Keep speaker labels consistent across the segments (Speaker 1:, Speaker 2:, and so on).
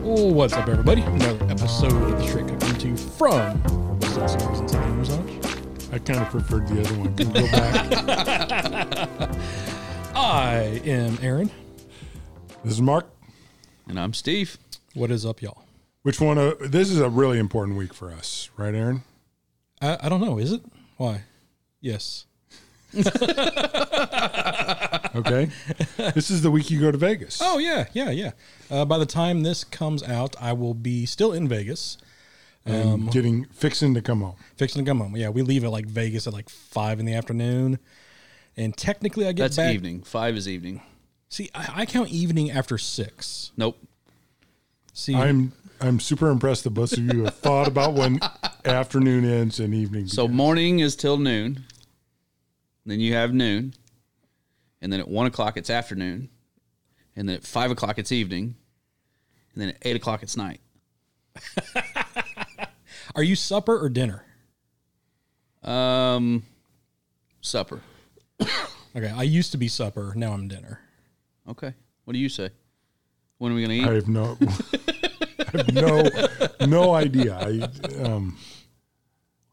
Speaker 1: What's up, everybody? Another episode of the Straight Cut Coming to you from the Saucy Person's Lounge.
Speaker 2: I kind of preferred the other one. Can we go back?
Speaker 1: I am Aaron.
Speaker 2: this is Mark.
Speaker 3: And I'm Steve.
Speaker 1: What is up, y'all?
Speaker 2: Which one? Of, this is a really important week for us, right, Aaron?
Speaker 1: I, I don't know. Is it? Why? Yes.
Speaker 2: Okay. this is the week you go to Vegas.
Speaker 1: Oh yeah, yeah, yeah. Uh, by the time this comes out, I will be still in Vegas,
Speaker 2: and
Speaker 3: Um,
Speaker 2: getting fixing to come home.
Speaker 1: fixing to come home. Yeah, we leave at like Vegas at like five in the afternoon, and technically I get
Speaker 3: That's
Speaker 1: back.
Speaker 3: evening. Five is evening.
Speaker 1: See, I, I count evening after six.
Speaker 3: Nope.
Speaker 1: See,
Speaker 2: I'm I'm super impressed that both of you have thought about when afternoon ends and evening.
Speaker 3: So
Speaker 2: begins.
Speaker 3: morning is till noon. Then you have noon. And then at one o'clock it's afternoon. And then at five o'clock it's evening. And then at eight o'clock it's night.
Speaker 1: are you supper or dinner?
Speaker 3: Um supper.
Speaker 1: Okay, I used to be supper. Now I'm dinner.
Speaker 3: Okay. What do you say? When are we gonna eat?
Speaker 2: I have no I have no no idea. I um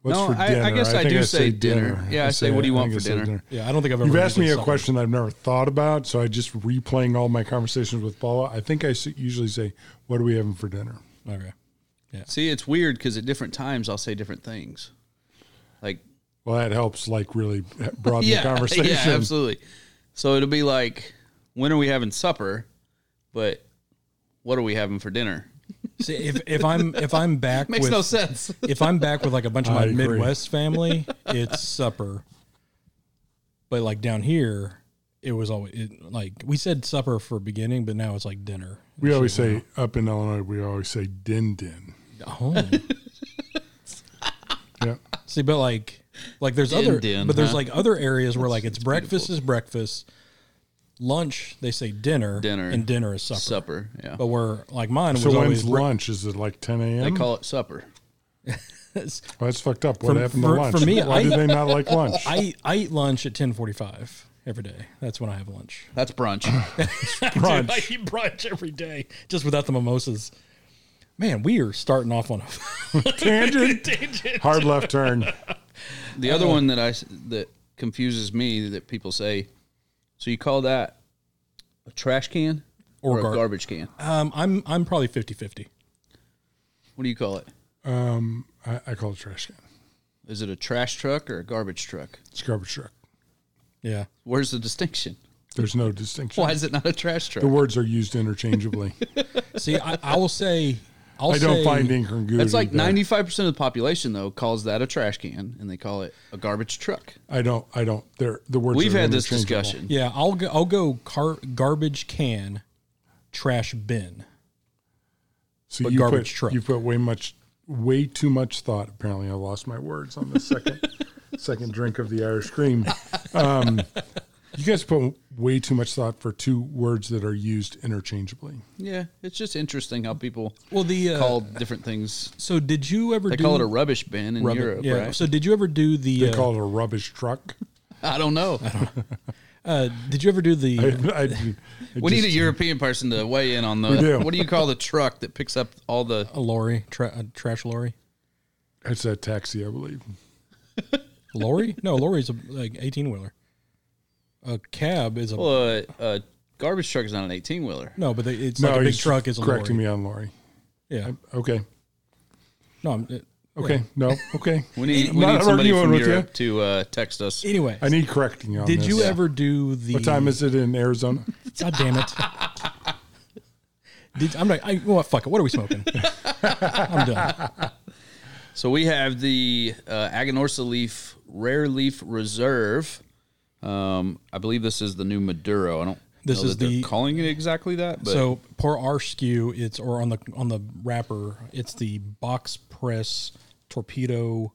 Speaker 2: what's
Speaker 3: No,
Speaker 2: for
Speaker 3: I- I
Speaker 2: dinner?
Speaker 3: guess I
Speaker 2: think
Speaker 3: do say dinner. Yeah, I say, what do you want
Speaker 2: think
Speaker 3: for
Speaker 2: I said
Speaker 3: dinner?
Speaker 1: Yeah, I don't think I've ever.
Speaker 2: You've
Speaker 1: really
Speaker 2: asked
Speaker 1: been
Speaker 2: me a
Speaker 1: supper.
Speaker 2: question I've never thought about, so I just replaying all my conversations with Paula. I think I s- usually say, "What are we having for dinner?"
Speaker 1: Okay.
Speaker 3: See, it's weird because at different times I'll say different things. Like
Speaker 2: Well, that helps, like really broaden
Speaker 3: yeah,
Speaker 2: the conversation.
Speaker 3: Yeah, absolutely. So it'll be like, when are we having supper? But what are we having for dinner?
Speaker 1: See, if, if I'm if I'm back
Speaker 3: Makes
Speaker 1: with,
Speaker 3: no sense.
Speaker 1: if I'm back with like a bunch of
Speaker 2: I
Speaker 1: my
Speaker 2: agree.
Speaker 1: Midwest family, it's supper. But like down here, it was always it, like we said supper for beginning, but now it's like dinner.
Speaker 2: We always say up in Illinois, we always say "din din."
Speaker 1: Oh.
Speaker 2: Yeah,
Speaker 1: See, but like like there's
Speaker 3: Din
Speaker 1: other
Speaker 3: din,
Speaker 1: but there's
Speaker 3: huh?
Speaker 1: like other areas where like it's breakfast is breakfast, lunch they say dinner,
Speaker 3: Dinner.
Speaker 1: and dinner is supper.
Speaker 3: supper. Yeah.
Speaker 1: But where like mine was
Speaker 2: so
Speaker 1: always
Speaker 2: when's lunch? Is it like 10
Speaker 3: They
Speaker 2: a.m.?
Speaker 3: call it supper.
Speaker 2: well, that's fucked up. What
Speaker 1: For-
Speaker 2: happened
Speaker 1: for-
Speaker 2: to lunch?
Speaker 1: for me,
Speaker 2: Why
Speaker 1: I-
Speaker 2: do they not like lunch?
Speaker 1: I eat, I eat lunch at ten forty five every day. That's when I have lunch.
Speaker 3: That's brunch.
Speaker 1: brunch. I eat brunch every day, just without the mimosas. Man, we are starting off on a
Speaker 2: Tangent. Hard left turn.
Speaker 3: the other one that I s- that confuses me that people say, so you call that a trash can
Speaker 1: Or
Speaker 3: or,
Speaker 1: gar-
Speaker 3: a garbage can?
Speaker 1: um, I'm I'm probably 50-50.
Speaker 3: What do you call it?
Speaker 2: Um, I, I call it trash can.
Speaker 3: Is it a trash truck or a garbage truck?
Speaker 2: It's garbage truck.
Speaker 1: Yeah,
Speaker 3: Where's the distinction?
Speaker 2: There's no distinction.
Speaker 3: Why is it not a trash
Speaker 2: The
Speaker 3: truck?
Speaker 2: words are used interchangeably.
Speaker 1: see, I, I will say, I'll
Speaker 2: I don't
Speaker 1: say-
Speaker 2: find incongruity.
Speaker 3: That's like
Speaker 2: there.
Speaker 3: ninety-five percent of the population though calls that a trash can, and they call it a garbage truck.
Speaker 2: I don't. I don't. They're, the words.
Speaker 3: We've
Speaker 2: are
Speaker 3: had this
Speaker 2: interchangeable.
Speaker 3: discussion.
Speaker 1: Yeah, I'll go. I'll go. Car, garbage can, trash bin.
Speaker 2: So
Speaker 1: But
Speaker 2: you
Speaker 1: garbage
Speaker 2: put,
Speaker 1: truck.
Speaker 2: You put way much, way too much thought. Apparently, I lost my words on the second second drink of the Irish cream. Um, you guys put way too much thought for two words that are used interchangeably.
Speaker 3: Yeah, it's just interesting how people
Speaker 1: Well, the uh,
Speaker 3: call different things.
Speaker 1: So did you ever
Speaker 3: They
Speaker 1: do
Speaker 3: call it a rubbish bin in
Speaker 1: rubbi-
Speaker 3: Europe,
Speaker 1: Yeah.
Speaker 3: right?
Speaker 1: So did you ever do the?
Speaker 2: They
Speaker 1: Uh,
Speaker 2: call it a rubbish truck.
Speaker 3: I don't know.
Speaker 1: uh, did you ever do the?
Speaker 2: I, I- I
Speaker 3: we need a
Speaker 2: just-
Speaker 3: European person to weigh in on the.
Speaker 2: do.
Speaker 3: What do you call the truck that picks up all the?
Speaker 1: a lorry, tra- a trash lorry,
Speaker 2: It's a taxi, I believe.
Speaker 1: lorry? No, lorry's a like eighteen wheeler. A cab is a
Speaker 3: Well, a, a garbage truck is not an eighteen wheeler.
Speaker 1: No, but they, it's like a big
Speaker 2: he's
Speaker 1: truck is a
Speaker 2: correcting
Speaker 1: lorry.
Speaker 2: me on Lorry.
Speaker 1: Yeah.
Speaker 2: Okay.
Speaker 1: No. I'm, uh, it,
Speaker 2: Okay. No. Okay.
Speaker 3: We need, we
Speaker 2: Not
Speaker 3: need somebody
Speaker 2: arguing
Speaker 3: from
Speaker 2: with you.
Speaker 3: Europe to uh, text us.
Speaker 1: Anyway,
Speaker 2: I need correcting on
Speaker 1: did
Speaker 2: this.
Speaker 1: you ever do the?
Speaker 2: What time is it in Arizona?
Speaker 1: God damn it! did, I'm not. I, well, fuck it. What are we smoking? I'm done.
Speaker 3: So we have the uh, Aganorsa leaf rare leaf reserve. Um, I believe this is the new Maduro. I don't.
Speaker 1: This
Speaker 3: know
Speaker 1: is
Speaker 3: that they're
Speaker 1: the-
Speaker 3: calling it exactly that, but
Speaker 1: So pour our skew. It's or on the on the wrapper. It's the box press torpedo.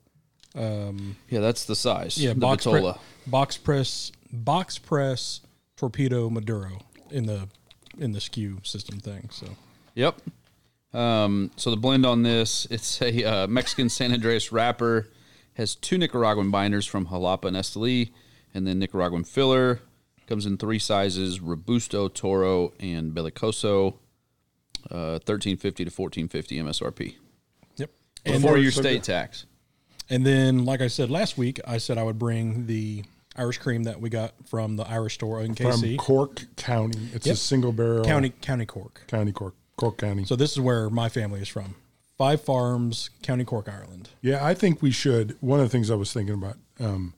Speaker 3: yeah, that's the size.
Speaker 1: Yeah,
Speaker 3: the
Speaker 1: box pre-
Speaker 3: Vitola.
Speaker 1: box press box press torpedo Maduro in the in the skew system thing. So
Speaker 3: Yep. Um, so the blend on this, it's a uh, Mexican San Andreas wrapper, has two Nicaraguan binders from Jalapa and Esteli, and then Nicaraguan filler. Comes in three sizes: Robusto, Toro, and Belicoso. uh, thirteen fifty to fourteen fifty MSRP
Speaker 1: Yep. And,
Speaker 3: before
Speaker 2: there-
Speaker 3: your
Speaker 2: so
Speaker 3: state
Speaker 2: the-
Speaker 3: tax.
Speaker 1: and then, like I said last week, I said I would bring the Irish cream that we got from the Irish store in
Speaker 2: from
Speaker 1: KC
Speaker 2: Cork County. It's a
Speaker 1: Yep.
Speaker 2: single barrel
Speaker 1: County County Cork.
Speaker 2: county Cork Cork County.
Speaker 1: So this is where my family is from. Five Farms, County Cork, Ireland.
Speaker 2: Yeah, I think we should. One of the things I was thinking about. Um,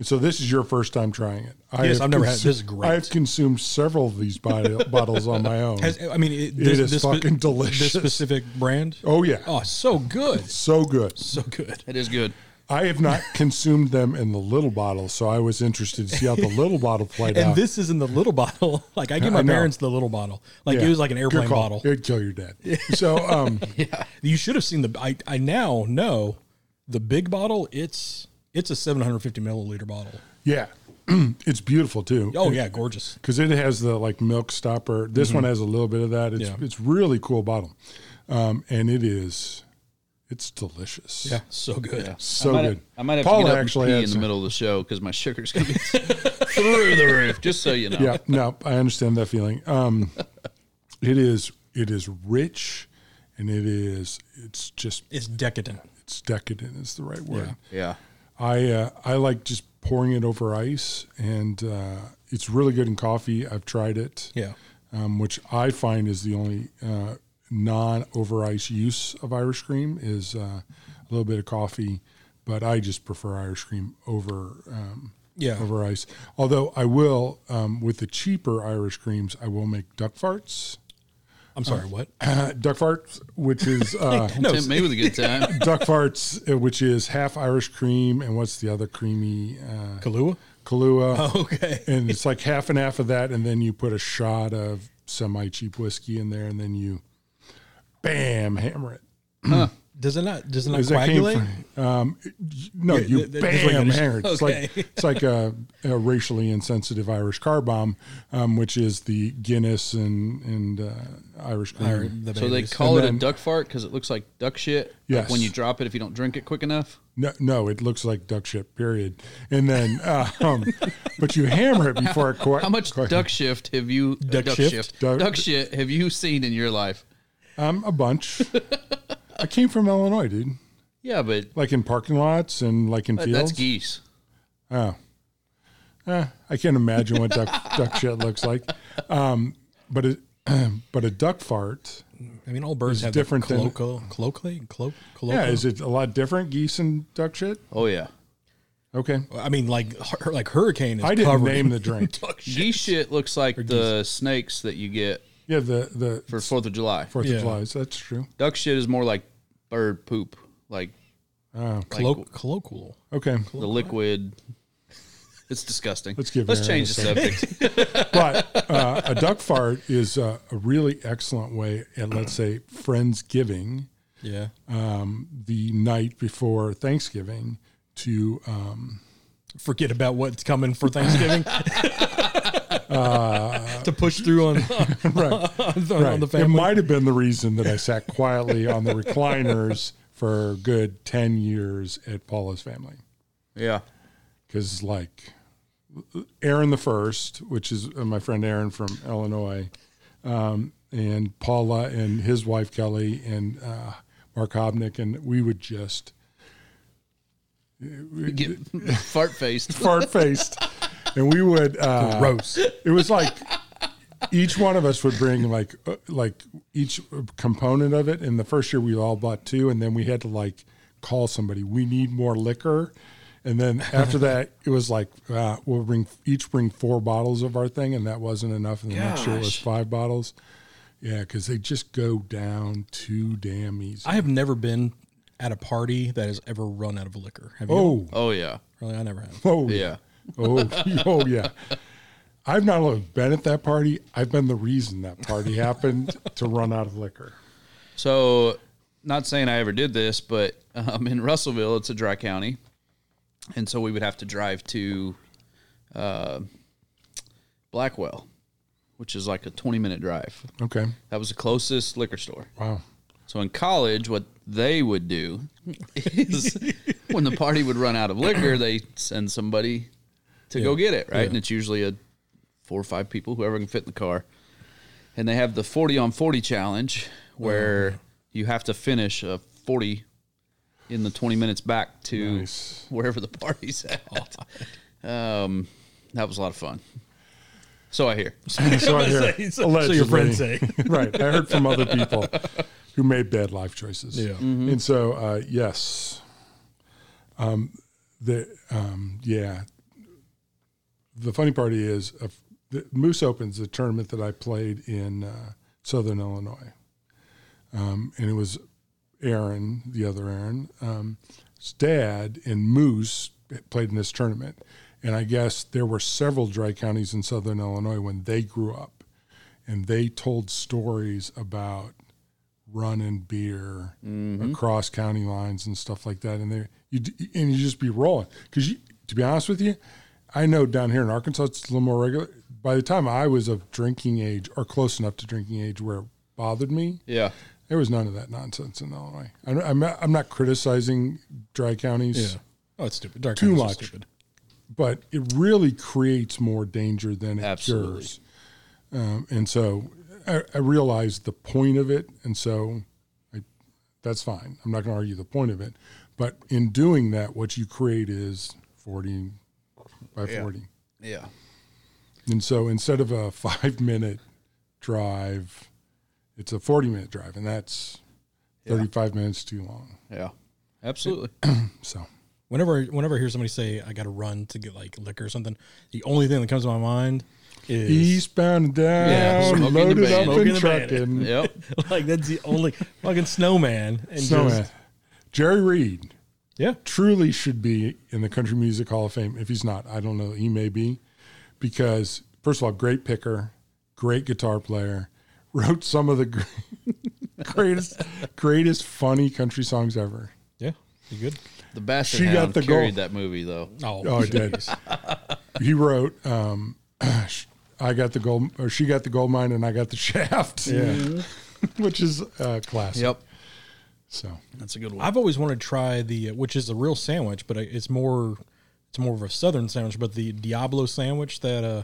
Speaker 2: so this is your first time trying it. I
Speaker 1: Yes,
Speaker 2: have
Speaker 1: I've never had it. This is great.
Speaker 2: I have consumed several of these bottle, bottles on my own.
Speaker 1: Has, I mean, it,
Speaker 2: is
Speaker 1: spe-
Speaker 2: fucking delicious.
Speaker 1: This specific brand.
Speaker 2: oh yeah,
Speaker 1: Oh, so good,
Speaker 2: so good.
Speaker 1: so good.
Speaker 3: That is good.
Speaker 2: I have not consumed them in the little bottle, so I was interested to see how the little bottle played
Speaker 1: And
Speaker 2: out.
Speaker 1: this is in the little bottle. Like I give my
Speaker 2: I know.
Speaker 1: parents the little bottle. Like
Speaker 2: Yeah.
Speaker 1: it was like an
Speaker 2: Good
Speaker 1: airplane
Speaker 2: call.
Speaker 1: bottle.
Speaker 2: It'd kill your dad. So um,
Speaker 1: You should have seen the. I, I now know the big bottle. It's it's a 750 milliliter bottle.
Speaker 2: yeah, it's beautiful too.
Speaker 1: Oh yeah, gorgeous.
Speaker 2: because it has the like milk stopper. This
Speaker 3: Mm-hmm.
Speaker 2: one has a little bit of that. It's
Speaker 1: Yeah.
Speaker 2: it's really cool bottle, um, and it is, it's delicious. Yeah,
Speaker 1: So good.
Speaker 2: so
Speaker 3: I might,
Speaker 2: good.
Speaker 3: I might have
Speaker 2: Paula
Speaker 3: to get up
Speaker 2: actually
Speaker 3: and pee
Speaker 2: had
Speaker 3: in the
Speaker 2: some-
Speaker 3: middle of the show because my sugar's gonna be through the roof. Just so you know.
Speaker 2: Yeah, no, I understand that feeling. Um, it is it is rich, and it is it's just
Speaker 1: It's decadent.
Speaker 2: it's decadent is the right word.
Speaker 3: Yeah.
Speaker 2: I uh, I like just pouring it over ice, and uh, it's really good in coffee. I've tried it.
Speaker 1: Yeah.
Speaker 2: um, which I find is the only uh, non over ice use of Irish cream is uh, a little bit of coffee, but I just prefer Irish cream over um,
Speaker 1: Yeah.
Speaker 2: over ice. Although I will um, with the cheaper Irish creams, I will make duck farts,
Speaker 1: I'm sorry. What?
Speaker 2: duck farts, which is uh,
Speaker 1: No,
Speaker 3: Tempt me with a good time.
Speaker 2: duck farts, uh, which is half Irish cream and what's the other creamy uh,
Speaker 1: Kahlua.
Speaker 2: Kahlua.
Speaker 1: Okay.
Speaker 2: and it's like half and half of that, and then you put a shot of semi cheap whiskey in there, and then you, bam, hammer it.
Speaker 1: Does it not? Does it not
Speaker 2: Is that came
Speaker 1: coagulate?
Speaker 2: from- um, y- no,
Speaker 1: Yeah,
Speaker 2: you
Speaker 1: th- th- just like
Speaker 2: bam
Speaker 1: an-
Speaker 2: hammer it. It's
Speaker 1: Okay.
Speaker 2: like it's like a, a racially insensitive Irish car bomb, um, which is the Guinness and and uh, Irish cream.
Speaker 1: Or the
Speaker 3: So they
Speaker 1: babies?
Speaker 3: call it
Speaker 2: then-
Speaker 3: a duck fart because it looks like duck shit.
Speaker 2: Yes.
Speaker 3: Like when you drop it, if you don't drink it quick enough.
Speaker 2: No, no, it looks like duck shit. Period. And then, uh, um, but you hammer it before it. Co-
Speaker 3: How much duck shift have you uh, duck,
Speaker 1: shift?
Speaker 2: Duck-
Speaker 3: duck, shit have you seen in your life?
Speaker 2: Um, a bunch. I came from Illinois, dude.
Speaker 3: Yeah, but
Speaker 2: like in parking lots and like in
Speaker 3: that-
Speaker 2: fields.
Speaker 3: Uh, that's geese.
Speaker 2: Eh, I can't imagine what duck, duck shit looks like. Um, but it, but a duck fart,
Speaker 1: I mean, all birds have
Speaker 2: different
Speaker 1: different
Speaker 2: than-
Speaker 1: colloquial, colloquially, collo-
Speaker 2: yeah,
Speaker 1: colloquial.
Speaker 2: is it a lot different geese and duck shit?
Speaker 3: Oh yeah,
Speaker 2: Okay,
Speaker 1: I mean, like hur- like hurricane is
Speaker 2: I didn't
Speaker 1: covered
Speaker 2: name
Speaker 1: in
Speaker 2: the drink.
Speaker 1: duck shit.
Speaker 3: geese shit looks like the snakes that you get
Speaker 2: Yeah, the the
Speaker 3: for Fourth of July.
Speaker 2: Fourth
Speaker 1: Yeah.
Speaker 2: of July. That's true.
Speaker 3: duck shit is more like bird poop, like
Speaker 1: Collo- colloquial.
Speaker 2: Okay,
Speaker 3: the liquid. It's disgusting.
Speaker 2: Let's give
Speaker 3: let's
Speaker 2: Aaron
Speaker 3: change
Speaker 2: a
Speaker 3: the subject.
Speaker 2: but uh, a duck fart is a, a really excellent way at let's say friendsgiving,
Speaker 1: Yeah.
Speaker 2: the night before Thanksgiving, to um,
Speaker 1: Forget about what's coming for Thanksgiving. Uh, to push through on, on, on,
Speaker 2: Right.
Speaker 1: the
Speaker 2: It
Speaker 1: family.
Speaker 2: might have been the reason that I sat quietly on the recliners for a good 10 years at Paula's family.
Speaker 3: yeah,
Speaker 2: Because, like, Aaron the First, which is uh, my friend Aaron from Illinois, um, and Paula and his wife Kelly and uh, Mark Hobnick, and we would just
Speaker 3: get fart faced.
Speaker 2: fart faced. and we would. Uh,
Speaker 1: Gross.
Speaker 2: it was like each one of us would bring like uh, like each component of it and the first year we all bought two and then we had to like call somebody we need more liquor and then after that it was like uh, we'll bring each bring four bottles of our thing and that wasn't enough and the next year it was
Speaker 3: Gosh.
Speaker 2: five bottles yeah because they just go down too damn easy
Speaker 1: I have never been at a party that has ever run out of liquor. Have you?
Speaker 2: oh
Speaker 3: Oh yeah,
Speaker 1: Really? I never have.
Speaker 2: oh
Speaker 3: yeah.
Speaker 2: oh, oh yeah. I've not only been at that party, I've been the reason that party happened to run out of liquor.
Speaker 3: So, not saying I ever did this, but um, in Russellville, it's a dry county, and so we would have to drive to uh, Blackwell, which is like a twenty-minute drive.
Speaker 2: Okay.
Speaker 3: That was the closest liquor store.
Speaker 2: Wow.
Speaker 3: So in college, what they would do is when the party would run out of liquor, they send somebody to go get it, right? And it's usually a four or five people, whoever can fit in the car. and they have the 40 on 40 challenge where you have to finish a 40 in the 20 minutes back to
Speaker 2: Nice.
Speaker 3: wherever the party's at. um, that was a lot of fun. So I hear.
Speaker 2: So, I hear,
Speaker 1: Say- so- so your friends say.
Speaker 2: allegedly. right. I heard from other people who made bad life choices.
Speaker 1: Yeah.
Speaker 2: And so, uh, yes, um, the um, yeah. The funny part is, uh, the Moose Open's the tournament that I played in uh, Southern Illinois, um, and it was Aaron, the other Aaron, um, his dad, and Moose played in this tournament. And I guess there were several dry counties in Southern Illinois when they grew up, and they told stories about running beer across county lines and stuff like that. And there, you d- and you just be rolling because to be honest with you, I know down here in Arkansas it's a little more regular. By the time I was of drinking age or close enough to drinking age where it bothered me,
Speaker 3: Yeah.
Speaker 2: there was none of that nonsense in Illinois. I, I'm, not- I'm not criticizing dry counties,
Speaker 1: Yeah. Oh, it's stupid. Dark
Speaker 2: Too
Speaker 1: Knights are
Speaker 2: much.
Speaker 1: Stupid.
Speaker 2: but it really creates more danger than it
Speaker 3: Absolutely.
Speaker 2: cures. Um, and so I, I realized the point of it. And so I, that's fine. I'm not going to argue the point of it. But in doing that, what you create is 40 by 40.
Speaker 3: Yeah.
Speaker 2: And so instead of a five minute drive, it's a 40 minute drive. And that's 35 minutes too long.
Speaker 3: Yeah. Absolutely.
Speaker 2: So
Speaker 1: Whenever whenever I hear somebody say I got to run to get like liquor or something, the only thing that comes to my mind is
Speaker 2: eastbound and down,
Speaker 3: Yeah, smoking the
Speaker 2: loaded
Speaker 3: bandit.
Speaker 2: up
Speaker 1: Smoking
Speaker 2: and
Speaker 1: the
Speaker 2: trucking.
Speaker 3: yep.
Speaker 1: like that's the only fucking snowman and
Speaker 2: Snowman.
Speaker 1: just
Speaker 2: uh, Jerry Reed
Speaker 1: yeah
Speaker 2: truly should be in the Country Music Hall of Fame. If he's not, I don't know. He may be because first of all, great picker, great guitar player, wrote some of the gr- greatest, greatest funny country songs ever.
Speaker 1: yeah you good
Speaker 3: The bastard
Speaker 2: She got
Speaker 3: hound
Speaker 2: the
Speaker 3: carried
Speaker 2: goal.
Speaker 3: that movie though.
Speaker 1: oh,
Speaker 2: Oh, it
Speaker 1: shit.
Speaker 2: did. he wrote, um, "I got the gold, or she got the gold mine, and I got the shaft." Yeah, which is uh, classic.
Speaker 3: Yep.
Speaker 2: So
Speaker 3: That's a good one.
Speaker 1: I've always wanted to try the uh, which is a real sandwich but uh, it's more it's more of a southern sandwich but the Diablo sandwich that uh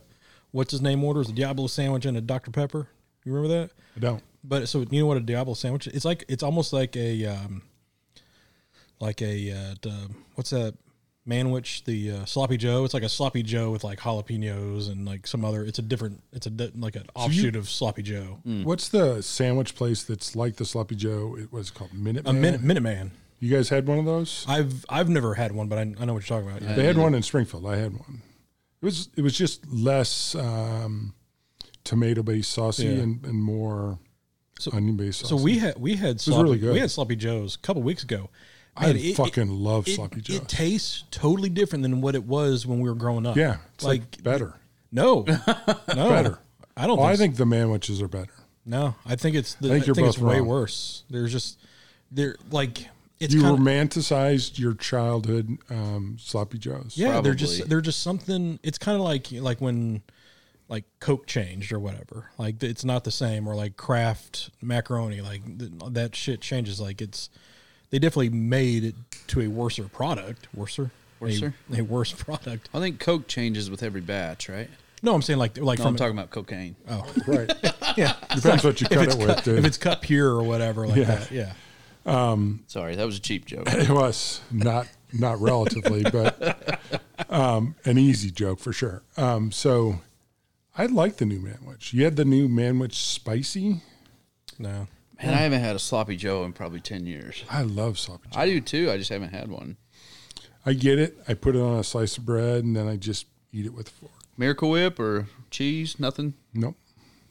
Speaker 1: what's his name orders a Diablo sandwich and a Dr Pepper you remember that
Speaker 2: I don't.
Speaker 1: but so you know what a Diablo sandwich is? it's like it's almost like a um like a uh, d- what's that manwich the uh, sloppy joe it's like a sloppy joe with like jalapenos and like some other it's a different it's a di- like an offshoot of sloppy joe
Speaker 2: What's the sandwich place that's like the Sloppy Joe? It was called Minute
Speaker 1: a minute
Speaker 2: Man.
Speaker 1: minuteman
Speaker 2: You guys had one of those?
Speaker 1: I've I've never had one, but I, I know what you're talking about. Yeah.
Speaker 2: They had one in Springfield. I had one. It was it was just less um, tomato based saucy
Speaker 1: Yeah.
Speaker 2: and, and more
Speaker 1: So-
Speaker 2: onion based saucy.
Speaker 1: So we had we had sloppy,
Speaker 2: really good.
Speaker 1: we had sloppy joes a couple weeks ago.
Speaker 2: I
Speaker 1: Man, it-
Speaker 2: fucking
Speaker 1: it-
Speaker 2: love
Speaker 1: it-
Speaker 2: Sloppy Joe.
Speaker 1: It tastes totally different than what it was when we were growing up.
Speaker 2: yeah, it's like,
Speaker 1: like, oh,
Speaker 2: better.
Speaker 1: no, no,
Speaker 2: Better.
Speaker 1: I don't.
Speaker 2: Well, I
Speaker 1: think, so.
Speaker 2: think the manwiches are better.
Speaker 1: no. I think it's the, I
Speaker 2: think
Speaker 1: think,
Speaker 2: you're
Speaker 1: it's
Speaker 2: both
Speaker 1: way
Speaker 2: wrong.
Speaker 1: worse. There's just there like it's
Speaker 2: You
Speaker 1: kind of
Speaker 2: romanticized your childhood um, Sloppy Joes.
Speaker 1: yeah. They're just
Speaker 3: Probably.
Speaker 1: they're just something. It's kind of like like when like Coke changed or whatever. Like it's not the same or like Kraft macaroni. Like th- that shit changes. Like it's they definitely made it to a worser product. Worser. A-
Speaker 3: Worser?
Speaker 1: A, worse product.
Speaker 3: I think Coke changes with every batch, right?
Speaker 1: No, I'm saying like like
Speaker 3: No,
Speaker 1: from
Speaker 3: I'm talking about cocaine.
Speaker 2: Right.
Speaker 1: yeah.
Speaker 2: Depends what you
Speaker 1: If
Speaker 2: cut
Speaker 1: it's
Speaker 2: it with,
Speaker 1: cut,
Speaker 2: dude.
Speaker 1: if it's cut pure or whatever like
Speaker 2: Yeah.
Speaker 1: that. Yeah.
Speaker 3: Sorry, that was a cheap joke.
Speaker 2: It was not not relatively, but um, an easy joke for sure. Um, so I like the new manwich. You had the new manwich spicy.
Speaker 1: No.
Speaker 3: Man, I haven't had a sloppy Joe in probably ten years.
Speaker 2: I love sloppy. Joe.
Speaker 3: I do too. I just haven't had one.
Speaker 2: I get it. I put it on a slice of bread and then I just eat it with a fork.
Speaker 3: Miracle Whip or cheese, nothing.
Speaker 2: Nope,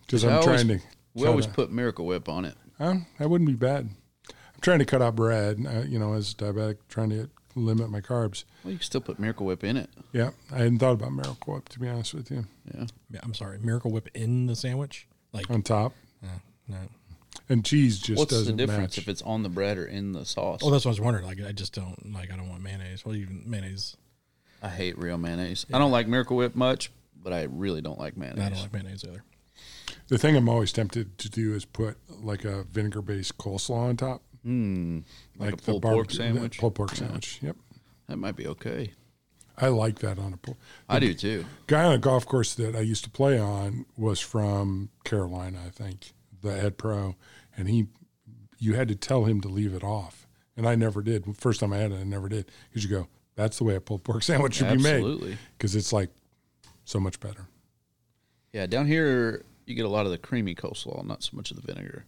Speaker 2: because
Speaker 3: I
Speaker 2: I'm
Speaker 3: always-
Speaker 2: trying to.
Speaker 3: We
Speaker 2: try
Speaker 3: always
Speaker 2: to-
Speaker 3: put Miracle Whip on it.
Speaker 2: Huh? that wouldn't be bad. I'm trying to cut out bread. Uh, you know, as a diabetic, trying to limit my carbs.
Speaker 3: Well, you can still put Miracle Whip in it.
Speaker 2: Yeah, I hadn't thought about Miracle Whip to be honest with you.
Speaker 3: Yeah.
Speaker 1: Yeah, I'm sorry. Miracle Whip in the sandwich. Like
Speaker 2: On top
Speaker 1: no.
Speaker 2: and cheese just
Speaker 3: What's the
Speaker 2: doesn't
Speaker 3: difference
Speaker 2: match.
Speaker 3: if it's on the bread or in the sauce?
Speaker 1: Oh, that's what I was wondering. Like I just don't like I don't want mayonnaise. Well, even mayonnaise.
Speaker 3: I hate real mayonnaise. I don't like Miracle Whip much, but I really don't like mayonnaise.
Speaker 1: I don't like mayonnaise either.
Speaker 2: The thing I'm always tempted to do is put like a vinegar based coleslaw on top. Mm,
Speaker 3: like a pulled pork
Speaker 2: barbecue-
Speaker 3: sandwich?
Speaker 2: Pulled pork sandwich. Yep.
Speaker 3: that might be okay.
Speaker 2: I like that on a pool.
Speaker 3: I do too.
Speaker 2: guy on a golf course that I used to play on was from Carolina, I think, the head pro, and he, you had to tell him to leave it off, and I never did. First time I had it, I never did because you go, that's the way a pulled pork sandwich should be made
Speaker 3: Absolutely.
Speaker 2: because it's like so much better.
Speaker 3: Yeah, down here you get a lot of the creamy coleslaw, not so much of the vinegar.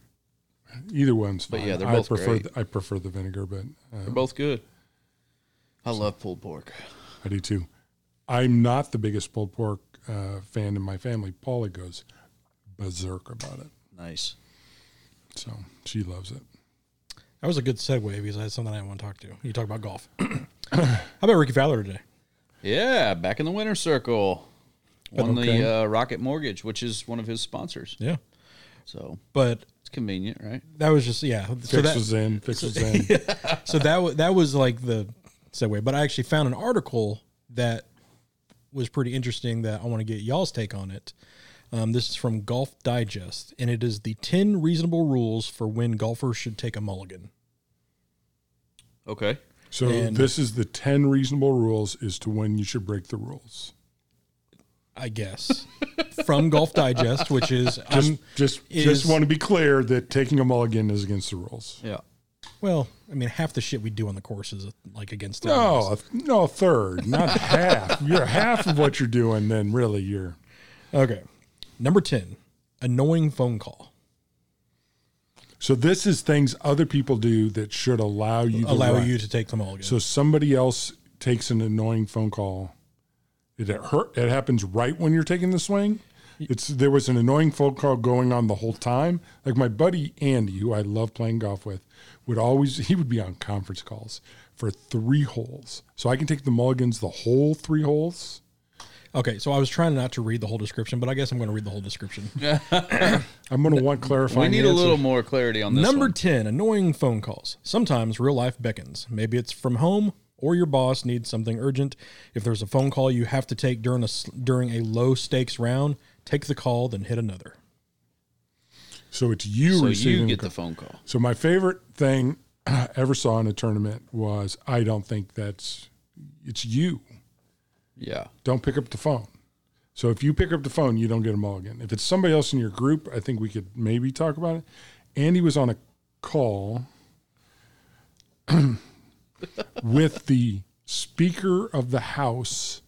Speaker 2: Either one's fine.
Speaker 3: But yeah, they're
Speaker 2: I
Speaker 3: both
Speaker 2: prefer
Speaker 3: great.
Speaker 2: The, I prefer the vinegar, but uh,
Speaker 3: They're both good. I love pulled pork.
Speaker 2: I do too. I'm not the biggest pulled pork uh, fan in my family. Paula goes berserk about it,
Speaker 3: Nice.
Speaker 2: so she loves it.
Speaker 1: That was a good segue because I had something I want to talk to. You talk about golf. How about Ricky Fowler today?
Speaker 3: Yeah, back in the winner's circle. Won
Speaker 1: Okay.
Speaker 3: the uh, Rocket Mortgage, which is one of his sponsors.
Speaker 1: Yeah,
Speaker 3: So
Speaker 1: but
Speaker 3: it's convenient, right?
Speaker 1: that was just yeah. So
Speaker 2: Fix
Speaker 1: that,
Speaker 2: was in, fix was in.
Speaker 1: so that wa- that was like the segue. But I actually found an article that was pretty interesting that I want to get y'all's take on it. Um, this is from Golf Digest, and it is the ten reasonable rules for when golfers should take a mulligan.
Speaker 3: Okay.
Speaker 2: So
Speaker 1: And-
Speaker 2: this is the ten reasonable rules as to when you should break the rules.
Speaker 1: I guess from Golf Digest, which is
Speaker 2: Just,
Speaker 1: I'm,
Speaker 2: just,
Speaker 1: is-
Speaker 2: just want to be clear that taking a mulligan is against the rules.
Speaker 3: Yeah.
Speaker 1: well, I mean, half the shit we do on the course is like against the rules.
Speaker 2: No, a- no, a third, not half. You're half of what you're doing. Then really, you're
Speaker 1: Okay, number ten, annoying phone call.
Speaker 2: so. This is things other people do that should allow you to
Speaker 1: allow
Speaker 2: run.
Speaker 1: you to take the mulligan.
Speaker 2: So somebody else takes an annoying phone call. It hurt. It happens right when you're taking the swing. It's there was an annoying phone call going on the whole time. Like my buddy Andy, who I love playing golf with, would always he would be on conference calls for three holes. So I can take the mulligans the whole three holes.
Speaker 1: okay, so I was trying not to read the whole description, but I guess I'm going to read the whole description.
Speaker 2: I'm going to want clarifying.
Speaker 3: We need a
Speaker 2: answers.
Speaker 3: little more clarity on this.
Speaker 1: Number
Speaker 3: one.
Speaker 1: 10, annoying phone calls. Sometimes real life beckons. Maybe it's from home or your boss needs something urgent. If there's a phone call you have to take during a s- during a low stakes round, take the call then hit another.
Speaker 2: So it's you
Speaker 3: so
Speaker 2: receiving. the
Speaker 3: you get
Speaker 2: call.
Speaker 3: the phone call.
Speaker 2: So my favorite thing I ever saw in a tournament was I don't think that's it's you.
Speaker 3: Yeah.
Speaker 2: don't pick up the phone. So if you pick up the phone, you don't get a mulligan. If it's somebody else in your group, I think we could maybe talk about it. Andy was on a call with the Speaker of the House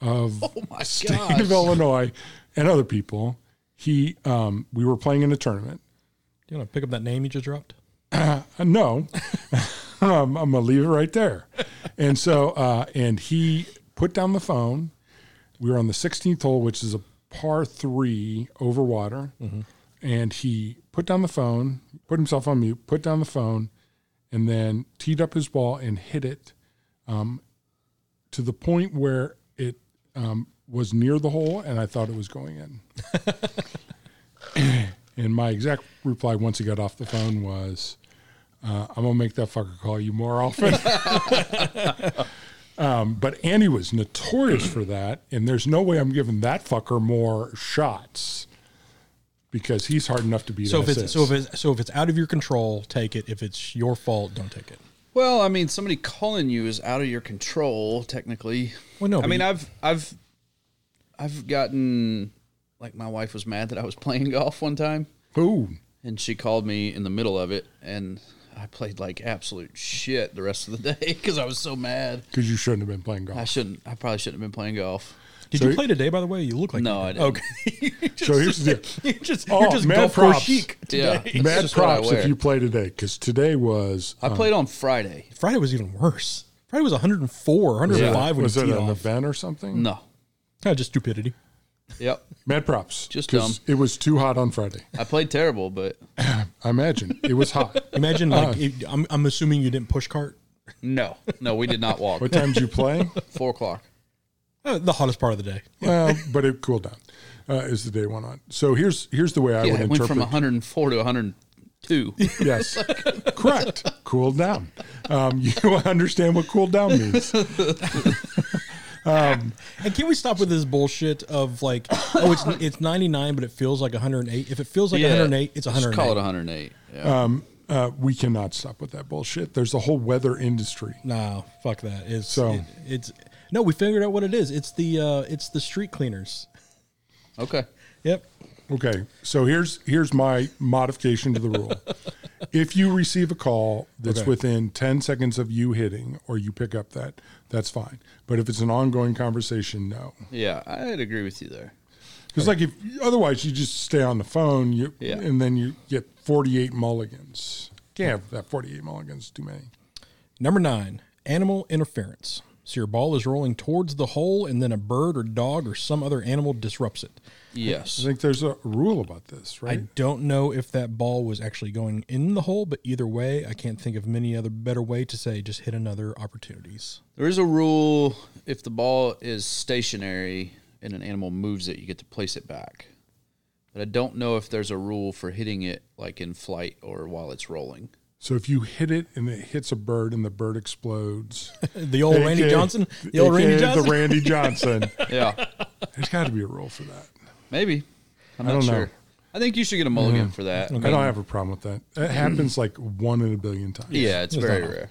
Speaker 2: of
Speaker 3: My
Speaker 2: State of Illinois and other people. He, um, we were playing in a tournament.
Speaker 1: You want to pick up that name you just dropped?
Speaker 2: Uh, no, um, I'm gonna leave it right there. And so, uh, and he put down the phone. We were on the 16th hole, which is a par three over water, and he put down the phone, put himself on mute, put down the phone, and then teed up his ball and hit it um, to the point where it um, was near the hole, and I thought it was going in. and my exact reply once he got off the phone was. uh, I'm gonna make that fucker call you more often. um, but Andy was notorious for that, and there's no way I'm giving that fucker more shots because he's hard enough to beat.
Speaker 1: So if it's
Speaker 2: assists.
Speaker 1: so if it's so if it's out of your control, take it. If it's your fault, don't take it.
Speaker 3: Well, I mean, somebody calling you is out of your control, technically.
Speaker 1: Well, no,
Speaker 3: I
Speaker 1: but
Speaker 3: mean,
Speaker 1: you-
Speaker 3: I've, I've, I've gotten like my wife was mad that I was playing golf one time,
Speaker 2: Ooh,
Speaker 3: and she called me in the middle of it, and I played like absolute shit the rest of the day because I was so mad.
Speaker 2: because you shouldn't have been playing
Speaker 3: I
Speaker 2: golf.
Speaker 3: shouldn't. I probably shouldn't have been playing golf.
Speaker 1: Did
Speaker 2: so
Speaker 1: you
Speaker 2: he-
Speaker 1: play today by the way? You look like
Speaker 3: No,
Speaker 1: you
Speaker 3: I
Speaker 1: did.
Speaker 3: didn't.
Speaker 1: Okay. you just,
Speaker 2: So here's the deal.
Speaker 1: you just
Speaker 2: Oh,
Speaker 1: you're just
Speaker 2: mad
Speaker 1: golf course
Speaker 2: props.
Speaker 1: chic today.
Speaker 3: Yeah. It's
Speaker 2: Mad
Speaker 3: just what I
Speaker 2: props if
Speaker 3: wear.
Speaker 2: you Oh. play today, because today was
Speaker 3: I played on Friday.
Speaker 1: Friday was even worse. Friday was 104, 105 when
Speaker 2: was
Speaker 1: you
Speaker 2: it
Speaker 1: teed
Speaker 2: an
Speaker 1: off.
Speaker 2: event or something?
Speaker 3: No.
Speaker 1: Kind of just stupidity.
Speaker 3: Yep.
Speaker 2: Mad props,
Speaker 3: Just
Speaker 2: 'cause
Speaker 3: dumb.
Speaker 2: it was too hot on Friday.
Speaker 3: I played terrible, but
Speaker 2: I imagine it was hot.
Speaker 1: Imagine like if, I'm, I'm assuming you didn't push cart.
Speaker 3: no, no, we did not walk.
Speaker 2: What time did you play?
Speaker 3: Four o'clock.
Speaker 1: Uh, the hottest part of the day.
Speaker 2: Well, but it cooled down uh, as the day went on. So here's here's the way I
Speaker 3: Yeah,
Speaker 2: would
Speaker 3: it
Speaker 2: interpret.
Speaker 3: went from 104 to 102.
Speaker 2: Yes, correct. Cooled down. Um, you understand what cooled down means?
Speaker 1: And can we stop with this bullshit of like, oh, it's it's 99, but it feels like 108. If it feels like 108, it's
Speaker 3: Just
Speaker 1: 108.
Speaker 3: Call it 108. Yeah.
Speaker 2: Uh, we cannot stop with that bullshit. There's a whole weather industry.
Speaker 1: No, fuck that. It's
Speaker 2: So-
Speaker 1: it- it's No, we figured out what it is. It's the uh, it's the street cleaners.
Speaker 3: Okay.
Speaker 1: Yep.
Speaker 2: Okay, so here's here's my modification to the rule. if you receive a call that's
Speaker 1: Okay.
Speaker 2: within 10 seconds of you hitting or you pick up that, that's fine. But if it's an ongoing conversation, no.
Speaker 3: Yeah, I'd agree with you there.
Speaker 2: Because like if otherwise you just stay on the phone, you
Speaker 3: Yeah.
Speaker 2: and then you get 48 mulligans. Can't have that 48 mulligans too many.
Speaker 1: Number nine, animal interference. So your ball is rolling towards the hole, and then a bird or dog or some other animal disrupts it.
Speaker 2: I
Speaker 3: Yes.
Speaker 2: think there's a rule about this,
Speaker 1: I
Speaker 2: right?
Speaker 1: don't know if that ball was actually going in the hole, but either way, I can't think of many other better way to say just hit another opportunities.
Speaker 3: There is a rule if the ball is stationary and an animal moves it, you get to place it back. But I don't know if there's a rule for hitting it like in flight or while it's rolling.
Speaker 2: so if you hit it and it hits a bird and the bird explodes,
Speaker 1: The old Randy
Speaker 2: AKA
Speaker 1: Johnson, the old Randy
Speaker 2: AKA
Speaker 1: Johnson.
Speaker 2: the Randy Johnson.
Speaker 3: Yeah,
Speaker 2: There's got to be a rule for that.
Speaker 3: maybe. I'm
Speaker 2: I
Speaker 3: not
Speaker 2: don't know. Mm-hmm.
Speaker 3: sure. I think you should get a mulligan for that.
Speaker 2: I don't have a problem with that. It happens like one in a billion times.
Speaker 3: Yeah, it's
Speaker 1: It's
Speaker 3: very
Speaker 2: uh-huh.
Speaker 1: not-
Speaker 3: rare.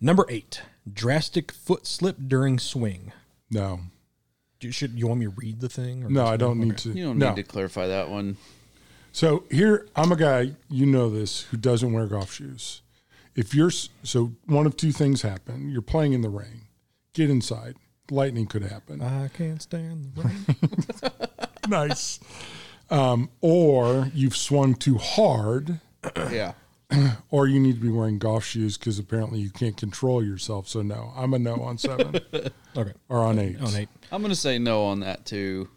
Speaker 1: Number eight, drastic foot slip during swing.
Speaker 2: No.
Speaker 1: Do you, should you want me to read the thing? Or
Speaker 2: No, I don't need to.
Speaker 3: You don't
Speaker 2: no.
Speaker 3: need to clarify that one.
Speaker 2: So here, I'm a guy, you know this, who doesn't wear golf shoes. If you're, s- so one of two things happen. You're playing in the rain, get inside, lightning could happen.
Speaker 1: I can't stand the rain.
Speaker 2: nice. Um, or you've swung too hard,
Speaker 3: Yeah.
Speaker 2: or you need to be wearing golf shoes because apparently you can't control yourself. So no, I'm a no on seven
Speaker 1: okay,
Speaker 2: or on eight.
Speaker 1: on eight.
Speaker 3: I'm going to say no on that too.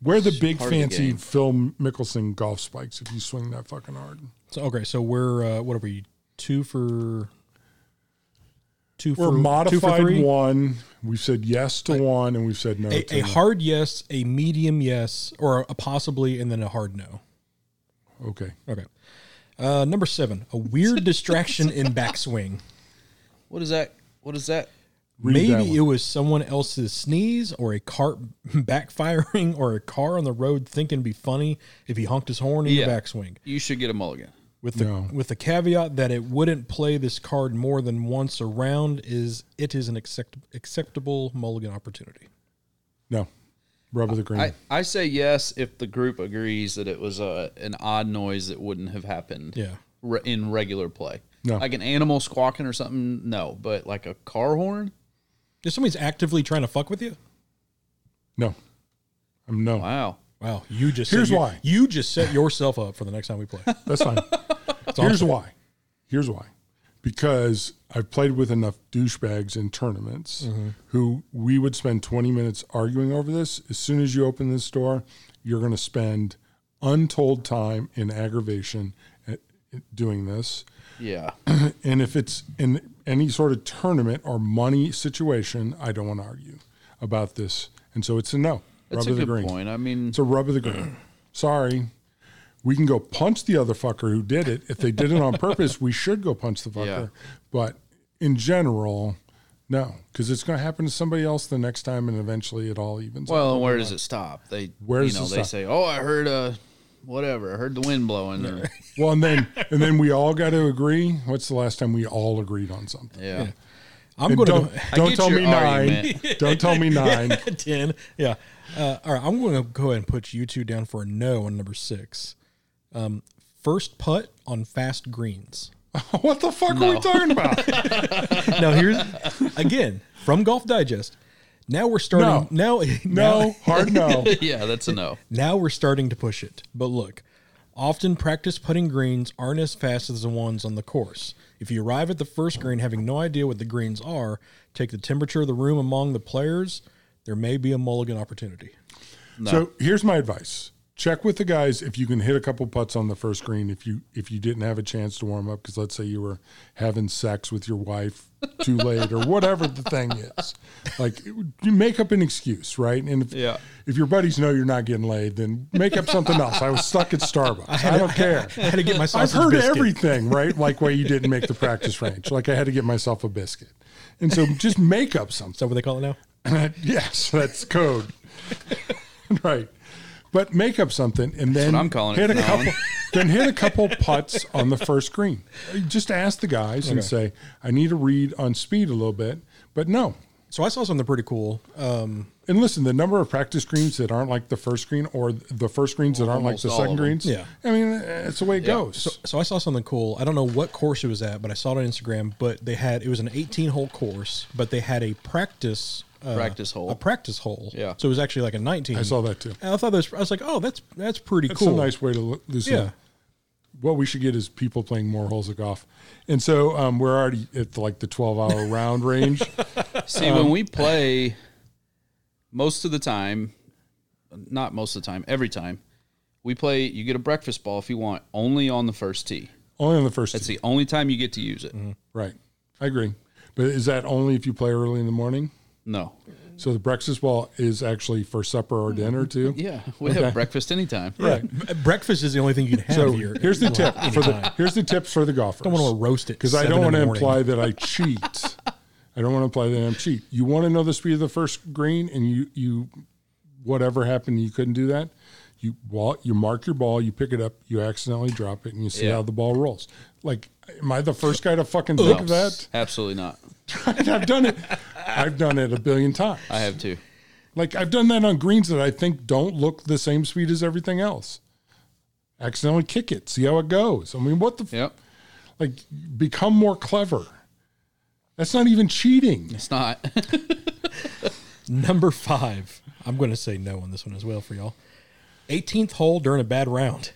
Speaker 2: Wear the big
Speaker 3: part of the
Speaker 2: fancy
Speaker 3: game.
Speaker 2: Phil Mickelson golf spikes if you swing that fucking hard.
Speaker 1: So okay, so we're uh, what are we? Two for two
Speaker 2: We're
Speaker 1: for two for
Speaker 2: modified
Speaker 1: three?
Speaker 2: one. We've said yes to one, and we've said no
Speaker 1: A,
Speaker 2: to
Speaker 1: a
Speaker 2: the-
Speaker 1: hard yes, a medium yes, or a possibly, and then a hard no.
Speaker 2: Okay.
Speaker 1: Okay. Uh, number seven, a weird distraction in backswing.
Speaker 3: What is that? What is that?
Speaker 2: Read that
Speaker 1: Maybe
Speaker 2: one.
Speaker 1: it was someone else's sneeze or a cart backfiring or a car on the road thinking it'd be funny if he honked his horn in
Speaker 3: Yeah.
Speaker 1: the backswing.
Speaker 3: You should get a mulligan.
Speaker 1: With the
Speaker 2: No.
Speaker 1: with the caveat that it wouldn't play this card more than once around is it is an accept, acceptable mulligan opportunity.
Speaker 2: No. Rubber the green.
Speaker 3: I, I say yes if the group agrees that it was a, an odd noise that wouldn't have happened
Speaker 1: Yeah.
Speaker 3: re- in regular play.
Speaker 2: No.
Speaker 3: Like an animal squawking or something, no. But like a car horn?
Speaker 1: If somebody's actively trying to fuck with you,
Speaker 2: no. I'm no.
Speaker 3: Wow.
Speaker 1: wow, you just
Speaker 2: Here's
Speaker 1: set your-
Speaker 2: why.
Speaker 1: you just set yourself up for the next time we play.
Speaker 2: That's fine. Here's why. Here's why. Because I've played with enough douchebags in tournaments
Speaker 1: Mm-hmm.
Speaker 2: who we would spend 20 minutes arguing over this. As soon as you open this door, you're going to spend untold time in aggravation at, at doing this.
Speaker 3: Yeah.
Speaker 2: And if it's in any sort of tournament or money situation, I don't want to argue about this. And so it's a no.
Speaker 3: That's
Speaker 2: Rubber
Speaker 3: a
Speaker 2: the
Speaker 3: good
Speaker 2: green.
Speaker 3: point. I mean,
Speaker 2: It's a rub of the green. Sorry. We can go punch the other fucker who did it. If they did it on purpose, we should go punch the fucker.
Speaker 3: Yeah.
Speaker 2: But in general, no, because it's going to happen to somebody else the next time, and eventually it all evens. out.
Speaker 3: well, and where does it stop? They,
Speaker 2: Where
Speaker 3: you
Speaker 2: does
Speaker 3: know,
Speaker 2: it
Speaker 3: they
Speaker 2: stop?
Speaker 3: say, oh, I heard a whatever. I heard the wind blowing. Or,
Speaker 2: well, and then and then we all got to agree. What's the last time we all agreed on something?
Speaker 3: yeah.
Speaker 1: I'm
Speaker 2: And
Speaker 1: going
Speaker 2: don't
Speaker 1: to
Speaker 3: I
Speaker 2: don't
Speaker 3: get
Speaker 2: tell
Speaker 3: your
Speaker 2: me nine.
Speaker 3: argument.
Speaker 2: Don't tell me nine.
Speaker 1: 10. Yeah. Uh, all right. I'm going to go ahead and put you two down for a no on number six. Um, first putt on fast greens.
Speaker 2: what the fuck are we talking about?
Speaker 1: Now, here's again from Golf Digest. Now we're starting. Now,
Speaker 2: No,
Speaker 1: Now,
Speaker 2: hard no.
Speaker 3: Yeah, that's a no.
Speaker 1: now we're starting to push it. But look, often practice putting greens aren't as fast as the ones on the course. If you arrive at the first green having no idea what the greens are, take the temperature of the room among the players. There may be a mulligan opportunity.
Speaker 2: So here's my advice: check with the guys if you can hit a couple putts on the first green. If you if you didn't have a chance to warm up, because let's say you were having sex with your wife too late or whatever the thing is, like you make up an excuse, right? And if,
Speaker 3: Yeah.
Speaker 2: if your buddies know you're not getting laid, then make up something else. I was stuck at Starbucks. I, don't care.
Speaker 1: I had to get my
Speaker 2: I've
Speaker 1: sausage
Speaker 2: heard
Speaker 1: biscuit.
Speaker 2: everything, right? Like why you didn't make the practice range. Like I had to get myself a biscuit. And so just make up something.
Speaker 1: Is that what they call it now?
Speaker 2: yes, that's code. right. But make up something and then
Speaker 3: what I'm calling
Speaker 2: hit
Speaker 3: it from
Speaker 2: a
Speaker 3: now
Speaker 2: couple then hit a couple putts on the first green. Just ask the guys and say, I need a read on speed a little bit. But no,
Speaker 1: So I saw something pretty cool. Um,
Speaker 2: And listen, the number of practice screens that aren't like the first screen or the first screens that aren't like
Speaker 3: almost
Speaker 2: the
Speaker 3: all
Speaker 2: second
Speaker 3: of them.
Speaker 2: screens.
Speaker 1: Yeah.
Speaker 2: I mean, it's the way it goes.
Speaker 1: so I saw something cool. I don't know what course it was at, but I saw it on Instagram. But they had it was an 18 hole course, but they had a practice uh,
Speaker 3: Practice hole.
Speaker 1: a practice hole.
Speaker 3: Yeah.
Speaker 1: So it was actually like a 19.
Speaker 2: I saw that too.
Speaker 1: And I thought that was, I was like, oh, that's that's pretty
Speaker 2: It's
Speaker 1: cool.
Speaker 2: a nice way to lo- loosen
Speaker 1: Yeah.
Speaker 2: up. What we should get is people playing more holes of golf. And so um, we're already at like the 12 hour round range.
Speaker 3: See, when we play, most of the time, not most of the time, every time, we play, you get a breakfast ball if you want, only on the first tee.
Speaker 2: Only on the first
Speaker 3: That's
Speaker 2: tee.
Speaker 3: the only time you get to use it.
Speaker 2: Right. I agree. But is that only if you play early in the morning?
Speaker 3: No.
Speaker 2: So the breakfast ball is actually for supper or
Speaker 1: Mm-hmm.
Speaker 2: dinner too?
Speaker 3: Yeah, we have breakfast anytime.
Speaker 2: Right.
Speaker 1: B- Breakfast is the only thing you can have
Speaker 2: So
Speaker 1: here.
Speaker 2: here's the tip for the here's the tips for the golfers.
Speaker 1: I want to roast it
Speaker 2: because I don't want to imply that I cheat. I don't want to imply that I'm cheat. You want to know the speed of the first green, and you you whatever happened, you couldn't do that. You ball, you mark your ball, you pick it up, you accidentally drop it, and you see
Speaker 3: Yeah.
Speaker 2: how the ball rolls. Like, am I the first guy to fucking think of that?
Speaker 3: Absolutely not.
Speaker 2: And I've done it. I've done it a billion times.
Speaker 3: I have to.
Speaker 2: Like I've done that on greens that I think don't look the same speed as everything else. Accidentally kick it, see how it goes. I mean, what the f-
Speaker 3: Yep.
Speaker 2: like? Become more clever. That's not even cheating.
Speaker 3: It's not.
Speaker 1: Number five. I'm going to say no on this one as well for y'all. 18th hole during a bad round.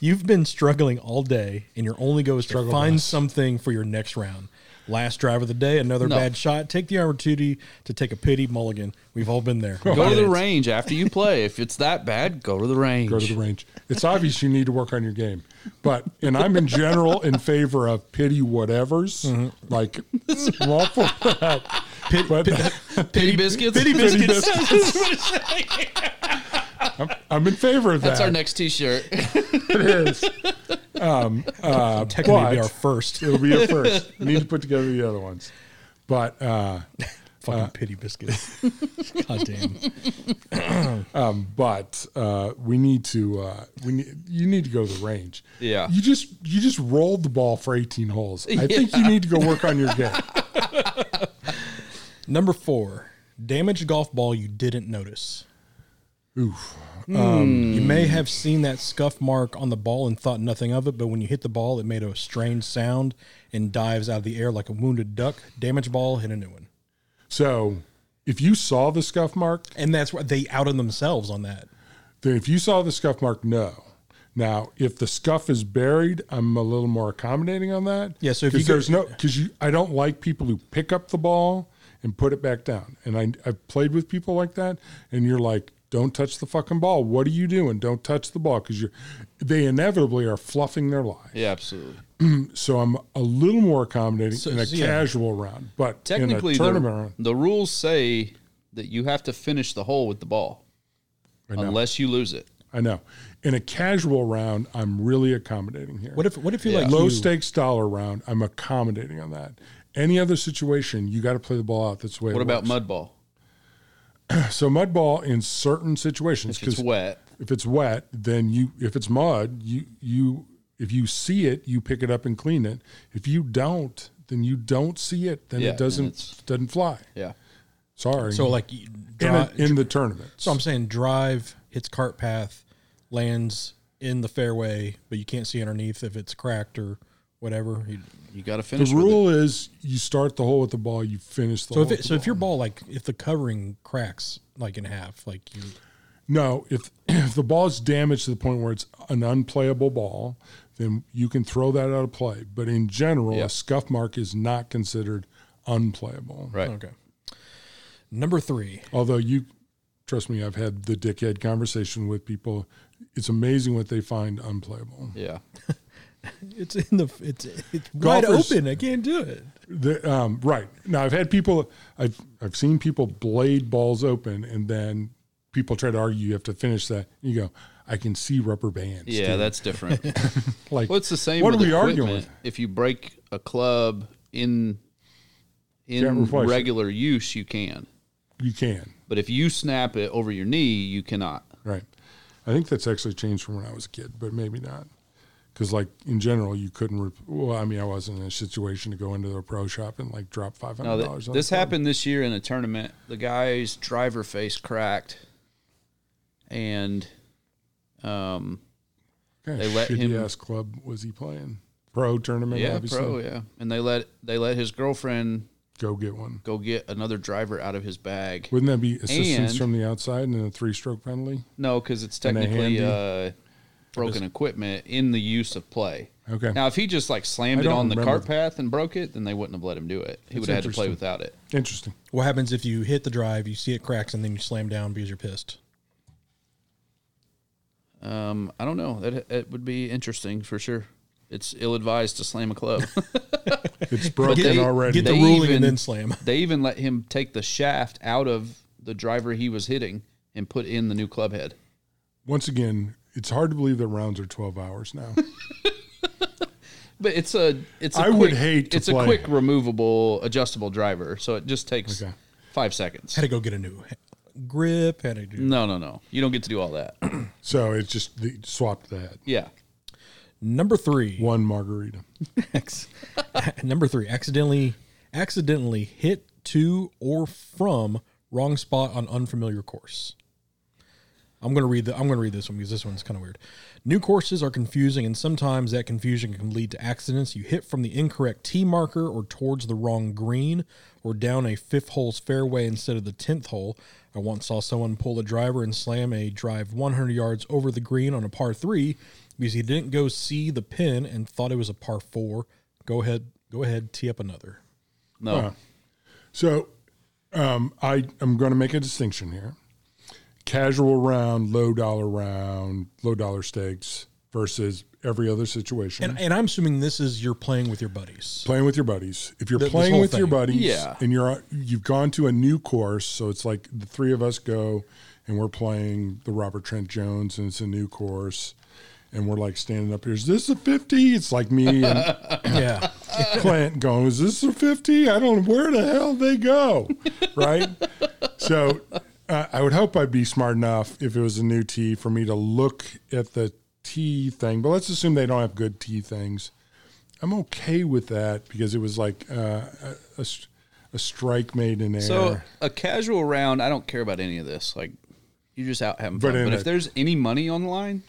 Speaker 1: You've been struggling all day, and your only go is to find something for your next round. Last drive of the day, another
Speaker 3: No.
Speaker 1: bad shot. Take the opportunity to take a pity mulligan. We've all been there.
Speaker 3: go to the
Speaker 1: It's-
Speaker 3: range after you play. If it's that bad, Oh, go to the range.
Speaker 2: Go to the range. It's obvious you need to work on your game, but and I'm in general in favor of pity whatever's
Speaker 3: Mm-hmm.
Speaker 2: like I'm all for that.
Speaker 1: Pit-
Speaker 2: but
Speaker 3: Pity biscuits.
Speaker 1: Pity biscuits.
Speaker 2: I'm in favor of that.
Speaker 3: That's our next T-shirt.
Speaker 2: It is.
Speaker 1: Technically, it'd be
Speaker 2: But-
Speaker 1: our first
Speaker 3: Uh,
Speaker 2: It'll be your first. I need to put together the other ones, but. uh
Speaker 1: fucking pity biscuits. God damn.
Speaker 2: um, but uh, we need to uh, we need, you need to go to the range.
Speaker 3: Yeah.
Speaker 2: You just you just rolled the ball for 18 holes. I think you need to go work on your game.
Speaker 1: Number four, damaged golf ball you didn't notice. Um,
Speaker 2: Oof. Hmm.
Speaker 1: You may have seen that scuff mark on the ball and thought nothing of it, but when you hit the ball, it made a strange sound and dives out of the air like a wounded duck. Damaged ball, hit a new one.
Speaker 2: So if you saw the scuff mark,
Speaker 1: And that's what they outed themselves on that.
Speaker 2: then if you saw the scuff mark, no. Now, if the scuff is buried, I'm a little more accommodating on that.
Speaker 1: Yeah, so if
Speaker 2: 'Cause
Speaker 1: you go-
Speaker 2: there's no because you I don't like people who pick up the ball and put it back down. And I I've played with people like that, and you're like, don't touch the fucking ball. What are you doing? Don't touch the ball because you're they inevitably are fluffing their line.
Speaker 3: Yeah, absolutely.
Speaker 2: So I'm a little more accommodating in a
Speaker 1: so, yeah.
Speaker 2: casual round, but
Speaker 3: Technically,
Speaker 2: in a tournament
Speaker 3: the,
Speaker 2: round,
Speaker 3: the rules say that you have to finish the hole with the ball,
Speaker 2: know.
Speaker 3: unless you lose it.
Speaker 2: I know. In a casual round, I'm really accommodating here.
Speaker 1: What if what if you're like
Speaker 2: low
Speaker 1: you-
Speaker 2: stakes dollar round, I'm accommodating on that. Any other situation, you got to play the ball out. That's the way.
Speaker 3: What
Speaker 2: it
Speaker 3: about
Speaker 2: works.
Speaker 3: mud ball?
Speaker 2: So mud ball in certain situations,
Speaker 3: If it's
Speaker 2: because
Speaker 3: wet,
Speaker 2: if it's wet, then you if it's mud, you you if you see it, you pick it up and clean it. If you don't, then you don't see it. Then
Speaker 3: Yeah,
Speaker 2: it
Speaker 3: and
Speaker 2: doesn't
Speaker 3: it's-
Speaker 2: doesn't fly.
Speaker 3: yeah,
Speaker 2: Sorry.
Speaker 1: so like you
Speaker 2: in,
Speaker 3: uh,
Speaker 1: dri-
Speaker 2: a, in the tournament.
Speaker 1: so I'm saying drive hits cart path, lands in the fairway, but you can't see underneath if it's cracked or whatever. You-
Speaker 3: you got to finish.
Speaker 2: the
Speaker 3: with it.
Speaker 2: rule is you start the hole with the ball, you finish
Speaker 1: so
Speaker 2: the hole.
Speaker 1: if
Speaker 2: with
Speaker 1: it,
Speaker 2: the
Speaker 1: so if
Speaker 2: ball.
Speaker 1: your ball like if the covering cracks like in half, like you
Speaker 2: No, if if the ball is damaged to the point where it's an unplayable ball, then you can throw that out of play. But in general,
Speaker 3: Yeah.
Speaker 2: a scuff mark is not considered unplayable.
Speaker 3: right.
Speaker 1: okay. Number three,
Speaker 2: Although you trust me, I've had the dickhead conversation with people. It's amazing what they find unplayable.
Speaker 3: Yeah,
Speaker 1: It's in the it's it's wide
Speaker 2: Golfers-
Speaker 1: open. I can't do it.
Speaker 2: The, um, right now, I've had people. I've I've seen people blade balls open, and then people try to argue you have to finish that. And you go, I can see rubber bands.
Speaker 3: yeah,
Speaker 2: dude."
Speaker 3: that's different.
Speaker 2: like
Speaker 3: well, it's the same.
Speaker 2: What
Speaker 3: with
Speaker 2: are we arguing
Speaker 3: equipment.
Speaker 2: with?
Speaker 3: If you break a club in
Speaker 2: Can't
Speaker 3: in
Speaker 2: replace it.
Speaker 3: regular use, you can.
Speaker 2: you can.
Speaker 3: But if you snap it over your knee, you cannot.
Speaker 2: Right. I think that's actually changed from when I was a kid, but maybe not. because like in general you couldn't. Rep- well, I mean, I wasn't in a situation to go into the pro shop and like drop five
Speaker 3: No,
Speaker 2: hundred
Speaker 3: th-
Speaker 2: dollars.
Speaker 3: this happened this year in a tournament. The guy's driver face cracked, and um, they let
Speaker 2: shitty
Speaker 3: him-
Speaker 2: ass club was he playing? Pro tournament,
Speaker 3: yeah,
Speaker 2: obviously.
Speaker 3: pro, yeah, and they let they let his girlfriend
Speaker 2: Go get one.
Speaker 3: go get another driver out of his bag.
Speaker 2: Wouldn't that be assistance
Speaker 3: And-
Speaker 2: from the outside and a three-stroke penalty?
Speaker 3: No, because it's
Speaker 2: And a
Speaker 3: technically
Speaker 2: handy?
Speaker 3: uh, broken equipment in the use of play.
Speaker 2: Okay.
Speaker 3: Now, if he just like
Speaker 2: I
Speaker 3: slammed it
Speaker 2: don't
Speaker 3: on the cart
Speaker 2: remember.
Speaker 3: path and broke it, then they wouldn't have let him do it. He
Speaker 2: That's
Speaker 3: would have had to play
Speaker 2: interesting.
Speaker 3: without it.
Speaker 2: Interesting.
Speaker 1: What happens if you hit the drive, you see it cracks, and then you slam down because you're pissed?
Speaker 3: Um, I don't know. That it would be interesting for sure. It's ill advised to slam a club.
Speaker 2: It's broken
Speaker 3: they-
Speaker 2: already.
Speaker 1: Get the
Speaker 3: They
Speaker 1: ruling
Speaker 3: even-
Speaker 1: and then slam.
Speaker 3: they even let him take the shaft out of the driver he was hitting and put in the new club head.
Speaker 2: Once again, it's hard to believe that rounds are 12 hours now.
Speaker 3: But it's a it's a
Speaker 2: I
Speaker 3: quick,
Speaker 2: would hate to
Speaker 3: it's a
Speaker 2: play.
Speaker 3: quick removable adjustable driver, so it just takes
Speaker 2: Okay.
Speaker 3: five seconds.
Speaker 1: Had to go get a new grip. Had to do.
Speaker 3: No, no, no. You don't get to do all that.
Speaker 2: so it's just the, swapped the head.
Speaker 3: yeah.
Speaker 1: Number three.
Speaker 2: One margarita.
Speaker 1: Acc- Number three, accidentally accidentally hit to or from wrong spot on unfamiliar course. I'm gonna read the I'm gonna read this one because this one's kind of weird. New courses are confusing, and sometimes that confusion can lead to accidents. You hit from the incorrect tee marker, or towards the wrong green, or down a fifth hole's fairway instead of the tenth hole. I once saw someone pull a driver and slam a drive 100 yards over the green on a par three because he didn't go see the pin and thought it was a par four. Go ahead, go ahead, tee up another.
Speaker 3: No.
Speaker 2: So um, I am going to make a distinction here. Casual round, low dollar round, low dollar stakes versus every other situation.
Speaker 1: And, and I'm assuming this is you're playing with your buddies.
Speaker 2: playing with your buddies. If you're
Speaker 1: Th- this
Speaker 2: playing
Speaker 1: whole
Speaker 2: with your
Speaker 1: thing.
Speaker 2: buddies
Speaker 3: Yeah.
Speaker 2: and you're you've gone to a new course, so it's like the three of us go and we're playing the Robert Trent Jones and it's a new course and we're like standing up here, is this a 50? It's like me and
Speaker 1: yeah,
Speaker 2: Clint going, is this a 50? I don't where the hell they go, right? so uh, I would hope I'd be smart enough if it was a new tee for me to look at the tee thing, but let's assume they don't have good tee things. I'm okay with that because it was like uh, a, a, st- a strike made in air.
Speaker 3: So a casual round, I don't care about any of this. Like you're just out having fun.
Speaker 2: But in
Speaker 3: But
Speaker 2: a-
Speaker 3: if there's any money on the line,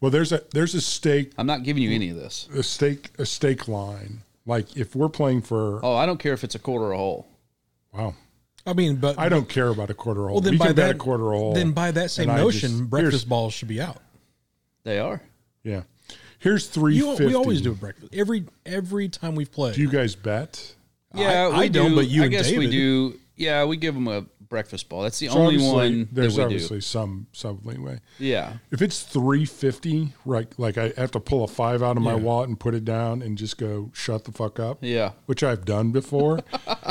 Speaker 2: well, there's a there's a stake
Speaker 3: I'm not giving you any of this.
Speaker 2: a stake a stake line. Like if we're playing for
Speaker 3: Oh, I don't care if it's a quarter or a hole.
Speaker 2: wow,
Speaker 1: I mean, but
Speaker 2: I don't care about a quarter hole.
Speaker 1: Well, then
Speaker 2: we
Speaker 1: by
Speaker 2: can bet
Speaker 1: that
Speaker 2: a quarter hole.
Speaker 1: Then by that same
Speaker 2: and I just-
Speaker 1: notion,
Speaker 2: here's-
Speaker 1: breakfast balls should be out.
Speaker 3: They are.
Speaker 2: Yeah, here's three
Speaker 1: You,
Speaker 2: fifty.
Speaker 1: we always do a breakfast every every time we've played.
Speaker 2: Do you guys bet?
Speaker 3: Yeah,
Speaker 1: I
Speaker 3: we do.
Speaker 1: don't, but you
Speaker 3: I
Speaker 1: and
Speaker 3: guess we
Speaker 1: David-
Speaker 3: do. Yeah, we give them a breakfast ball. That's the
Speaker 2: So
Speaker 3: only
Speaker 2: obviously,
Speaker 3: one that
Speaker 2: There's
Speaker 3: we
Speaker 2: obviously
Speaker 3: do.
Speaker 2: some some leeway.
Speaker 3: Yeah,
Speaker 2: If it's three fifty, right? Like I have to pull a five out of my
Speaker 1: Yeah.
Speaker 2: wallet and put it down and just go shut the fuck up.
Speaker 3: yeah.
Speaker 2: which I've done before,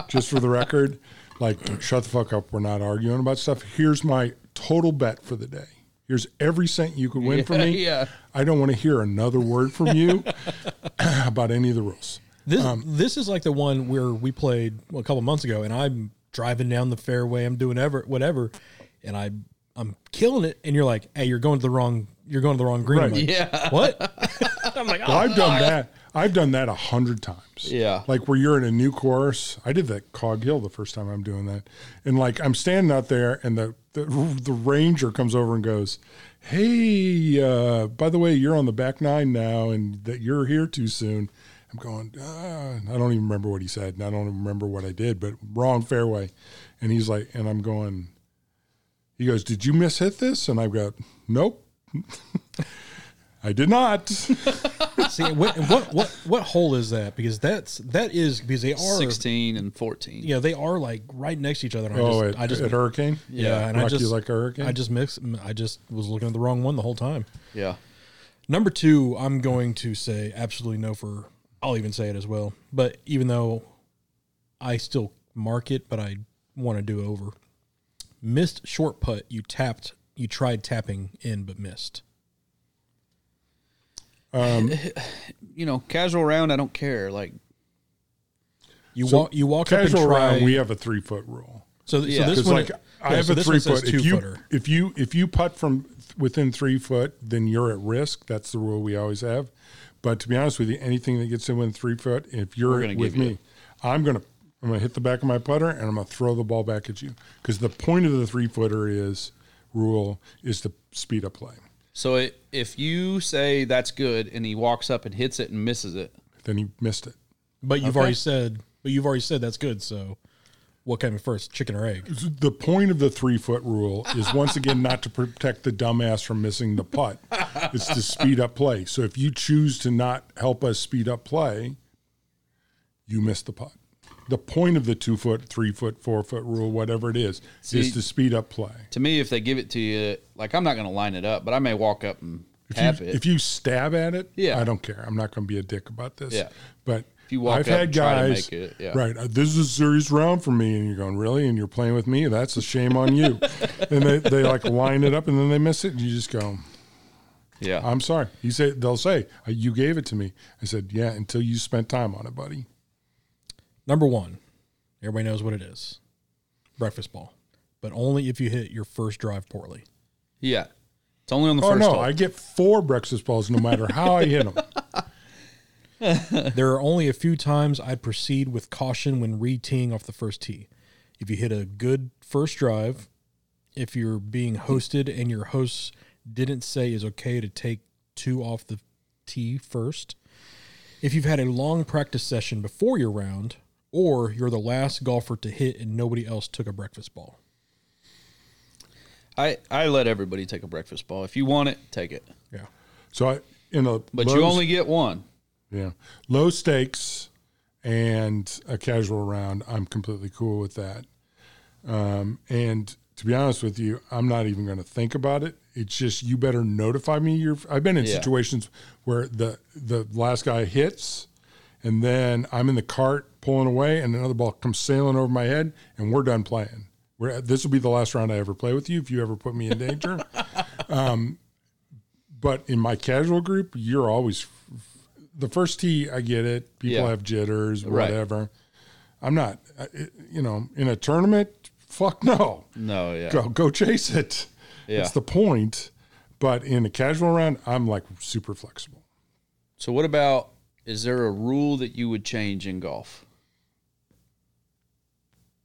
Speaker 2: just for the record. Like, shut the fuck up. We're not arguing about stuff. Here's my total bet for the day. Here's every cent you could win from me.
Speaker 3: yeah.
Speaker 2: I don't want to hear another word from you about any of the rules.
Speaker 1: This
Speaker 2: um,
Speaker 1: this is like the one where we played well, a couple months ago, and I'm driving down the fairway, I'm doing ever whatever, and I I'm killing it, and you're like, hey, you're going to the wrong, you're going to the wrong green. I'm
Speaker 2: Right.
Speaker 1: like,
Speaker 3: Yeah.
Speaker 1: What?
Speaker 2: Well, I've done that. I've done that a hundred times.
Speaker 3: Yeah.
Speaker 2: Like where you're in a new course. I did that Cog Hill the first time I'm doing that. And like I'm standing out there and the the, the ranger comes over and goes, Hey, uh, by the way, you're on the back nine now and that you're here too soon. I'm going, uh, I don't even remember what he said. And I don't even remember what I did, but wrong fairway. And he's like, and I'm going, he goes, Did you miss hit this? And I go, Nope. I did not.
Speaker 1: See, what, what what what hole is that? Because that's that is because they are
Speaker 3: Sixteen and fourteen.
Speaker 1: yeah they are like right next to each other. And
Speaker 2: Oh,
Speaker 1: I
Speaker 2: at,
Speaker 1: just, I just
Speaker 2: at Hurricane?
Speaker 1: yeah, and I
Speaker 2: Rocky
Speaker 1: just
Speaker 2: like a hurricane?
Speaker 1: I just mixed. I just was looking at the wrong one the whole time.
Speaker 3: Yeah.
Speaker 1: Number two, I'm going to say absolutely no for. I'll even say it as well. But even though I still mark it, but I want to do over. Missed short putt. You tapped. You tried tapping in, but missed.
Speaker 2: Um,
Speaker 3: You know, casual round. I don't care. Like,
Speaker 1: You
Speaker 2: So,
Speaker 1: walk. You walk up and
Speaker 2: Casual
Speaker 1: try.
Speaker 2: round, we have a three foot rule.
Speaker 1: so, th-
Speaker 3: Yeah.
Speaker 1: so this
Speaker 2: It's
Speaker 1: one,
Speaker 2: like I
Speaker 1: yeah,
Speaker 2: have
Speaker 1: so
Speaker 2: a
Speaker 1: this
Speaker 2: three
Speaker 1: one says
Speaker 2: foot. If you
Speaker 1: two-footer.
Speaker 2: if you if you putt from within three foot, then you're at risk. That's the rule we always have. But to be honest with you, anything that gets in within three foot, if you're
Speaker 3: gonna
Speaker 2: with
Speaker 3: give you
Speaker 2: me, I'm gonna I'm gonna hit the back of my putter and I'm gonna throw the ball back at you because the point of the three footer is rule is to speed up play.
Speaker 3: So i if you say that's good and he walks up and hits it and misses it,
Speaker 2: Then he missed it.
Speaker 1: But you've already said, but you've already said that's good. So, what came first, chicken or egg?
Speaker 2: The point of the three foot rule is once again not to protect the dumbass from missing the putt. It's to speed up play. So if you choose to not help us speed up play, you miss the putt. The point of the two foot, three foot, four foot rule, whatever it is,
Speaker 3: See-
Speaker 2: is to speed up play.
Speaker 3: to me, if they give it to you, like I'm not going to line it up, but I may walk up and
Speaker 2: If
Speaker 3: tap
Speaker 2: you,
Speaker 3: it.
Speaker 2: if you stab at it,
Speaker 3: Yeah.
Speaker 2: I don't care. I'm not going to be a dick about this.
Speaker 3: Yeah.
Speaker 2: But
Speaker 3: you walk
Speaker 2: I've
Speaker 3: up
Speaker 2: had
Speaker 3: and try to
Speaker 2: guys,
Speaker 3: make it, yeah.
Speaker 2: right, uh, this is a serious round for me. And you're going, really? And you're playing with me? That's a shame on you. and they, they like line it up and then they miss it. And you just go,
Speaker 3: yeah.
Speaker 2: I'm sorry. You say, they'll say, "Uh, you gave it to me. I said, yeah, until you spent time on it, buddy.
Speaker 1: Number one, everybody knows what it is breakfast ball, but only if you hit your first drive poorly.
Speaker 3: yeah. It's only on the
Speaker 2: Oh,
Speaker 3: first
Speaker 2: no.
Speaker 3: hole.
Speaker 2: I get four breakfast balls no matter how I hit them.
Speaker 1: There are only a few times I'd proceed with caution when re teeing off the first tee. If you hit a good first drive, if you're being hosted and your hosts didn't say it's okay to take two off the tee first, if you've had a long practice session before your round, or you're the last golfer to hit and nobody else took a breakfast ball.
Speaker 3: I, I let everybody take a breakfast ball. If you want it, take it.
Speaker 1: Yeah.
Speaker 2: So I, in a,
Speaker 3: But
Speaker 2: low-
Speaker 3: you only get one.
Speaker 2: Yeah. Low stakes and a casual round, I'm completely cool with that. Um, and to be honest with you, I'm not even going to think about it. It's just you better notify me. You're, I've been in
Speaker 3: Yeah.
Speaker 2: situations where the the last guy hits, and then I'm in the cart pulling away, and another ball comes sailing over my head, and we're done playing. We're, this will be the last round I ever play with you if you ever put me in danger. but in my casual group, you're always the first tee. I get it. People
Speaker 3: Yeah.
Speaker 2: have jitters,
Speaker 3: Right.
Speaker 2: whatever. I'm not, I- it- you know, in a tournament. Fuck no.
Speaker 3: No, yeah.
Speaker 2: Go go chase it.
Speaker 3: Yeah.
Speaker 2: It's the point. But in a casual round, I'm like super flexible.
Speaker 3: So what about is there a rule that you would change in golf?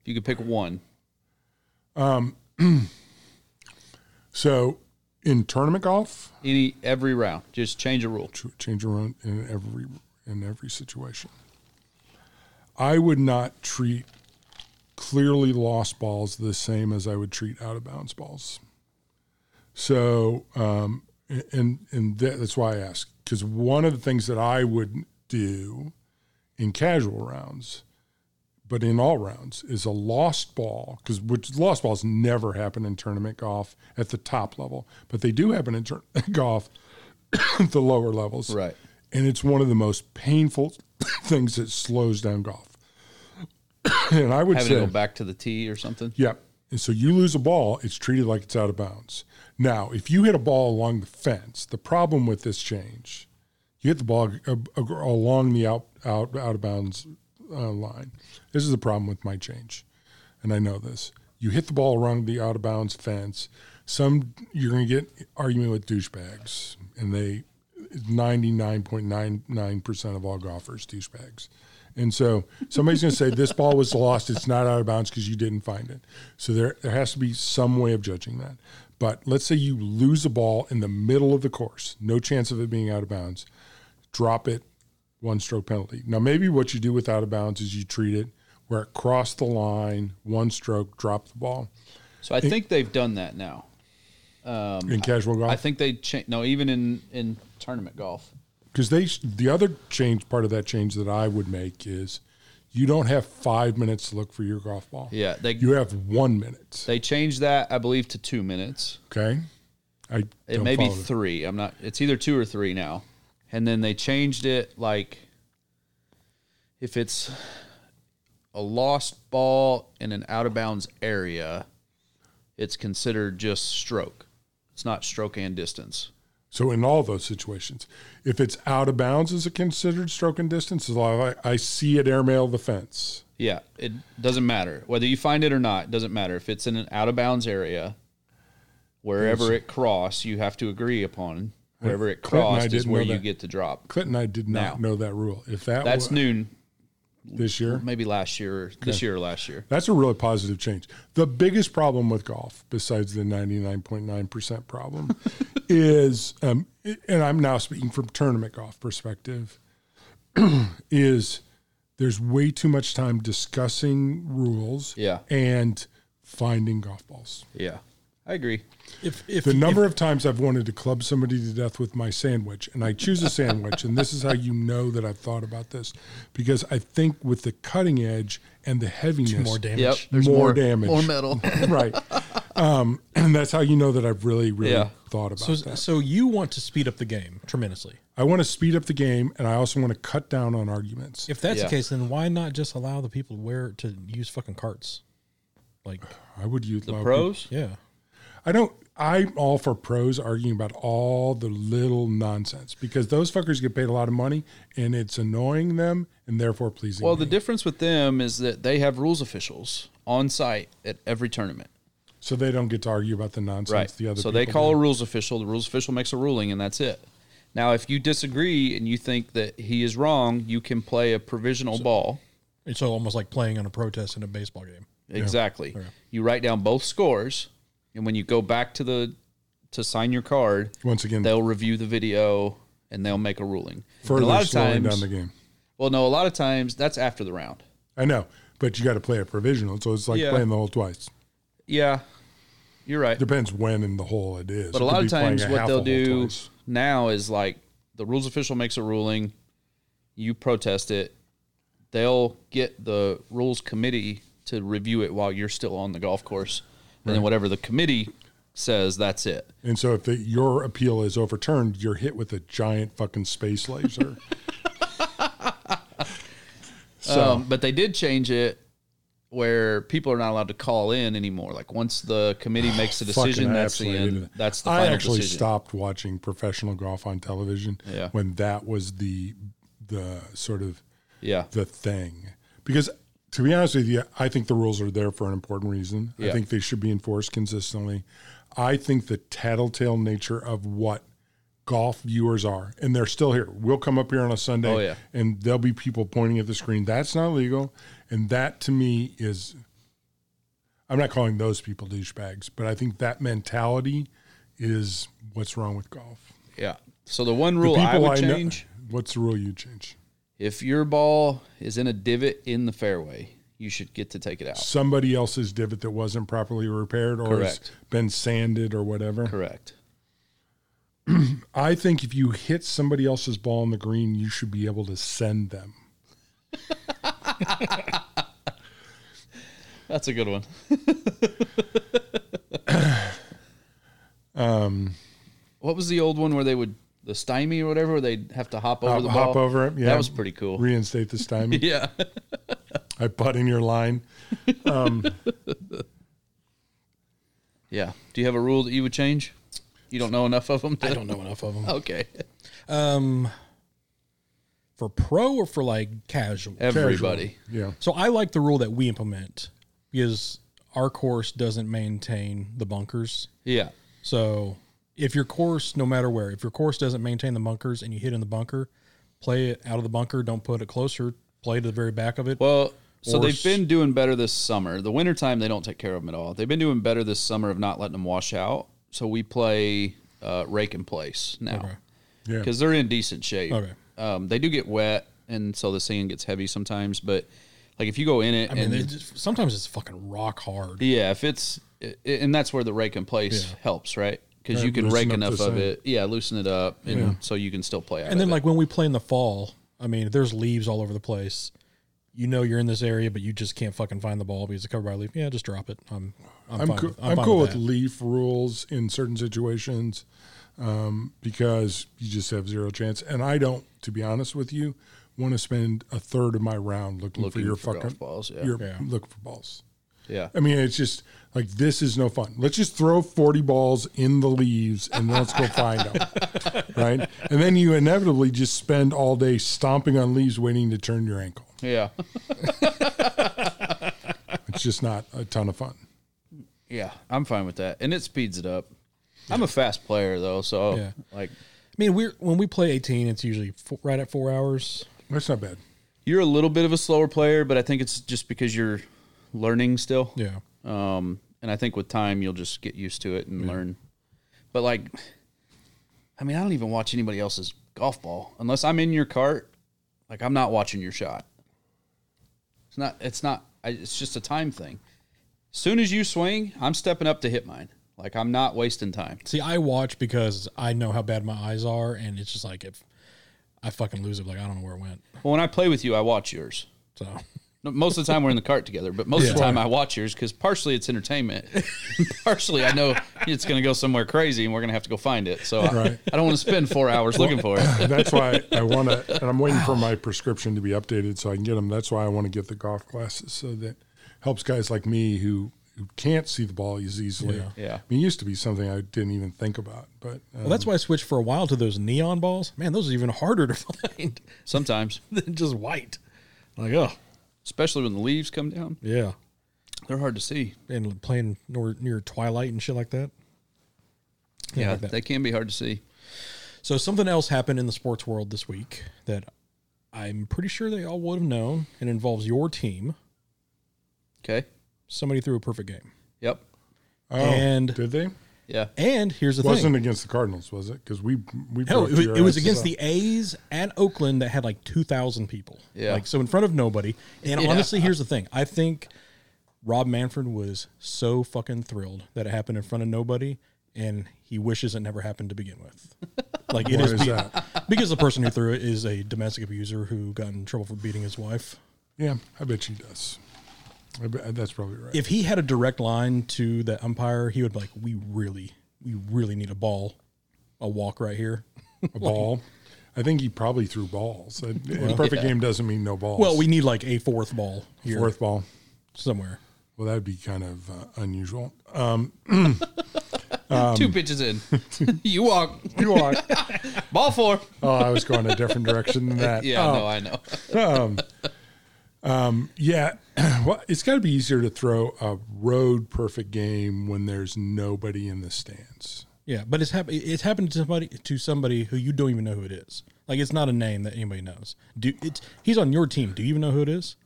Speaker 3: If you could pick one.
Speaker 2: So in tournament golf,
Speaker 3: Any every round. Just change a rule.
Speaker 2: ch- change around in every in every situation. I would not treat clearly lost balls the same as I would treat out of bounds balls. So, um, and and that, that's why I ask because one of the things that I would do in casual rounds, but in all rounds, is a lost ball because which lost balls never happen in tournament golf at the top level, but they do happen in tur- golf at the lower levels,
Speaker 3: Right.
Speaker 2: And it's one of the most painful things that slows down golf. and I would
Speaker 3: Having
Speaker 2: say
Speaker 3: to go back to the tee or something.
Speaker 2: Yep. And so you lose a ball, it's treated like it's out of bounds. Now, if you hit a ball along the fence, the problem with this change, you hit the ball a- a- along the out out out of bounds uh, line. This is the problem with my change, and I know this. You hit the ball around the out of bounds fence. Some you're going to get argument with douchebags, and they ninety nine point nine nine percent of all golfers douchebags. And so somebody's going to say this ball was lost. It's not out of bounds because you didn't find it. So there, there has to be some way of judging that. But let's say you lose a ball in the middle of the course, no chance of it being out of bounds. Drop it, one stroke penalty. Now maybe what you do with out of bounds is you treat it where it crossed the line, one stroke, drop the ball
Speaker 3: So I think they've done that now.
Speaker 2: in casual
Speaker 3: Um, I
Speaker 2: golf
Speaker 3: think they change no, even in in tournament golf.
Speaker 2: because they the other change part of that change that I would make is you don't have five minutes to look for your golf ball.
Speaker 3: Yeah, they
Speaker 2: You have one minute.
Speaker 3: they changed that I believe to 2 minutes.
Speaker 2: Okay. I
Speaker 3: It
Speaker 2: don't
Speaker 3: may be
Speaker 2: follow that.
Speaker 3: 3. I'm not it's either 2 or 3 now. And then they changed it like if it's a lost ball in an out of bounds area, it's considered just stroke. It's not stroke and distance.
Speaker 2: So in all those situations, if it's out of bounds, is it considered stroke and distance? As long as I, I see it airmail the fence.
Speaker 3: Yeah, it doesn't matter whether you find it or not. It doesn't matter if it's in an out of bounds area. Wherever it cross, you have to agree upon. Wherever it
Speaker 2: Clinton, I
Speaker 3: crossed is
Speaker 2: didn't
Speaker 3: where
Speaker 2: know
Speaker 3: you
Speaker 2: that. Oh,
Speaker 3: get to drop.
Speaker 2: Clinton, I did not
Speaker 3: Now.
Speaker 2: know that rule. If that
Speaker 3: That's
Speaker 2: wa-
Speaker 3: noon,
Speaker 2: this year,
Speaker 3: maybe last year, this year or last year.
Speaker 2: that's a really positive change. The biggest problem with golf, besides the ninety nine point nine percent problem, is, um, and I'm now speaking from tournament golf perspective, is there's way too much time discussing rules,
Speaker 3: Yeah.
Speaker 2: and finding golf balls.
Speaker 3: Yeah, I agree.
Speaker 1: If if
Speaker 2: The
Speaker 1: if-
Speaker 2: number of times I've wanted to club somebody to death with my sandwich, and I choose a sandwich, and this is how you know that I've thought about this, because I think with the cutting edge and the heaviness,
Speaker 1: more damage,
Speaker 3: Yep. There's
Speaker 2: More
Speaker 3: more,
Speaker 2: damage.
Speaker 3: More metal.
Speaker 2: right? Um, and that's how you know that I've really, really
Speaker 3: Yeah.
Speaker 2: thought about
Speaker 1: so
Speaker 2: that.
Speaker 1: so you want to speed up the game tremendously.
Speaker 2: I want to speed up the game, and I also want to cut down on arguments.
Speaker 1: If that's
Speaker 3: Yeah.
Speaker 1: the case, then why not just allow the people to wear to use fucking carts? Like
Speaker 2: I would use
Speaker 3: The
Speaker 2: loud-
Speaker 3: pros?
Speaker 1: yeah,
Speaker 2: I don't. I'm all for pros arguing about all the little nonsense because those fuckers get paid a lot of money, and it's annoying them, and therefore pleasing.
Speaker 3: Well,
Speaker 2: me.
Speaker 3: the difference with them is that they have rules officials on site at every tournament.
Speaker 2: So they don't get to argue about the nonsense
Speaker 3: Right.
Speaker 2: the other
Speaker 3: so they
Speaker 2: people
Speaker 3: call
Speaker 2: do.
Speaker 3: a rules official. The rules official makes a ruling, and that's it. Now, if you disagree and you think that he is wrong, you can play a provisional ball.
Speaker 1: it's so almost like playing on a protest in a baseball game.
Speaker 3: Exactly. You write down both scores, and when you go back to the to sign your card,
Speaker 2: once again
Speaker 3: they'll review the video and they'll make a ruling. And
Speaker 2: further
Speaker 3: a lot of
Speaker 2: slowing
Speaker 3: times,
Speaker 2: down the game.
Speaker 3: well, no, a lot of times that's after the round.
Speaker 2: I know, but you got to play it provisional, so it's like
Speaker 3: Yeah.
Speaker 2: playing the hole twice.
Speaker 3: Yeah, you're right.
Speaker 2: Depends when in the hole it is.
Speaker 3: But a lot of times, what they'll do now is like the rules official makes a ruling, you protest it, they'll get the rules committee to review it while you're still on the golf course, and then whatever the committee says, that's it.
Speaker 2: And so if the, your appeal is overturned, you're hit with a giant fucking space laser. so
Speaker 3: Um, but they did change it where people are not allowed to call in anymore. Like once the committee makes a
Speaker 2: fucking
Speaker 3: decision,
Speaker 2: I
Speaker 3: that's the
Speaker 2: absolutely
Speaker 3: end.
Speaker 2: hated it.
Speaker 3: That's the
Speaker 2: I
Speaker 3: final
Speaker 2: actually
Speaker 3: decision.
Speaker 2: stopped watching professional golf on television
Speaker 3: Yeah.
Speaker 2: when that was the the sort of
Speaker 3: Yeah,
Speaker 2: the thing. Because to be honest with you, I think the rules are there for an important reason. I
Speaker 3: Yeah.
Speaker 2: think they should be enforced consistently. I think the tattletale nature of what golf viewers are, and they're still here. We'll come up here on a Sunday
Speaker 3: Oh, yeah.
Speaker 2: and there'll be people pointing at the screen. That's not legal. And that to me is I'm not calling those people douchebags, but I think that mentality is what's wrong with golf.
Speaker 3: yeah. So the one
Speaker 2: The
Speaker 3: rule I would
Speaker 2: know-
Speaker 3: change.
Speaker 2: what's the rule you change?
Speaker 3: if your ball is in a divot in the fairway, you should get to take it out.
Speaker 2: somebody else's divot that wasn't properly repaired or has
Speaker 3: Correct.
Speaker 2: been sanded or whatever.
Speaker 3: Correct.
Speaker 2: I think if you hit somebody else's ball on the green, you should be able to send them.
Speaker 3: That's a good one.
Speaker 2: Um,
Speaker 3: What was the old one where they would the stymie or whatever? Where they'd have to hop over
Speaker 2: hop,
Speaker 3: the ball.
Speaker 2: hop over it. Yeah,
Speaker 3: That was pretty cool.
Speaker 2: Reinstate this time.
Speaker 3: yeah.
Speaker 2: I butt in your line.
Speaker 3: Yeah. Do you have a rule that you would change? You don't know enough of them.
Speaker 1: I don't know enough of them.
Speaker 3: Okay.
Speaker 1: Um, for pro or for like casual.
Speaker 3: Everybody.
Speaker 2: Yeah.
Speaker 1: So I like the rule that we implement because our course doesn't maintain the bunkers.
Speaker 3: Yeah.
Speaker 1: So if your course, no matter where, if your course doesn't maintain the bunkers and you hit in the bunker, play it out of the bunker. Don't put it closer. Play to the very back of it.
Speaker 3: Well, so
Speaker 1: Or
Speaker 3: they've
Speaker 1: s-
Speaker 3: been doing better this summer. The wintertime, they don't take care of them at all. They've been doing better this summer of not letting them wash out. So we play uh, rake in place now
Speaker 2: Yeah.
Speaker 3: because they're in decent shape.
Speaker 1: Okay.
Speaker 3: Um, they do get wet, and so the sand gets heavy sometimes. But like if you go in it,
Speaker 1: I mean,
Speaker 3: and
Speaker 1: they just, sometimes it's fucking rock hard.
Speaker 3: yeah, if it's i- i- and that's where the rake in place helps, right? Because
Speaker 2: Right,
Speaker 3: you can
Speaker 2: loosen
Speaker 3: rake
Speaker 2: up the
Speaker 3: enough of
Speaker 2: sand.
Speaker 3: it, yeah, loosen it up, and so you can still play out.
Speaker 1: And then,
Speaker 3: of
Speaker 1: like when we play in the fall, I mean, if there's leaves all over the place. You know you're in this area, but you just can't fucking find the ball because it's covered by a leaf. Yeah, just drop it. I'm I'm,
Speaker 2: I'm,
Speaker 1: fine
Speaker 2: cool.
Speaker 1: with-
Speaker 2: I'm,
Speaker 1: fine
Speaker 2: cool with,
Speaker 1: that.
Speaker 2: leaf rules in certain situations um, because you just have zero chance. And I don't, to be honest with you, want to spend a third of my round looking, for
Speaker 3: Looking
Speaker 2: your
Speaker 3: for golf
Speaker 2: fucking
Speaker 3: balls, yeah.
Speaker 2: Your,
Speaker 1: Yeah.
Speaker 2: Look for balls.
Speaker 3: it. yeah,
Speaker 2: I mean, it's just like this is no fun. Let's just throw 40 balls in the leaves and then let's go find them. Right? And then you inevitably just spend all day stomping on leaves waiting to turn your ankle.
Speaker 3: yeah,
Speaker 2: It's just not a ton of fun.
Speaker 3: yeah. I'm fine with that, and it speeds it up. I'm a fast player though, so
Speaker 1: Yeah.
Speaker 3: like
Speaker 1: I mean, we're when we play 18, it's usually four, right at four hours.
Speaker 2: That's not bad.
Speaker 3: you're a little bit of a slower player, but I think it's just because you're learning still.
Speaker 1: Yeah,
Speaker 3: Um, and I think with time you'll just get used to it and learn. But like, I mean, I don't even watch anybody else's golf ball unless I'm in your cart. Like I'm not watching your shot. It's not. It's not. I, it's just a time thing. Soon as you swing, I'm stepping up to hit mine. Like I'm not wasting time.
Speaker 1: See, I watch because I know how bad my eyes are, and it's just like if I fucking lose it, like I don't know where it went.
Speaker 3: Well, when I play with you, I watch yours.
Speaker 1: So
Speaker 3: No, Most of the time we're in the cart together, but most of the
Speaker 1: Yeah.
Speaker 3: time I watch yours because partially it's entertainment, partially I know it's going to go somewhere crazy and we're going to have to go find it. So I-
Speaker 2: Right.
Speaker 3: I don't want to spend four hours looking for it.
Speaker 2: That's why I want to, and I'm waiting for my prescription to be updated so I can get them. That's why I want to get the golf glasses so that helps guys like me who, who can't see the ball as easily.
Speaker 1: Yeah.
Speaker 3: Yeah.
Speaker 2: I mean, it used to be something I didn't even think about, but uh,
Speaker 1: well, that's why I switched for a while to those neon balls. Man, those are even harder to find
Speaker 3: Sometimes,
Speaker 1: than just white. Like, oh
Speaker 3: especially when the leaves come down,
Speaker 1: yeah,
Speaker 3: they're hard to see.
Speaker 1: and playing near, near twilight and shit like that.
Speaker 3: Yeah,
Speaker 1: like that.
Speaker 3: they can be hard to see.
Speaker 1: So something else happened in the sports world this week that I'm pretty sure they all would have known, and involves your team.
Speaker 3: Okay.
Speaker 1: Somebody threw a perfect game,
Speaker 3: Yep.
Speaker 2: oh,
Speaker 1: and-
Speaker 2: did they?
Speaker 3: Yeah.
Speaker 1: and here's the thing:
Speaker 2: wasn't against the Cardinals, was it? Because we
Speaker 1: No,
Speaker 2: we brought
Speaker 1: it was,
Speaker 2: your
Speaker 1: it was
Speaker 2: asses
Speaker 1: against
Speaker 2: up.
Speaker 1: the A's and Oakland that had like two thousand people.
Speaker 3: Yeah.
Speaker 1: like so in front of nobody. And
Speaker 3: Yeah.
Speaker 1: honestly, here's the thing: I think Rob Manfred was so fucking thrilled that it happened in front of nobody, and he wishes it never happened to begin with. Like it
Speaker 2: Why
Speaker 1: is,
Speaker 2: is
Speaker 1: be-
Speaker 2: that?
Speaker 1: because the person who threw it is a domestic abuser who got in trouble for beating his wife.
Speaker 2: Yeah, I bet she does. I bet, that's probably right.
Speaker 1: If he had a direct line to the umpire, he would be like, "We really, we really need a ball, a walk right here."
Speaker 2: a ball. I think he probably threw balls. A, a perfect game doesn't mean no balls.
Speaker 1: Well, we need like a fourth ball here
Speaker 2: fourth ball.
Speaker 1: somewhere.
Speaker 2: Well, that'd be kind of uh, unusual.
Speaker 3: Two pitches in. you walk.
Speaker 2: You are.
Speaker 3: Ball four.
Speaker 2: oh, I was going a different direction than that.
Speaker 3: Yeah, no, I know.
Speaker 2: Yeah. well, it's got to be easier to throw a road perfect game when there's nobody in the stands.
Speaker 1: Yeah, but it's hap- it's happened to somebody to somebody who you don't even know who it is. Like it's not a name that anybody knows. Do it's he's on your team. Do you even know who it is?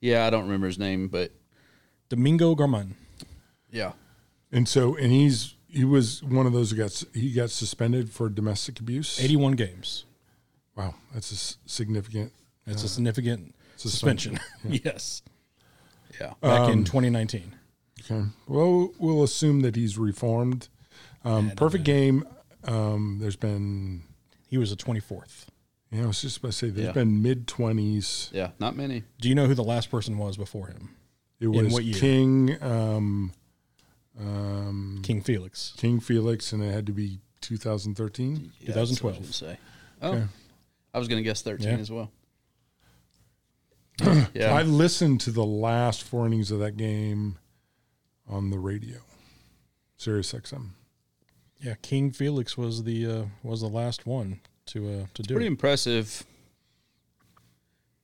Speaker 3: Yeah, I don't remember his name, but
Speaker 1: Domingo Garman.
Speaker 3: yeah.
Speaker 2: And so, and he's he was one of those who got s- he got suspended for domestic abuse.
Speaker 1: Eighty-one games.
Speaker 2: Wow, that's a s- significant.
Speaker 1: That's a significant suspension. yes,
Speaker 3: Yeah.
Speaker 1: back in 2019.
Speaker 2: Okay. Well, we'll assume that he's reformed. Um, perfect game. Um, there's been,
Speaker 1: He was the 24th.
Speaker 2: you know, I was just about to say, there's
Speaker 3: Yeah.
Speaker 2: been mid 20s.
Speaker 3: yeah. Not many.
Speaker 1: Do you know who the last person was before him?
Speaker 2: It was
Speaker 1: what year?
Speaker 2: King, um, um,
Speaker 1: King Felix.
Speaker 2: King Felix, and it had to be 2013.
Speaker 3: Yeah, that's what I
Speaker 1: 2012.
Speaker 3: was gonna say. Oh, I was going to guess 13
Speaker 1: Yeah.
Speaker 3: as well.
Speaker 2: I
Speaker 3: yeah.
Speaker 2: listened to the last four innings of that game on the radio, Sirius XM.
Speaker 1: Yeah, King Felix was the uh, was the last one to uh, to do
Speaker 3: Pretty
Speaker 1: it.
Speaker 3: impressive.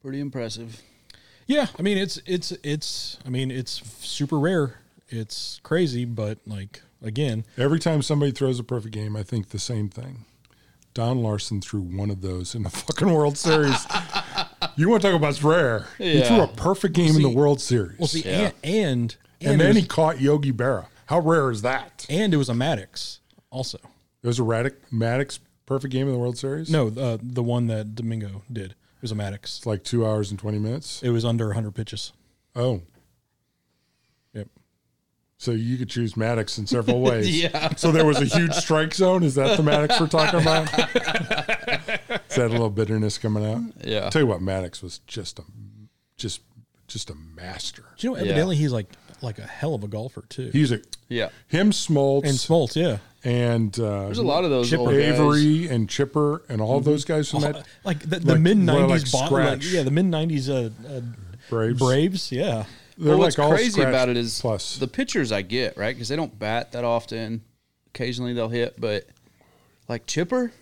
Speaker 3: Pretty impressive.
Speaker 1: Yeah, I mean it's it's it's I mean it's super rare. It's crazy, but like again,
Speaker 2: Every time somebody throws a perfect game, I think the same thing. Don Larson threw one of those in the fucking World Series. you want to talk about rare? He
Speaker 3: Yeah.
Speaker 2: threw a perfect game in the
Speaker 1: see-
Speaker 2: World Series,
Speaker 1: Well, see,
Speaker 3: Yeah.
Speaker 1: and and
Speaker 2: and
Speaker 1: it
Speaker 2: then
Speaker 1: was,
Speaker 2: he caught Yogi Berra. How rare is that?
Speaker 1: and it was a Maddox also.
Speaker 2: It was a Raddick, Maddox perfect game in the World Series.
Speaker 1: No, uh, the one that Domingo did it was a Maddox.
Speaker 2: it's like two hours and twenty minutes.
Speaker 1: It was under 100 pitches.
Speaker 2: Oh,
Speaker 1: Yep.
Speaker 2: so you could choose Maddox in several ways.
Speaker 3: Yeah.
Speaker 2: So there was a huge strike zone. Is that the Maddox we're talking about? is that a little bitterness coming out?
Speaker 3: Yeah.
Speaker 2: I'll tell you what, Maddox was just a just just a master.
Speaker 1: Do you know?
Speaker 3: Yeah.
Speaker 1: Evidently, he's like like a hell of a golfer too.
Speaker 2: He's a
Speaker 3: Yeah.
Speaker 2: him
Speaker 1: and
Speaker 2: Smoltz
Speaker 1: Smoltz, yeah,
Speaker 2: and, uh,
Speaker 3: There's a lot of those
Speaker 2: Chip
Speaker 3: old guys.
Speaker 2: Avery and Chipper and all those guys from that
Speaker 1: like the, the
Speaker 2: Like,
Speaker 1: mid
Speaker 2: well, like
Speaker 1: '90s, bot, like,
Speaker 2: scratch.
Speaker 1: yeah, the mid '90s uh, uh,
Speaker 2: Braves.
Speaker 1: Braves, yeah.
Speaker 2: They're
Speaker 3: Well,
Speaker 2: like
Speaker 3: what's
Speaker 2: all
Speaker 3: crazy
Speaker 2: scratch
Speaker 3: about it is
Speaker 2: plus.
Speaker 3: the pitchers I get, right? Because they don't bat that often. Occasionally they'll hit, but like Chipper,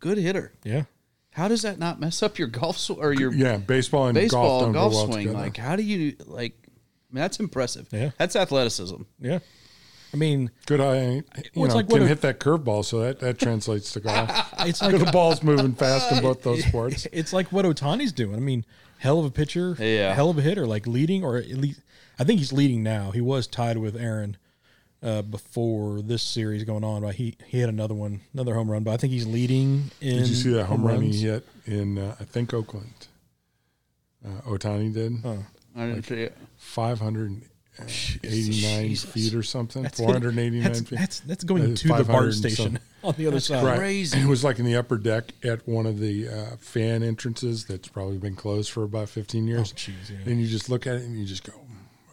Speaker 3: good hitter.
Speaker 1: Yeah.
Speaker 3: How does that not mess up your golf sw- or your
Speaker 2: yeah, baseball and golf,
Speaker 3: baseball
Speaker 2: don't
Speaker 3: golf,
Speaker 2: go well
Speaker 3: swing?
Speaker 2: together.
Speaker 3: Like, how do you like? I mean, that's impressive.
Speaker 1: Yeah.
Speaker 3: That's athleticism.
Speaker 1: Yeah. I mean,
Speaker 2: Good eye, you
Speaker 1: Well, it's
Speaker 2: know,
Speaker 1: like what
Speaker 2: can
Speaker 1: a-
Speaker 2: hit that curveball, so that, that translates to golf.
Speaker 1: it's
Speaker 2: Good
Speaker 1: like
Speaker 2: ball's moving fast in both those sports.
Speaker 1: it's like what Otani's doing. I mean, hell of a pitcher,
Speaker 3: Yeah.
Speaker 1: hell of a hitter, like leading or at least I think he's leading now. He was tied with Aaron uh, before this series going on, but he he had another one, another home run. But I think he's leading in.
Speaker 2: Did you see that home run
Speaker 1: runs.
Speaker 2: he hit in, uh, I think, Oakland? Uh, Otani did
Speaker 3: I didn't see it.
Speaker 2: 589
Speaker 3: Jesus.
Speaker 2: feet or something,
Speaker 1: That's-
Speaker 2: 489
Speaker 1: That's,
Speaker 2: feet.
Speaker 1: that's that's going
Speaker 2: That's
Speaker 1: to the
Speaker 2: 500
Speaker 1: BART
Speaker 2: and
Speaker 1: station
Speaker 2: some.
Speaker 1: on the other side.
Speaker 2: Right.
Speaker 3: Crazy.
Speaker 2: It was like in the upper deck at one of the uh, fan entrances that's probably been closed for about 15 years.
Speaker 1: Oh, jeez, yeah.
Speaker 2: And you just look at it and you just go,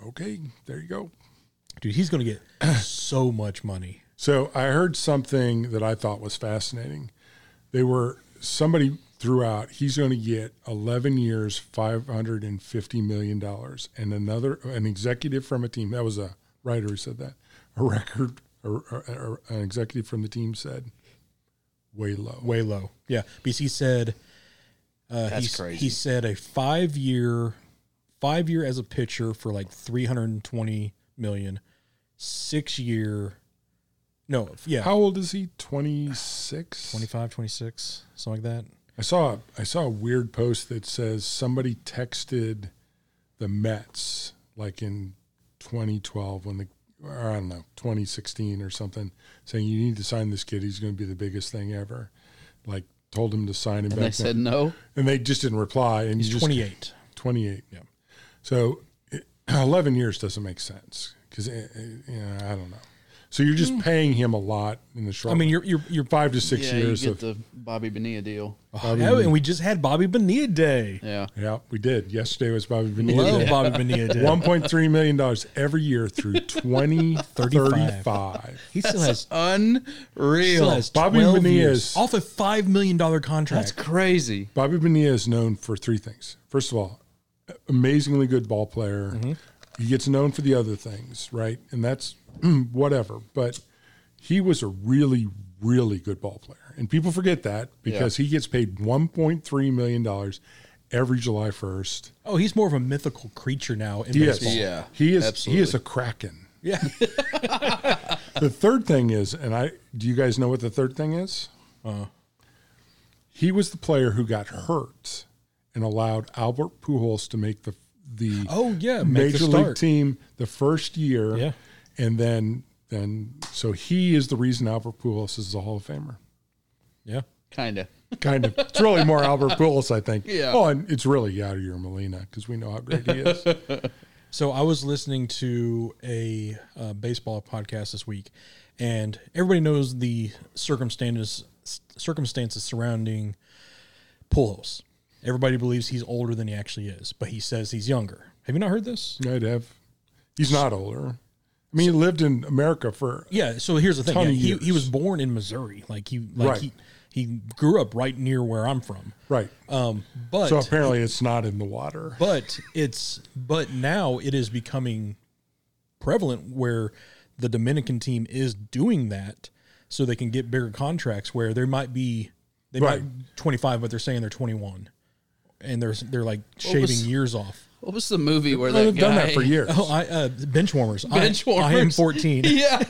Speaker 2: okay, there you go.
Speaker 1: Dude, he's going to get so much money.
Speaker 2: So I heard something that I thought was fascinating. They were somebody threw out he's going to get 11 years, 550 million dollars, and another an executive from a team that was a writer who said that a record or, or, or an executive from the team said way low.
Speaker 1: way low. Yeah, because he said uh,
Speaker 3: That's
Speaker 1: he's-
Speaker 3: crazy.
Speaker 1: He said a five year, five year as a pitcher for like three hundred and twenty million, six year, no, yeah,
Speaker 2: How old is he? 26.
Speaker 1: 25, 26, something like that.
Speaker 2: I saw I saw a weird post that says somebody texted the Mets like in 2012 when the or I don't know 2016 or something saying you need to sign this kid he's going to be the biggest thing ever like told him to sign him
Speaker 3: And
Speaker 2: back
Speaker 3: they said no.
Speaker 2: and they just didn't reply and
Speaker 1: He's
Speaker 2: you just-
Speaker 1: twenty eight.
Speaker 2: 28
Speaker 1: Yeah.
Speaker 2: so it, 11 years doesn't make sense because you know, I don't know so you're just paying him a lot in the short
Speaker 1: I mean, you're you're you're.
Speaker 2: run. five to six
Speaker 3: Hmm. Yeah,
Speaker 2: years
Speaker 3: you
Speaker 2: of
Speaker 3: get the Bobby Bonilla deal.
Speaker 1: Oh, and we just had Bobby Bonilla Day.
Speaker 3: Yeah.
Speaker 2: yeah we did yesterday was Bobby Bonilla
Speaker 1: Love
Speaker 2: Day.
Speaker 1: Bobby Bonilla Day.
Speaker 2: One point three million dollars every year through twenty thirty five.
Speaker 1: he still has still
Speaker 3: Unreal.
Speaker 1: has
Speaker 2: Bobby
Speaker 1: Bobby
Speaker 2: Bonilla
Speaker 1: Bonilla
Speaker 2: is-
Speaker 1: off a five million dollar
Speaker 3: That's
Speaker 1: contract.
Speaker 3: crazy.
Speaker 2: Bobby Bonilla is known for three things. First of all, amazingly good ball player.
Speaker 3: Mm-hmm.
Speaker 2: He gets known for the other things, right? And that's whatever. But he was a really, really good ball player, and people forget that because he gets paid one point three million dollars every July first.
Speaker 1: Oh, he's more of a mythical creature now in
Speaker 2: He is,
Speaker 1: baseball.
Speaker 3: Yeah,
Speaker 2: he is. He is
Speaker 3: absolutely.
Speaker 2: a kraken.
Speaker 1: Yeah.
Speaker 2: The third thing is, and I do you guys know what the third thing is? Uh, he was the player who got hurt and allowed Albert Pujols to make the the
Speaker 1: Oh, yeah, make the
Speaker 2: major league
Speaker 1: start.
Speaker 2: team the first year,
Speaker 1: Yeah.
Speaker 2: and then then so he is the reason Albert Pujols is a Hall of Famer.
Speaker 1: yeah.
Speaker 3: Kinda.
Speaker 2: Kind of, it's really more Albert Pujols, I think.
Speaker 3: Yeah.
Speaker 2: Oh, and it's really Yadier Molina because we know how great he is.
Speaker 1: So I was listening to a uh, baseball podcast this week, and everybody knows the circumstances circumstances surrounding Pujols. Everybody believes he's older than he actually is, but he says he's younger. Have you not heard this?
Speaker 2: I'd have. He's not older. I mean, he lived in America for
Speaker 1: Yeah. So here's the thing:
Speaker 2: Ton
Speaker 1: yeah,
Speaker 2: of
Speaker 1: he,
Speaker 2: years.
Speaker 1: he was born in Missouri. Like he, like
Speaker 2: Right.
Speaker 1: he, he grew up right near where I'm from.
Speaker 2: right.
Speaker 1: Um, but
Speaker 2: so apparently, it's not in the water.
Speaker 1: but it's but now it is becoming prevalent where the Dominican team is doing that so they can get bigger contracts where there might be they might
Speaker 2: Right.
Speaker 1: 25 but they're saying they're 21 and they're they're like shaving
Speaker 3: was-
Speaker 1: years off.
Speaker 3: What was the movie where that
Speaker 2: I've
Speaker 3: guy
Speaker 2: done that for years.
Speaker 1: Oh, I uh benchwarmers.
Speaker 3: Benchwarmers.
Speaker 1: I, I am 14.
Speaker 3: Yeah,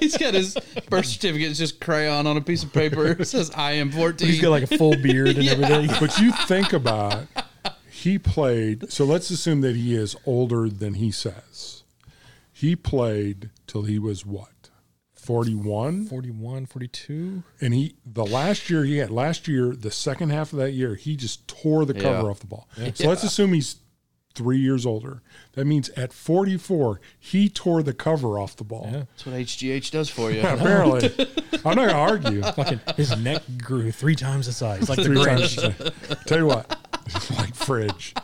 Speaker 3: he's got his birth certificate. It's just crayon on a piece of paper. It says I am fourteen.
Speaker 1: He's got like a full beard and everything.
Speaker 2: but you think about he played so let's assume that he is older than he says he played till he was what 41
Speaker 1: 41, 42.
Speaker 2: and he the last year he had last year the second half of that year he just tore the cover
Speaker 3: Yeah.
Speaker 2: off the ball so let's assume he's three years older that means at 44 he tore the cover off the ball
Speaker 3: That's what HGH does for you.
Speaker 2: apparently i'm not going to argue
Speaker 1: Fucking his neck grew three times the size. Like the
Speaker 2: three
Speaker 1: Grinch.
Speaker 2: times. Tell you what, like fridge.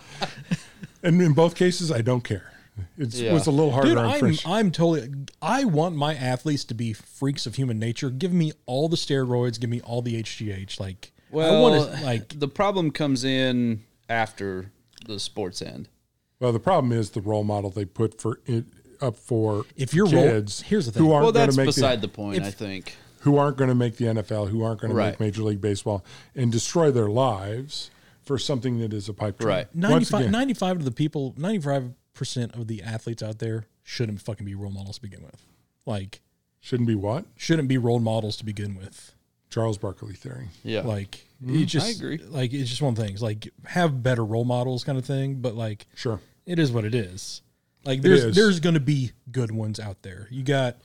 Speaker 2: And in both cases, I don't care. It
Speaker 3: Yeah.
Speaker 2: was a little harder
Speaker 1: Dude,
Speaker 2: on
Speaker 1: I'm,
Speaker 2: fridge.
Speaker 1: I'm totally. I want my athletes to be freaks of human nature. Give me all the steroids. Give me all the HGH. Like, I
Speaker 3: Well,
Speaker 1: want to like.
Speaker 3: the problem comes in after the sports end.
Speaker 2: Well, the problem is the role model they put for it, up for
Speaker 1: If your role-
Speaker 2: kids
Speaker 1: here's the
Speaker 2: who
Speaker 1: thing.
Speaker 2: aren't
Speaker 3: Well,
Speaker 2: going
Speaker 3: that's
Speaker 2: to make
Speaker 3: beside
Speaker 2: the,
Speaker 3: the, point. I think.
Speaker 2: who aren't going to make the NFL, who aren't going to
Speaker 3: Right.
Speaker 2: make Major League Baseball, and destroy their lives for something that is a pipe dream.
Speaker 3: Right.
Speaker 2: Once
Speaker 1: 95,
Speaker 2: again,
Speaker 1: 95 of the people, 95% of the athletes out there shouldn't fucking be role models to begin with. Like,
Speaker 2: Shouldn't be what?
Speaker 1: shouldn't be role models to begin with.
Speaker 2: Charles Barkley theory.
Speaker 3: Yeah.
Speaker 1: Like, you just
Speaker 3: Mm-hmm. agree.
Speaker 1: like it's just one of the things. Like, have better role models, kind of thing. But like,
Speaker 2: Sure.
Speaker 1: it is what it is. Like there's
Speaker 2: is.
Speaker 1: there's going to be good ones out there. You got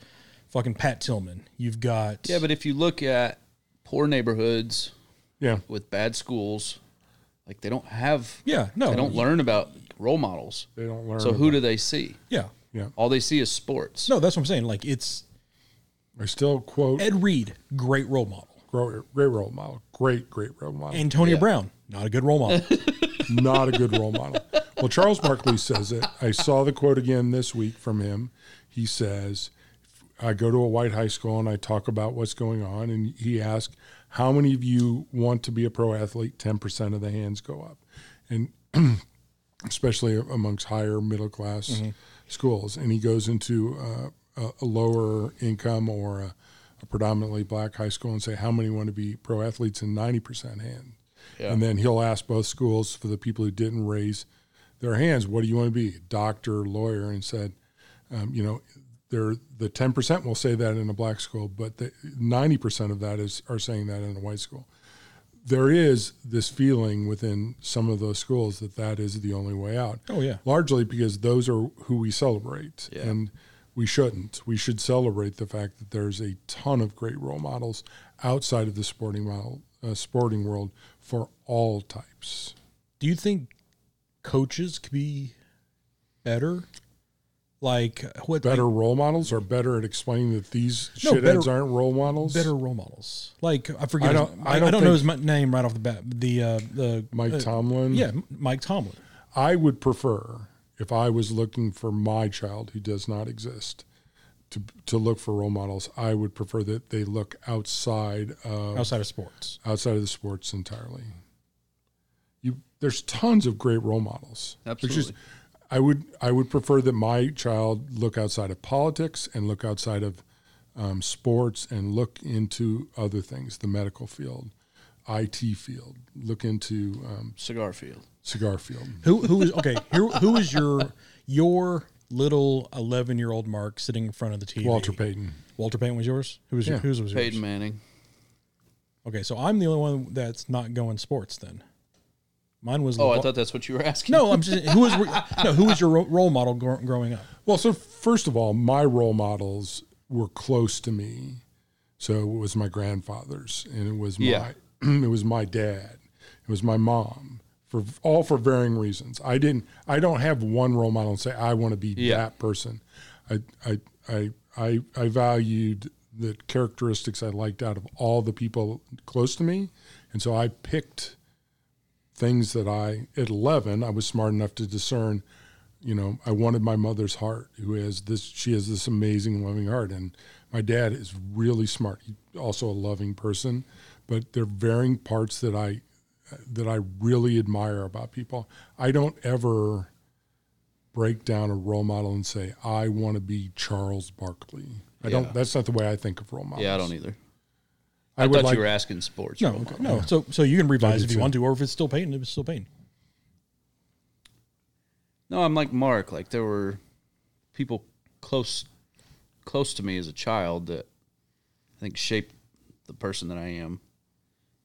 Speaker 1: fucking Pat Tillman. You've got
Speaker 3: yeah, but if you look at poor neighborhoods
Speaker 2: Yeah.
Speaker 3: with bad schools, like they don't have
Speaker 1: yeah no
Speaker 3: they don't learn about role models.
Speaker 2: Oh. They don't learn.
Speaker 3: So who do they see?
Speaker 1: yeah
Speaker 2: Yeah.
Speaker 3: All they see is sports.
Speaker 1: no that's what I'm saying. Like it's
Speaker 2: I still quote
Speaker 1: Ed Reed, great role model.
Speaker 2: great, great role model. Great, great role model.
Speaker 1: Antonio Brown, not a good role model.
Speaker 2: not a good role model. Well, Charles Barkley says it. I saw the quote again this week from him. He says, I go to a white high school and I talk about what's going on. And he asks, How many of you want to be a pro athlete? 10% of the hands go up. And especially amongst higher middle class schools. And he goes into uh, a, a lower income or a, a predominantly black high school and say, How many want to be pro athletes? And 90% hand. And then he'll ask both schools for the people who didn't raise their hands, What do you want to be? Doctor, lawyer? And said, um, You know, they're, the 10% will say that in a black school, but the 90% of that is are saying that in a white school there is this feeling within some of those schools that that is the only way out.
Speaker 1: Oh, yeah.
Speaker 2: Largely because those are who we celebrate. And we shouldn't. We should celebrate the fact that there's a ton of great role models outside of the sporting model, uh, sporting world for all types.
Speaker 1: Do you think coaches could be better? Like what
Speaker 2: Better role models are better at explaining that these
Speaker 1: No,
Speaker 2: shitheads
Speaker 1: better-
Speaker 2: aren't role models.
Speaker 1: better role models? Like I forget.
Speaker 2: I
Speaker 1: his-
Speaker 2: don't- I
Speaker 1: I, I
Speaker 2: don't
Speaker 1: don't know his
Speaker 2: think-
Speaker 1: mi- name right off the bat. The uh, the
Speaker 2: Mike
Speaker 1: uh,
Speaker 2: Tomlin.
Speaker 1: Yeah, M- Mike Tomlin.
Speaker 2: I would prefer if I was looking for my child who does not exist to to look for role models. I would prefer that they look outside of
Speaker 1: Outside of sports,
Speaker 2: outside of the sports entirely. You there's tons of great role models. There's just-
Speaker 3: Absolutely.
Speaker 2: I would I would prefer that my child look outside of politics and look outside of um, sports and look into other things, the medical field, IT field, look into um,
Speaker 3: Cigar field.
Speaker 2: cigar field.
Speaker 1: Who who is okay? Who who is your your little eleven year old Mark sitting in front of the TV?
Speaker 2: Walter Payton.
Speaker 1: Walter Payton was yours. Who was your,
Speaker 2: Yeah.
Speaker 1: whose was yours?
Speaker 3: Peyton Manning.
Speaker 1: Okay, so I'm the only one that's not going sports. Then mine was.
Speaker 3: Oh, I
Speaker 1: LeVar-
Speaker 3: thought that's what you were asking.
Speaker 1: no, I'm just who was no who was your ro- role model gro- growing up?
Speaker 2: Well, so first of all, my role models were close to me. So it was my grandfather's and it was my
Speaker 3: Yeah.
Speaker 2: it was my dad. It was my mom for all for varying reasons. I didn't I don't have one role model and say I want to be
Speaker 3: Yeah.
Speaker 2: that person. I I I I I valued the characteristics I liked out of all the people close to me. And so I picked things that I at 11 I was smart enough to discern you know I wanted my mother's heart who has this she has this amazing loving heart and my dad is really smart He's also a loving person but there are varying parts that I that I really admire about people I don't ever break down a role model and say I want to be Charles Barkley I
Speaker 3: Yeah.
Speaker 2: don't that's not the way I think of role models
Speaker 3: Yeah, I don't either.
Speaker 2: I,
Speaker 3: I,
Speaker 2: would
Speaker 3: thought
Speaker 2: like
Speaker 3: you were asking sports.
Speaker 1: No,
Speaker 3: role
Speaker 1: okay,
Speaker 3: model.
Speaker 1: no. So so you can revise
Speaker 2: did
Speaker 1: if you
Speaker 2: too.
Speaker 1: want to, or if it's still Payton, it's still Payton.
Speaker 3: No, I'm like Mark. Like there were people close close to me as a child that I think shaped the person that I am.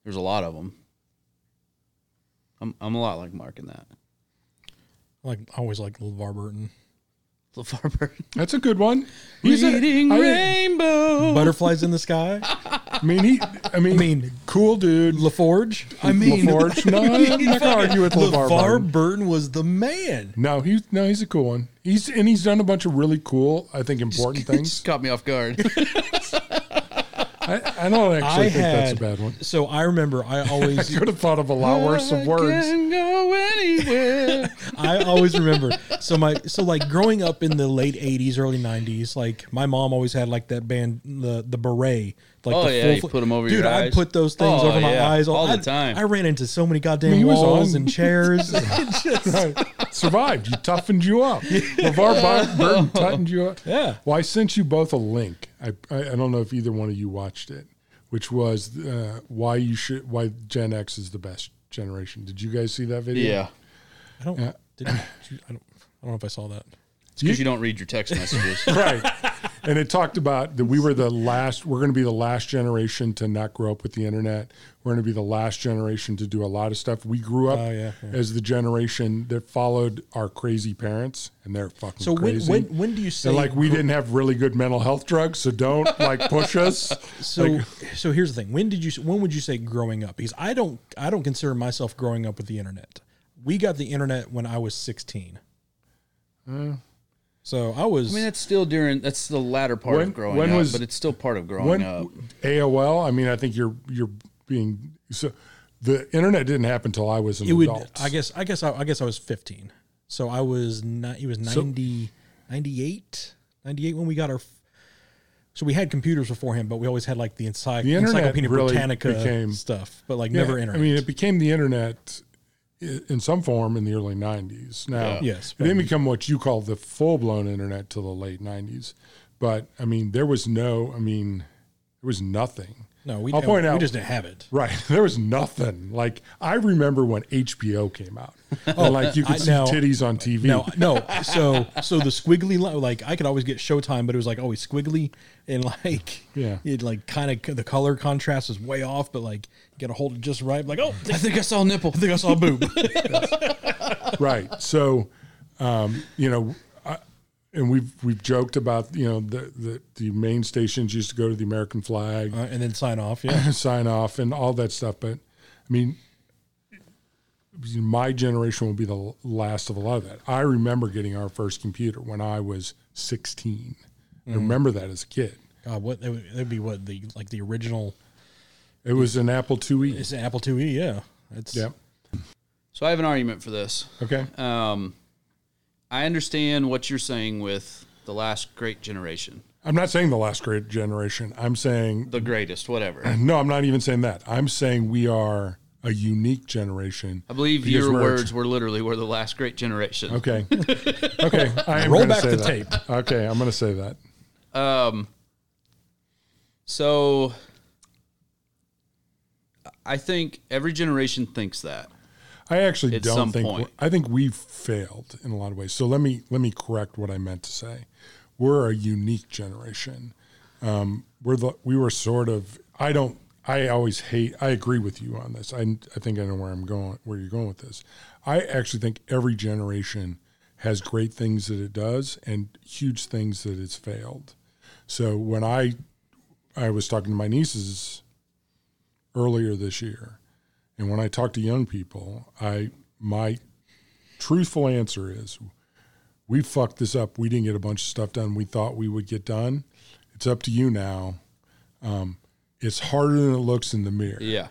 Speaker 3: There's a lot of them. I'm I'm a lot like Mark in that.
Speaker 1: Like I always like LeVar Burton,
Speaker 3: LeVar Burton.
Speaker 2: that's a good one He's a-
Speaker 3: Reading
Speaker 2: I-
Speaker 3: rainbow.
Speaker 1: butterflies in the sky.
Speaker 2: I mean, he. I mean,
Speaker 1: mean,
Speaker 2: cool dude.
Speaker 1: LaForge. I mean,
Speaker 2: LaForge. No, I'm not gonna argue with LeVar Burton.
Speaker 1: Burton was the man.
Speaker 2: No, he's no, he's a cool one. He's and he's done a bunch of really cool, I think, important
Speaker 3: Just
Speaker 2: things.
Speaker 3: caught me off guard.
Speaker 2: I, I don't actually
Speaker 1: I
Speaker 2: think that's a bad one.
Speaker 1: So I remember I always
Speaker 2: Could have thought of a lot worse of
Speaker 3: I
Speaker 2: words.
Speaker 3: can go anywhere.
Speaker 1: I always remember. So my so like growing up in the late eighties, early nineties, like my mom always had like that band the the beret. Like
Speaker 3: Oh,
Speaker 1: the
Speaker 3: yeah, you
Speaker 1: fl-
Speaker 3: put 'em over
Speaker 1: Dude,
Speaker 3: your
Speaker 1: I
Speaker 3: eyes.
Speaker 1: put those things
Speaker 3: Oh,
Speaker 1: over my
Speaker 3: yeah,
Speaker 1: eyes
Speaker 3: all the
Speaker 1: I-
Speaker 3: time.
Speaker 1: I ran into so many goddamn
Speaker 2: He was
Speaker 1: walls
Speaker 2: on-
Speaker 1: and chairs. It just-
Speaker 2: Survived. You toughened you up. LeVar Bur- Burton toughened you up.
Speaker 1: Yeah.
Speaker 2: Well, I sent you both a link. I, I, I don't know if either one of you watched it, which was uh, why you should why Gen X is the best generation. Did you guys see that video?
Speaker 3: yeah.
Speaker 1: I don't. Did you, I don't. I don't know if I saw that.
Speaker 3: It's because you don't read your text messages.
Speaker 2: right. And it talked about that we were the last, we're going to be the last generation to not grow up with the internet. We're going to be the last generation to do a lot of stuff. We grew up
Speaker 1: Oh, yeah, yeah.
Speaker 2: as the generation that followed our crazy parents, and they're fucking
Speaker 1: So when,
Speaker 2: crazy.
Speaker 1: when when do you say
Speaker 2: and like we didn't have really good mental health drugs, so don't like push us.
Speaker 1: so so here's the thing when did you when would you say growing up because I don't I don't consider myself growing up with the internet we got the internet when I was 16 so I was
Speaker 3: Uh, I mean, that's still during. That's the latter part
Speaker 2: When-
Speaker 3: of growing
Speaker 2: when
Speaker 3: up,
Speaker 2: was-
Speaker 3: but it's still part of
Speaker 1: Oh,
Speaker 3: growing
Speaker 2: When
Speaker 3: up.
Speaker 2: AOL, I mean, I think you're you're being so. The internet didn't happen until I was an
Speaker 1: it would
Speaker 2: adult.
Speaker 1: I guess I guess I, I guess I was 15 so I was ni- it was 90 98 98 when we got our f- so we had computers beforehand but we always had like the, ency-
Speaker 2: The internet
Speaker 1: encyclopedia
Speaker 2: really
Speaker 1: britannica
Speaker 2: became-
Speaker 1: stuff but like
Speaker 2: Yeah,
Speaker 1: never internet
Speaker 2: I mean, it became the internet i- in some form in the early '90s. Now,
Speaker 3: Yeah.
Speaker 1: Yes,
Speaker 2: it didn't become what you call the full-blown internet till the late '90s. But I mean, there was no. I mean, there was nothing.
Speaker 1: no we
Speaker 2: I'll point
Speaker 1: we
Speaker 2: out-
Speaker 1: just didn't have it
Speaker 2: Right. There was nothing. Like I remember when HBO came out. and, like you could
Speaker 1: I-
Speaker 2: see
Speaker 1: now-
Speaker 2: titties on TV.
Speaker 1: No, no. So, so the squiggly line, like I could always get Showtime, but it was like always squiggly, and like
Speaker 2: Yeah.
Speaker 1: it like kind of the color contrast was way off, but like get a hold of just right. Like oh,
Speaker 3: I think I saw a nipple.
Speaker 1: I think I saw a boob.
Speaker 2: right. So, um, you know, I, and we've we've joked about you know the, the the main stations used to go to the American flag,
Speaker 1: Uh, and then sign off. Yeah,
Speaker 2: sign off, and all that stuff. But I mean, my generation will be the last of a lot of that. I remember getting our first computer when I was sixteen.
Speaker 1: Mm.
Speaker 2: I remember that as a kid.
Speaker 1: God, what that would that'd be what the like the original
Speaker 2: It was an Apple IIe.
Speaker 1: is Apple IIe. Yeah, it's
Speaker 2: Yep.
Speaker 3: So I have an argument for this.
Speaker 2: Okay.
Speaker 3: Um, I understand what you're saying with the last great generation,
Speaker 2: I'm not saying the last great generation. I'm saying
Speaker 3: the greatest, whatever.
Speaker 2: no. I'm not even saying that. I'm saying we are a unique generation.
Speaker 3: I believe
Speaker 2: Because
Speaker 3: your
Speaker 2: we're-
Speaker 3: words were literally "we're the last great generation."
Speaker 2: Okay. Okay. I am
Speaker 1: Roll
Speaker 2: gonna
Speaker 1: back
Speaker 2: say
Speaker 1: the
Speaker 2: that.
Speaker 1: tape.
Speaker 2: Okay. I'm going to say that.
Speaker 3: Um, so I think every generation thinks that.
Speaker 2: I actually
Speaker 3: At
Speaker 2: don't
Speaker 3: some
Speaker 2: think.
Speaker 3: point.
Speaker 2: I think we've failed in a lot of ways. So let me let me correct what I meant to say. We're a unique generation. Um, we're the we were sort of. I don't. I always hate. I agree with you on this. I I think I know where I'm going. Where you're going with this. I actually think every generation has great things that it does and huge things that it's failed. So when I I was talking to my nieces earlier this year, and when I talk to young people, I my truthful answer is we fucked this up. We didn't get a bunch of stuff done we thought we would get done. It's up to you now. Um, it's harder than it looks in the mirror
Speaker 3: Yeah.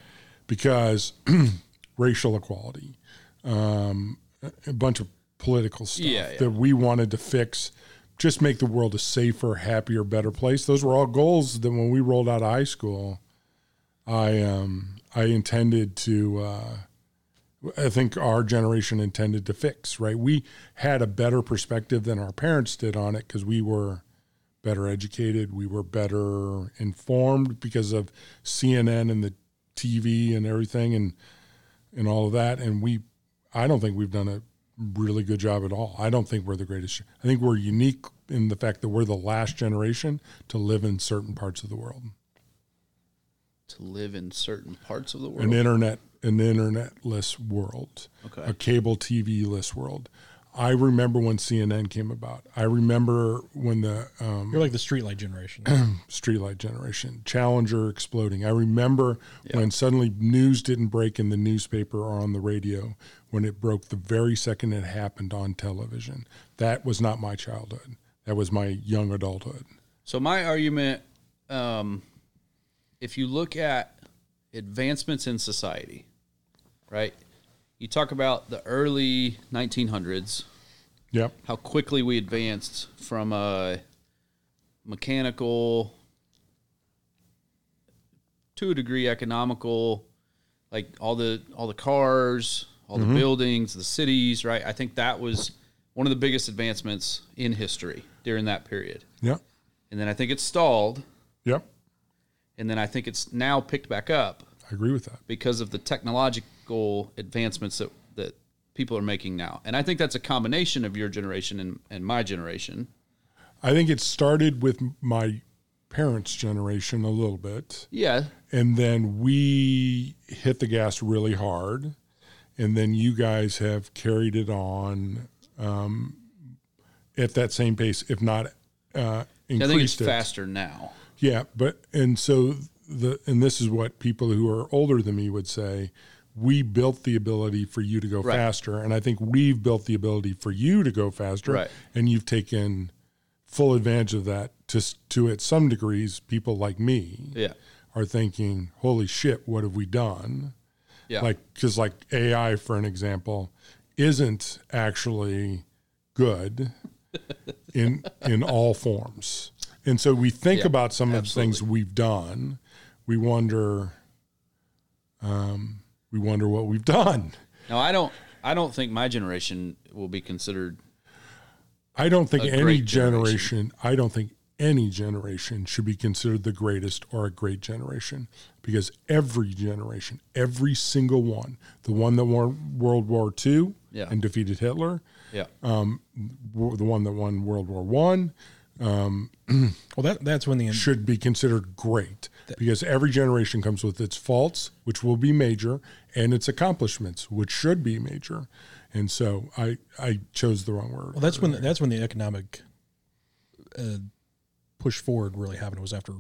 Speaker 2: because racial equality, um, a- a bunch of political stuff
Speaker 3: Yeah, yeah.
Speaker 2: that we wanted to fix, just make the world a safer, happier, better place. Those were all goals that when we rolled out of high school, I um, I intended to. Uh, I think our generation intended to fix. Right, we had a better perspective than our parents did on it because we were better educated. We were better informed because of CNN and the TV and everything and and all of that. And we, I don't think we've done a really good job at all. I don't think we're the greatest. I think we're unique in the fact that we're the last generation to live in certain parts of the world.
Speaker 3: To live in certain parts of the world.
Speaker 2: An internet, an internetless world,
Speaker 3: Okay.
Speaker 2: a cable TV less world. I remember when CNN came about. I remember when the um,
Speaker 1: you're like the streetlight generation.
Speaker 2: streetlight generation, Challenger exploding. I remember when suddenly news didn't break in the newspaper or on the radio when it broke the very second it happened on television. That was not my childhood. That was my young adulthood.
Speaker 3: So my argument, um, if you look at advancements in society, right? You talk about the early 1900s,
Speaker 2: Yep.
Speaker 3: how quickly we advanced from a mechanical, to a degree, economical, like all the all the cars, all the buildings, the cities, right? I think that was one of the biggest advancements in history during that period
Speaker 2: Yep.
Speaker 3: and then I think it's stalled,
Speaker 2: Yep.
Speaker 3: and then I think it's now picked back up
Speaker 2: I agree with that.
Speaker 3: because of the technological advancements that, that people are making now. And I think that's a combination of your generation and, and my generation.
Speaker 2: I think it started with my parents' generation a little bit.
Speaker 3: Yeah.
Speaker 2: and then we hit the gas really hard, and then you guys have carried it on um, at that same pace, if not uh,
Speaker 3: I think it's
Speaker 2: increased it.
Speaker 3: faster now.
Speaker 2: Yeah, but and so the and this is what people who are older than me would say. We built the ability for you to go
Speaker 3: Right.
Speaker 2: faster, and I think we've built the ability for you to go faster,
Speaker 3: Right.
Speaker 2: and you've taken full advantage of that. To s- to at some degrees, people like me,
Speaker 3: Yeah.
Speaker 2: are thinking, "Holy shit, what have we done?"
Speaker 3: Yeah.
Speaker 2: Like, because like AI, for an example, isn't actually good in in all forms, and so we think
Speaker 3: Yeah,
Speaker 2: about some of the things we've done. We wonder, um, we wonder what we've done.
Speaker 3: Now I don't I don't think my generation will be considered
Speaker 2: I don't think
Speaker 3: A
Speaker 2: any
Speaker 3: great
Speaker 2: generation, I don't think any generation should be considered the greatest or a great generation because every generation, every single one, the one that won World War II
Speaker 3: Yeah.
Speaker 2: and defeated Hitler,
Speaker 3: yeah.
Speaker 2: Uh, w- the one that won World War One,
Speaker 1: Well, that that's when the
Speaker 2: should be considered great because every generation comes with its faults, which will be major, and its accomplishments, which should be major. And so I, I chose the wrong word.
Speaker 1: well that's when that's when the economic uh, push forward really happened. Was after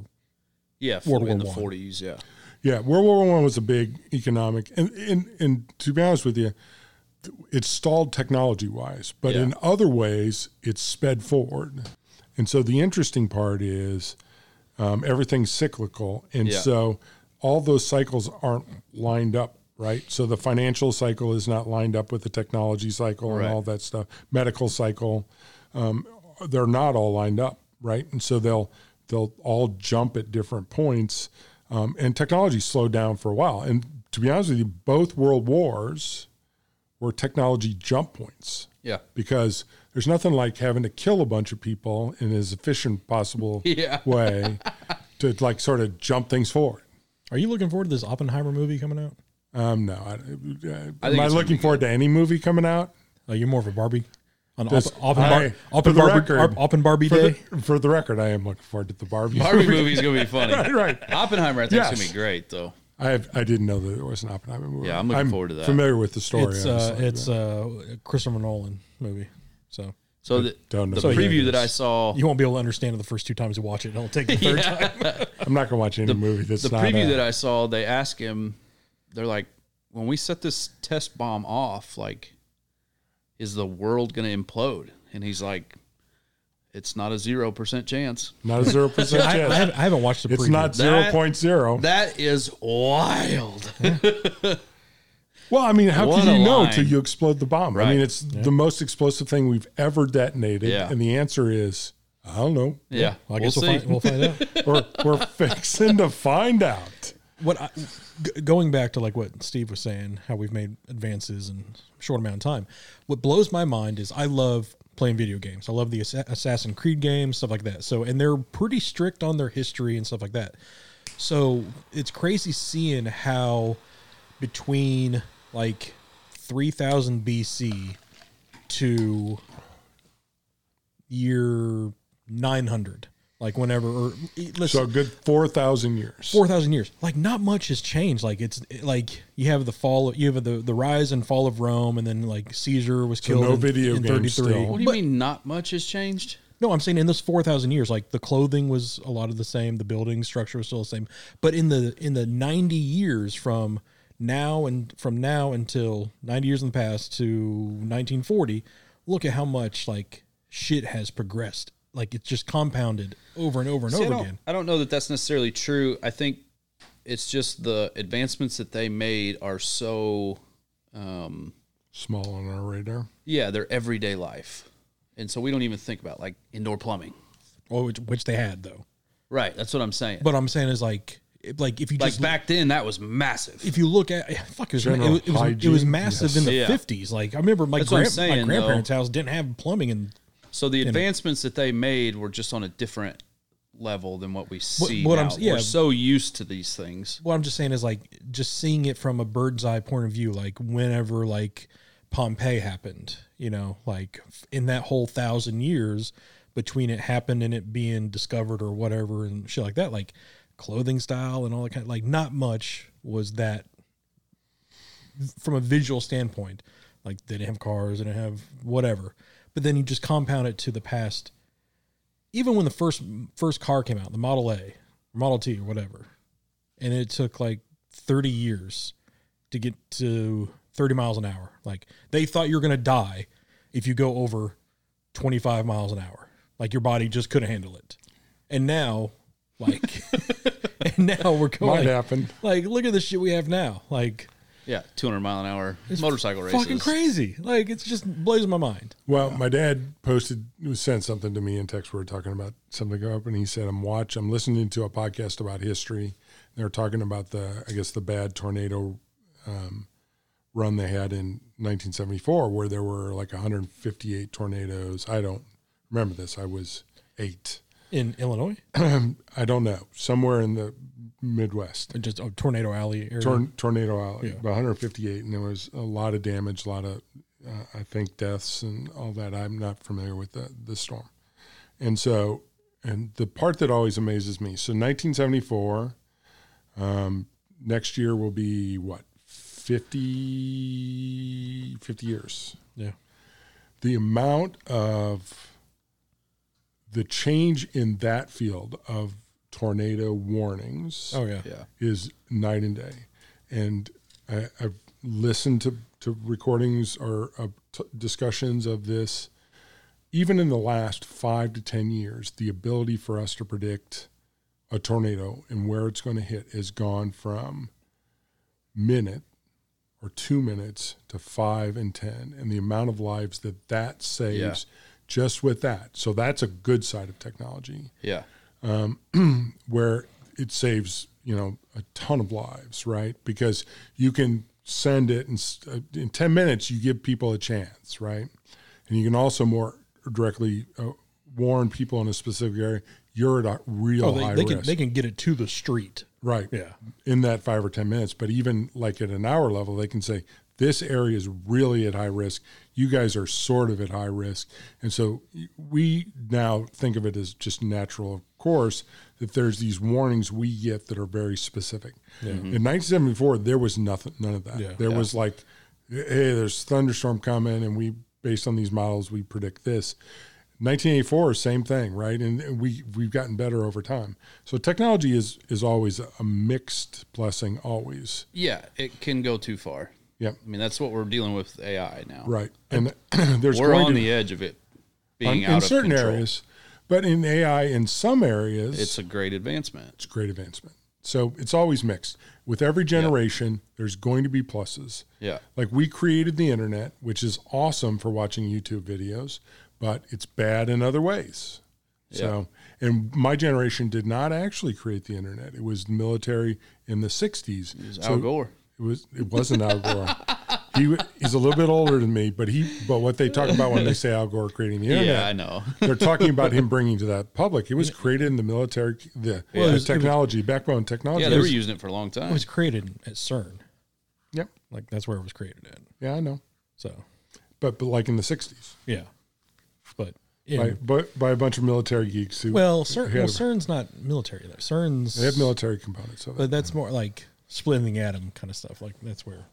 Speaker 3: yeah,
Speaker 1: World
Speaker 3: in
Speaker 1: War
Speaker 3: the
Speaker 1: One.
Speaker 3: forties, yeah.
Speaker 2: Yeah, World War One was a big economic, and, and and to be honest with you, it stalled technology wise, but
Speaker 3: Yeah.
Speaker 2: in other ways, it sped forward. And so the interesting part is um, everything's cyclical, and
Speaker 3: Yeah.
Speaker 2: so all those cycles aren't lined up. Right, so the financial cycle is not lined up with the technology cycle
Speaker 3: Right.
Speaker 2: and all that stuff. Medical cycle, um, they're not all lined up, right? And so they'll they'll all jump at different points. Um, and technology slowed down for a while. And to be honest with you, both world wars were technology jump points
Speaker 3: Yeah.
Speaker 2: because there's nothing like having to kill a bunch of people in as efficient possible
Speaker 3: Yeah.
Speaker 2: way to like sort of jump things forward.
Speaker 1: are you looking forward to this Oppenheimer movie coming out?
Speaker 2: Um, no, I, I,
Speaker 3: I think
Speaker 2: am I
Speaker 3: it's gonna be
Speaker 2: looking forward to any movie coming out?
Speaker 1: Uh, you're more of a Barbie on
Speaker 2: This-
Speaker 1: Oppen, Oppen,
Speaker 2: I-
Speaker 1: Bar-
Speaker 2: for
Speaker 1: Oppen
Speaker 2: the
Speaker 1: Barbie,
Speaker 2: record-
Speaker 1: Ar- Oppen Barbie
Speaker 2: For
Speaker 1: Day.
Speaker 2: the, for the record, I am looking forward to the Barbie.
Speaker 3: Barbie movie's gonna be funny.
Speaker 2: right.
Speaker 3: Oppenheimer I think is
Speaker 2: Yes.
Speaker 3: gonna be great though.
Speaker 2: I have, I didn't know that there was an Oppenheimer movie.
Speaker 3: Yeah, I'm looking forward to that.
Speaker 2: Familiar with the story.
Speaker 1: it's uh,
Speaker 2: obviously,
Speaker 1: it's uh, Christopher Nolan movie. So
Speaker 3: So the,
Speaker 2: Don't know
Speaker 3: the
Speaker 2: what that
Speaker 3: preview that I
Speaker 2: is.
Speaker 3: saw
Speaker 1: you won't be able to understand it the first two times you watch it. It'll take the third time.
Speaker 2: but I'm not going to watch any movie that's
Speaker 3: the
Speaker 2: not
Speaker 3: preview
Speaker 2: a-
Speaker 3: that I saw, they ask him, they're like, when we set this test bomb off, like, is the world going to implode? And he's like, it's not a 0% chance.
Speaker 2: not a zero percent
Speaker 1: I,
Speaker 2: chance.
Speaker 1: I haven't, I haven't watched the
Speaker 2: it's
Speaker 1: preview.
Speaker 2: not zero
Speaker 3: That-
Speaker 2: point zero.
Speaker 3: That is wild.
Speaker 2: Well, I mean, how
Speaker 3: What
Speaker 2: can
Speaker 3: a
Speaker 2: you know
Speaker 3: line.
Speaker 2: until you explode the bomb? I
Speaker 3: Right.
Speaker 2: mean, it's the most explosive thing we've ever detonated,
Speaker 3: Yeah.
Speaker 2: and the answer is I don't know.
Speaker 3: yeah.
Speaker 1: Well, I
Speaker 3: we'll
Speaker 1: guess we'll,
Speaker 3: see.
Speaker 1: find, we'll find out.
Speaker 2: We're we're fixing to find out.
Speaker 1: What I, g- going back to like what Steve was saying, how we've made advances in a short amount of time. What blows my mind is I love playing video games. I love the Assa- Assassin's Creed games, stuff like that. So and they're pretty strict on their history and stuff like that. So it's crazy seeing how between like 3000 BC to year 900 like whenever or e, let's
Speaker 2: So a good four thousand years.
Speaker 1: four thousand years. Like not much has changed. Like it's like you have the fall, you have the, the rise and fall of Rome, and then like Caesar was killed.
Speaker 2: no
Speaker 1: in,
Speaker 2: video
Speaker 1: in
Speaker 2: games
Speaker 1: thirty
Speaker 2: still.
Speaker 1: three.
Speaker 3: what do you mean not much has changed?
Speaker 1: No, I'm saying in those four thousand years, like the clothing was a lot of the same, the building structure was still the same. But in the in the ninety years from now and from now until ninety years in the past to 1940, look at how much like shit has progressed. Like it's just compounded over and over and
Speaker 3: See, I
Speaker 1: over
Speaker 3: don't-
Speaker 1: again.
Speaker 3: I don't know that that's necessarily true. I think it's just the advancements that they made are so, um,
Speaker 2: Small on our radar.
Speaker 3: yeah, they're everyday life. And so we don't even think about like indoor plumbing.
Speaker 1: Oh, which, which they had though.
Speaker 3: Right. That's what I'm saying.
Speaker 1: But I'm saying is like like if you
Speaker 3: like
Speaker 1: just
Speaker 3: back then, that was massive.
Speaker 1: if you look at fuck, it was,
Speaker 2: General
Speaker 1: it was, it was, it was
Speaker 2: hygiene,
Speaker 1: massive
Speaker 2: yes.
Speaker 1: in the
Speaker 3: Yeah.
Speaker 1: fifties. Like I remember my,
Speaker 3: That's what I'm
Speaker 1: grand, my
Speaker 3: saying,
Speaker 1: grandparents' house didn't have plumbing, and
Speaker 3: So the advancements that they made were just on a different level than what we see
Speaker 1: what
Speaker 3: now.
Speaker 1: I'm- yeah.
Speaker 3: We're so used to these things.
Speaker 1: what I'm just saying is like just seeing it from a bird's eye point of view. Like whenever like Pompeii happened, you know, like in that whole thousand years between it happened and it being discovered or whatever and shit like that, like clothing style and all that kind of like not much was that from a visual standpoint. Like they didn't have cars, they didn't have whatever. But then you just compound it to the past. Even when the first first car came out, the Model A, Model T, or whatever, and it took like thirty years to get to 30 miles an hour. Like they thought you were going to die if you go over 25 miles an hour. Like your body just couldn't handle it. And now, like, and now we're
Speaker 2: Might
Speaker 1: going. Like,
Speaker 2: happen.
Speaker 1: look at the shit we have now. Like,
Speaker 3: Yeah, 200 mile an hour motorcycle races.
Speaker 1: fucking crazy. Like, it's just blows my mind.
Speaker 2: Well, my dad posted sent something to me in text. We were talking about something up, and he said, "I'm watch. I'm listening to a podcast about history. They were talking about the, I guess, the bad tornado um, run they had in 1974, where there were like 158 tornadoes. I don't remember this. I was eight.
Speaker 1: In Illinois,
Speaker 2: I don't know. Somewhere in the Midwest,
Speaker 1: just oh, Tornado Alley area.
Speaker 2: Tor- tornado alley, about 158, and there was a lot of damage, a lot of, uh, I think, deaths and all that. I'm not familiar with the, the storm. And so, and the part that always amazes me so 1974, um, next year will be what, 50, 50 years.
Speaker 1: yeah.
Speaker 2: The amount of the change in that field of tornado warnings
Speaker 1: Oh, yeah.
Speaker 3: Yeah.
Speaker 2: is night and day. And I, I've listened to, to recordings or uh, t- discussions of this. Even in the last five to 10 years, the ability for us to predict a tornado and where it's going to hit has gone from minute or two minutes to five and 10. And the amount of lives that that saves just with that. So that's a good side of technology
Speaker 3: Yeah.
Speaker 2: where it saves you know a ton of lives, right? Because you can send it and s- uh, in ten minutes you give people a chance, right? And you can also more directly uh, warn people in a specific area. You're at a real
Speaker 1: Oh, they,
Speaker 2: high
Speaker 1: they
Speaker 2: risk,
Speaker 1: can they can get it to the street.
Speaker 2: right?
Speaker 1: Yeah.
Speaker 2: in that five or ten minutes. But even like at an hour level, they can say this area is really at high risk. You guys are sort of at high risk, and so we now think of it as just natural, of course, that there's these warnings we get that are very specific. In 1974, there was nothing, none of that.
Speaker 1: Mm-hmm. Yeah.
Speaker 2: There was like, hey, there's thunderstorm coming, and we based on these models we predict this. 1984, same thing, right? And and we we've gotten better over time. So technology is is always a mixed blessing, always.
Speaker 3: Yeah, it can go too far.
Speaker 2: Yep,
Speaker 3: I mean, that's what we're dealing with AI now.
Speaker 2: right. And there's
Speaker 3: We're
Speaker 2: going
Speaker 3: on
Speaker 2: to,
Speaker 3: the edge of it
Speaker 2: on-
Speaker 3: being
Speaker 2: in
Speaker 3: out of
Speaker 2: certain
Speaker 3: control.
Speaker 2: areas, but in AI, in some areas,
Speaker 3: It's a great advancement.
Speaker 2: it's a great advancement. So it's always mixed. With every generation, there's going to be pluses.
Speaker 3: Yeah.
Speaker 2: Like we created the internet, which is awesome for watching YouTube videos, but it's bad in other ways. So, and my generation did not actually create the internet. It was the military in the 60s.
Speaker 3: Al Gore.
Speaker 2: It was. It wasn't Al Gore. He w- he's a little bit older than me, but he. But what they talk about when they say Al Gore creating the
Speaker 3: Yeah,
Speaker 2: internet,
Speaker 3: I know.
Speaker 2: they're talking about him bringing to that public. It was created in the military, the, the technology backbone technology.
Speaker 3: Yeah, they were using it for a long
Speaker 1: It
Speaker 3: time.
Speaker 1: was created at CERN.
Speaker 2: Yep.
Speaker 1: Like that's where it was created at.
Speaker 2: Yeah, I know.
Speaker 1: So
Speaker 2: But but like in the '60s,
Speaker 1: yeah, but in,
Speaker 2: by, but by a bunch of military geeks who
Speaker 1: Well, CERN,
Speaker 2: Yeah.
Speaker 1: well, CERN's not military though. CERN's
Speaker 2: they have military components of it.
Speaker 1: but that's more like splitting the atom kind of stuff. Like that's where.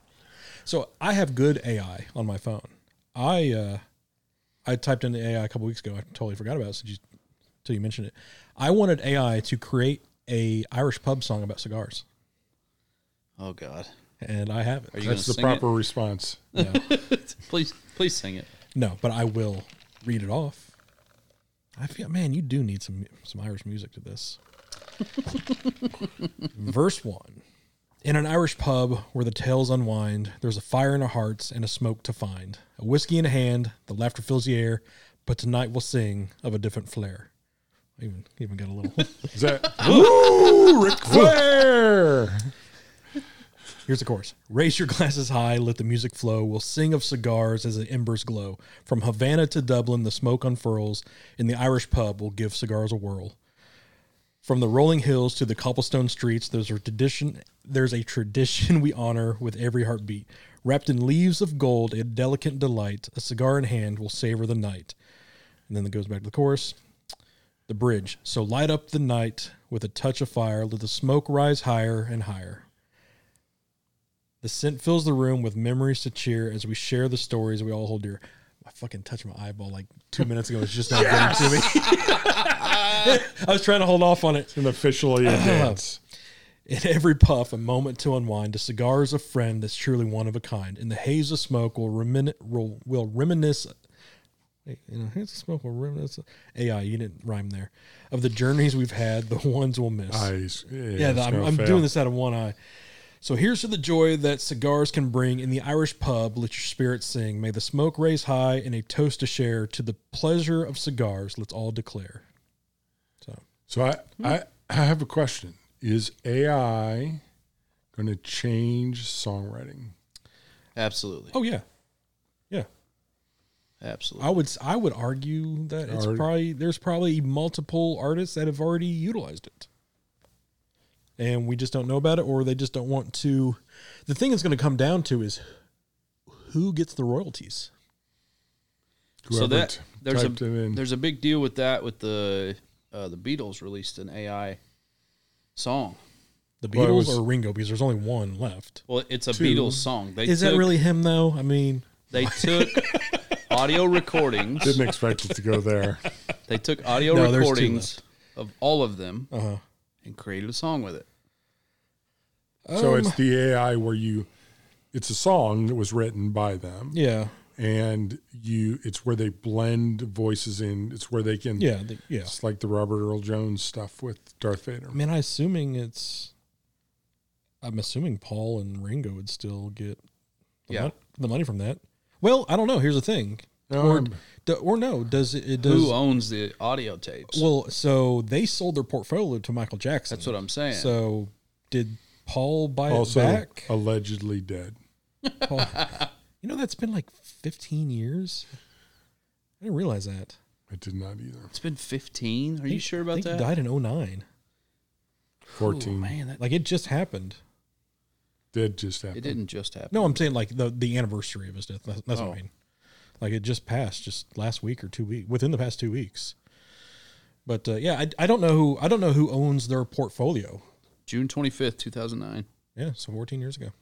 Speaker 1: So I have good AI on my phone. I uh, I typed in the AI a couple weeks ago. I totally forgot about it since you, until you mentioned it. I wanted AI to create a Irish pub song about cigars,
Speaker 3: oh God,
Speaker 1: and I have
Speaker 3: are
Speaker 1: it.
Speaker 2: That's
Speaker 3: you going to
Speaker 2: the
Speaker 3: sing
Speaker 2: proper response.
Speaker 3: it? Please, please sing it.
Speaker 1: No, but I will read it off. I feel, man, you do need some some Irish music to this. Verse one: In an Irish pub where the tales unwind, there's a fire in our hearts and a smoke to find. A whiskey in a hand, the laughter fills the air, but tonight we'll sing of a different flair. I even even got a little.
Speaker 2: Is that Woo, Ric Flair?
Speaker 1: Here's the chorus. Raise your glasses high, let the music flow. We'll sing of cigars as the embers glow. From Havana to Dublin, the smoke unfurls. In the Irish pub, we'll give cigars a whirl. From the rolling hills to the cobblestone streets, there's a tradition. There's a tradition we honor with every heartbeat. Wrapped in leaves of gold, a delicate delight, a cigar in hand will savor the night. And then it goes back to the chorus. The bridge. So light up the night with a touch of fire. Let the smoke rise higher and higher. The scent fills the room with memories to cheer as we share the stories we all hold dear. I fucking touched my eyeball like two minutes ago. It's just not getting to me. I was trying to hold off on it.
Speaker 2: An official
Speaker 1: Uh,
Speaker 2: dance.
Speaker 1: In every puff, a moment to unwind. A cigar is a friend that's truly one of a kind. In the haze of smoke, will remin- will, will reminisce. You know, haze of smoke will reminisce. AI, you didn't rhyme there. Of the journeys we've had, the ones we'll miss.
Speaker 2: Eyes.
Speaker 1: yeah, I'm, I'm doing this out of one eye. So here's to the joy that cigars can bring in the Irish pub. Let your spirits sing. May the smoke raise high and a toast to share to the pleasure of cigars. Let's all declare. So
Speaker 2: So I, I, I have a question. Is AI going to change songwriting?
Speaker 3: Absolutely.
Speaker 1: Oh yeah, yeah.
Speaker 3: Absolutely.
Speaker 1: I would s- I would argue that it's
Speaker 2: Already-
Speaker 1: probably there's probably multiple artists that have already utilized it, and we just don't know about it, or they just don't want to. The thing it's going to come down to is who gets the royalties.
Speaker 3: so
Speaker 2: Whoever
Speaker 3: that
Speaker 2: t-
Speaker 3: there's
Speaker 2: typed it
Speaker 3: a
Speaker 2: in.
Speaker 3: there's a big deal with that with the uh, the Beatles released an AI song.
Speaker 1: The
Speaker 2: Well, it
Speaker 1: Beatles
Speaker 2: was-
Speaker 1: or Ringo, because there's only one left.
Speaker 3: Well, it's a
Speaker 2: Two.
Speaker 3: Beatles song. They
Speaker 1: Is
Speaker 3: took,
Speaker 1: that really him though? I mean,
Speaker 3: They took audio recordings.
Speaker 2: Didn't expect it to go there.
Speaker 3: They took audio
Speaker 1: No, there's two
Speaker 3: recordings of all of them
Speaker 1: uh-huh.
Speaker 3: and created a song with it.
Speaker 2: so
Speaker 1: Um,
Speaker 2: it's the AI where you, it's a song that was written by them,
Speaker 1: yeah,
Speaker 2: and you, it's where they blend voices in. It's where they can.
Speaker 1: yeah, the, yeah.
Speaker 2: It's like the Robert Earl Jones stuff with Darth Vader.
Speaker 1: I mean, I'm assuming it's. I'm assuming Paul and Ringo would still get the,
Speaker 3: Yeah.
Speaker 1: mon- the money from that. Well, I don't know. Here's the thing.
Speaker 2: No,
Speaker 1: or,
Speaker 2: I'm-
Speaker 1: do- or no, does it, it
Speaker 3: Um, Who um,
Speaker 1: does
Speaker 3: owns the audio tapes?
Speaker 1: well? So they sold their portfolio to Michael Jackson.
Speaker 3: That's what I'm saying.
Speaker 1: So did Paul buy
Speaker 2: also uh,
Speaker 1: it back?
Speaker 2: allegedly dead.
Speaker 1: Paul- you know, that's been like 15 years. I didn't realize that.
Speaker 2: I did not either.
Speaker 3: it's been 15. Are you sure
Speaker 1: I
Speaker 3: about
Speaker 1: think
Speaker 3: that?
Speaker 1: He died in 09.
Speaker 3: Oh,
Speaker 2: 14.
Speaker 3: man, that,
Speaker 1: Like it just happened.
Speaker 2: Did just happen.
Speaker 3: it didn't just happen.
Speaker 1: No, I'm saying like the the anniversary of his death. That's, that's
Speaker 3: Oh.
Speaker 1: what I mean. Like it just passed, just last week or two weeks, within the past two weeks. But uh, yeah, I, I don't know who I don't know who owns their portfolio.
Speaker 3: June 25th, 2009.
Speaker 1: Yeah, so 14 years ago.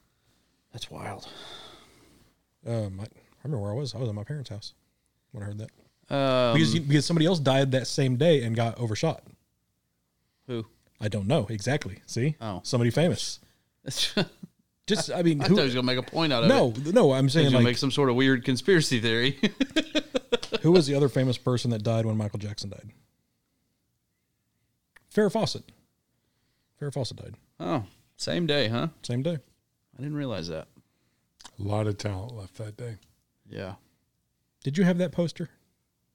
Speaker 3: That's wild.
Speaker 1: Um, I, I remember where I was. I was at my parents' house when I heard that
Speaker 3: Um,
Speaker 1: because you, because somebody else died that same day and got overshot.
Speaker 3: who?
Speaker 1: I don't know exactly. See,
Speaker 3: Oh.
Speaker 1: somebody famous.
Speaker 3: I thought
Speaker 1: Just I mean,
Speaker 3: he
Speaker 1: who,
Speaker 3: was gonna make a point out of it.
Speaker 1: no, no. I'm
Speaker 3: He
Speaker 1: saying
Speaker 3: was gonna
Speaker 1: like,
Speaker 3: make some sort of weird conspiracy theory.
Speaker 1: who was the other famous person that died when Michael Jackson died? Farrah Fawcett. Farrah Fawcett died.
Speaker 3: oh, same day, huh?
Speaker 1: Same day.
Speaker 3: I didn't realize that.
Speaker 2: A lot of talent left that day.
Speaker 3: Yeah.
Speaker 1: Did you have that poster?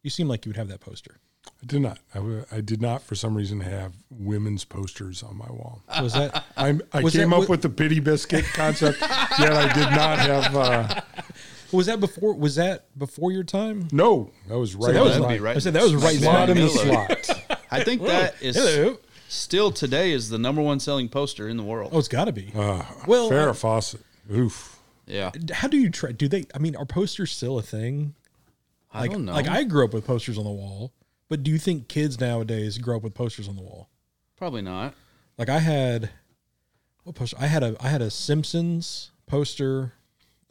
Speaker 1: You seem like you would have that poster.
Speaker 2: I did not. I, w- I did not, for some reason, have women's posters on my wall.
Speaker 3: Uh,
Speaker 1: Was that
Speaker 2: I'm, I
Speaker 1: Was
Speaker 2: came
Speaker 1: that
Speaker 2: up
Speaker 1: wi-
Speaker 2: with the pity biscuit concept, yet I did not have. Uh,
Speaker 1: was that before was that before your time?
Speaker 2: no, that was right.
Speaker 1: that
Speaker 2: on
Speaker 1: was
Speaker 2: my
Speaker 3: be right
Speaker 1: I said that was
Speaker 3: in the
Speaker 1: right
Speaker 3: slot.
Speaker 2: slot
Speaker 1: there.
Speaker 2: in the
Speaker 3: Hello.
Speaker 2: slot.
Speaker 3: I think that is
Speaker 1: Hello.
Speaker 3: still today is the number one selling poster in the world.
Speaker 1: Oh, it's got to be.
Speaker 3: Uh-huh.
Speaker 2: Uh,
Speaker 1: Well,
Speaker 2: Farrah Fawcett. Oof.
Speaker 3: yeah.
Speaker 1: How do you try? Do they? I mean, are posters still a thing?
Speaker 3: I
Speaker 1: Like,
Speaker 3: don't know.
Speaker 1: like I grew up with posters on the wall, but do you think kids nowadays grow up with posters on the wall?
Speaker 3: Probably not.
Speaker 1: Like I had, what poster? I had a I had a Simpsons poster.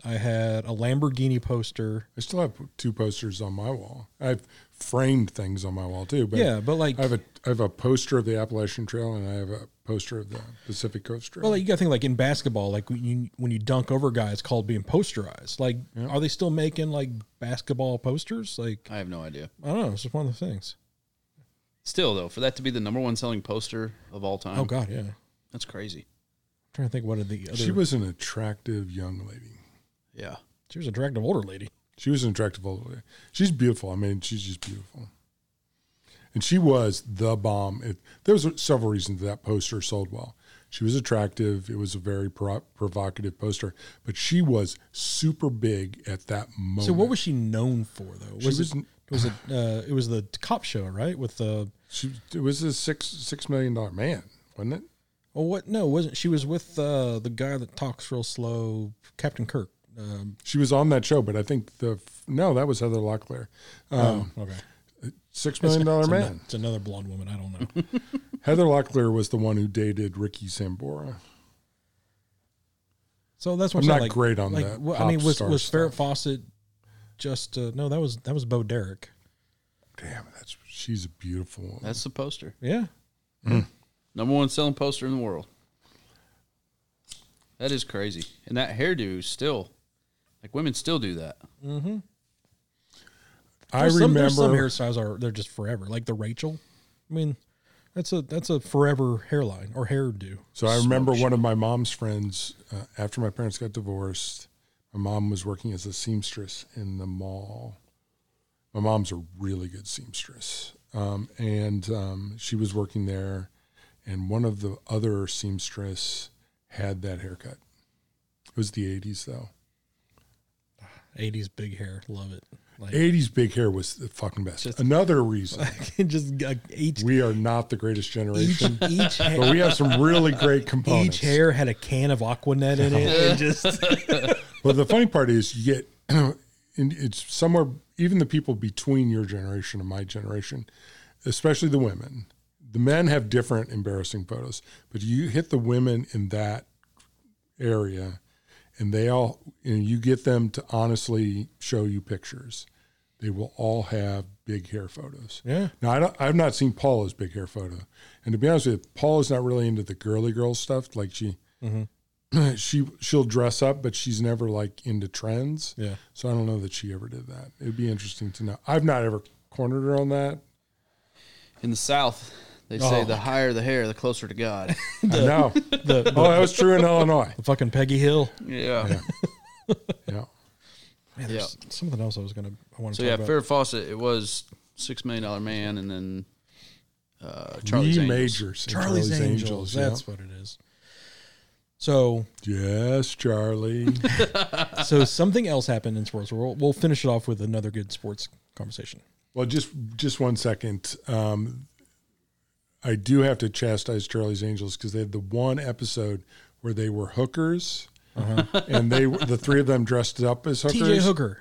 Speaker 1: I had a Lamborghini poster.
Speaker 2: I still have two posters on my wall. I've framed things on my wall too. But
Speaker 1: Yeah, but like
Speaker 2: I have a I have a poster of the Appalachian Trail and I have a poster of the Pacific Coast Trail.
Speaker 1: Well, like, you got to think like in basketball, like when you when you dunk over guys, it's called being posterized. Like, are they still making like basketball posters? Like,
Speaker 3: I have no idea.
Speaker 1: I don't know. It's just one of the things.
Speaker 3: Still though, for that to be the number one selling poster of all time,
Speaker 1: Oh God, yeah. I'm
Speaker 3: that's crazy.
Speaker 1: trying to think what are the other.
Speaker 2: she was an attractive young lady.
Speaker 3: Yeah.
Speaker 1: she was an attractive older lady.
Speaker 2: She was an attractive older lady. She's beautiful. I mean, she's just beautiful. And she was the bomb. It, there was several reasons that poster sold well. She was attractive. It was a very pro- provocative poster, but she was super big at that moment.
Speaker 1: So, what was she known for though? Was
Speaker 2: Oh, was
Speaker 1: it
Speaker 2: n-
Speaker 1: was it uh, it was the cop show right with uh, the
Speaker 2: she? It was a six six million dollar man, wasn't it?
Speaker 1: oh what no it wasn't she was with uh, the guy that talks real slow Captain Kirk
Speaker 2: She was on that show, but I think the f- no, that was Heather Locklear. Um,
Speaker 1: Okay.
Speaker 2: Six million dollar
Speaker 1: It's ano-
Speaker 2: man.
Speaker 1: it's another blonde woman. I don't know.
Speaker 2: Heather Locklear was the one who dated Ricky Sambora.
Speaker 1: So that's what
Speaker 2: I'm
Speaker 1: I'm
Speaker 2: not
Speaker 1: saying, like-
Speaker 2: great on
Speaker 1: like,
Speaker 2: that
Speaker 1: wha- I
Speaker 2: pop
Speaker 1: mean, was
Speaker 2: star
Speaker 1: was Farrah
Speaker 2: stuff.
Speaker 1: Fawcett just uh, no? That was that was Bo Derek.
Speaker 2: Damn, that's she's a beautiful woman.
Speaker 3: That's the poster.
Speaker 1: Yeah.
Speaker 3: Number one selling poster in the world. That is crazy. And that hairdo is still, like women still do that.
Speaker 2: I
Speaker 1: There's some-
Speaker 2: remember
Speaker 1: there's some hairstyles are they're just forever, like the Rachel. I mean, that's a that's a forever hairline or hairdo.
Speaker 2: So I remember one of my mom's friends, uh, after my parents got divorced, my mom was working as a seamstress in the mall. My mom's a really good seamstress. Um, and um, she was working there, and one of the other seamstress had that haircut. It was the 80s, though.
Speaker 1: 80s big hair, love it. Like
Speaker 2: 80s big hair was the fucking best. Another reason
Speaker 1: just like, each
Speaker 2: we are not the greatest
Speaker 1: each
Speaker 2: generation,
Speaker 1: each
Speaker 2: but
Speaker 1: hair,
Speaker 2: we have some really great components.
Speaker 1: each hair had a can of Aquanet in it, and just
Speaker 2: Well, the funny part is you get, and it's somewhere, even the people between your generation and my generation, especially the women, the men have different embarrassing photos, but you hit the women in that area and they all, and you get them to honestly show you pictures. They will all have big hair photos.
Speaker 1: yeah.
Speaker 2: Now, I don't, I've not seen Paula's big hair photo, and to be honest with you, Paula's not really into the girly girl stuff. Like she,
Speaker 1: Mm-hmm.
Speaker 2: she she'll dress up, but she's never like into trends.
Speaker 1: Yeah.
Speaker 2: So I don't know that she ever did that. It'd be interesting to know. I've not ever cornered her on that.
Speaker 3: In the South, they
Speaker 1: Oh
Speaker 3: say the higher the hair, the closer to God.
Speaker 2: I know.
Speaker 1: The, the,
Speaker 2: oh, that was true in Illinois.
Speaker 1: the fucking Peggy Hill.
Speaker 3: yeah.
Speaker 2: Yeah.
Speaker 1: Man, there's something else I was gonna I want to
Speaker 3: So
Speaker 1: talk
Speaker 3: yeah,
Speaker 1: about.
Speaker 3: Farrah Fawcett. It was Six Million Dollar Man, and then uh, Charlie's
Speaker 2: Lee
Speaker 3: Angels.
Speaker 2: Majors. in
Speaker 1: Charlie's, Angels.
Speaker 2: yeah.
Speaker 1: That's what it is. So
Speaker 2: Yes, Charlie.
Speaker 1: so something else happened in sports. We'll, we'll finish it off with another good sports conversation.
Speaker 2: Well, just just one second. Um, I do have to chastise Charlie's Angels because they had the one episode where they were hookers, and they were- the three of them dressed up as hookers.
Speaker 1: TJ Uh-huh. Hooker.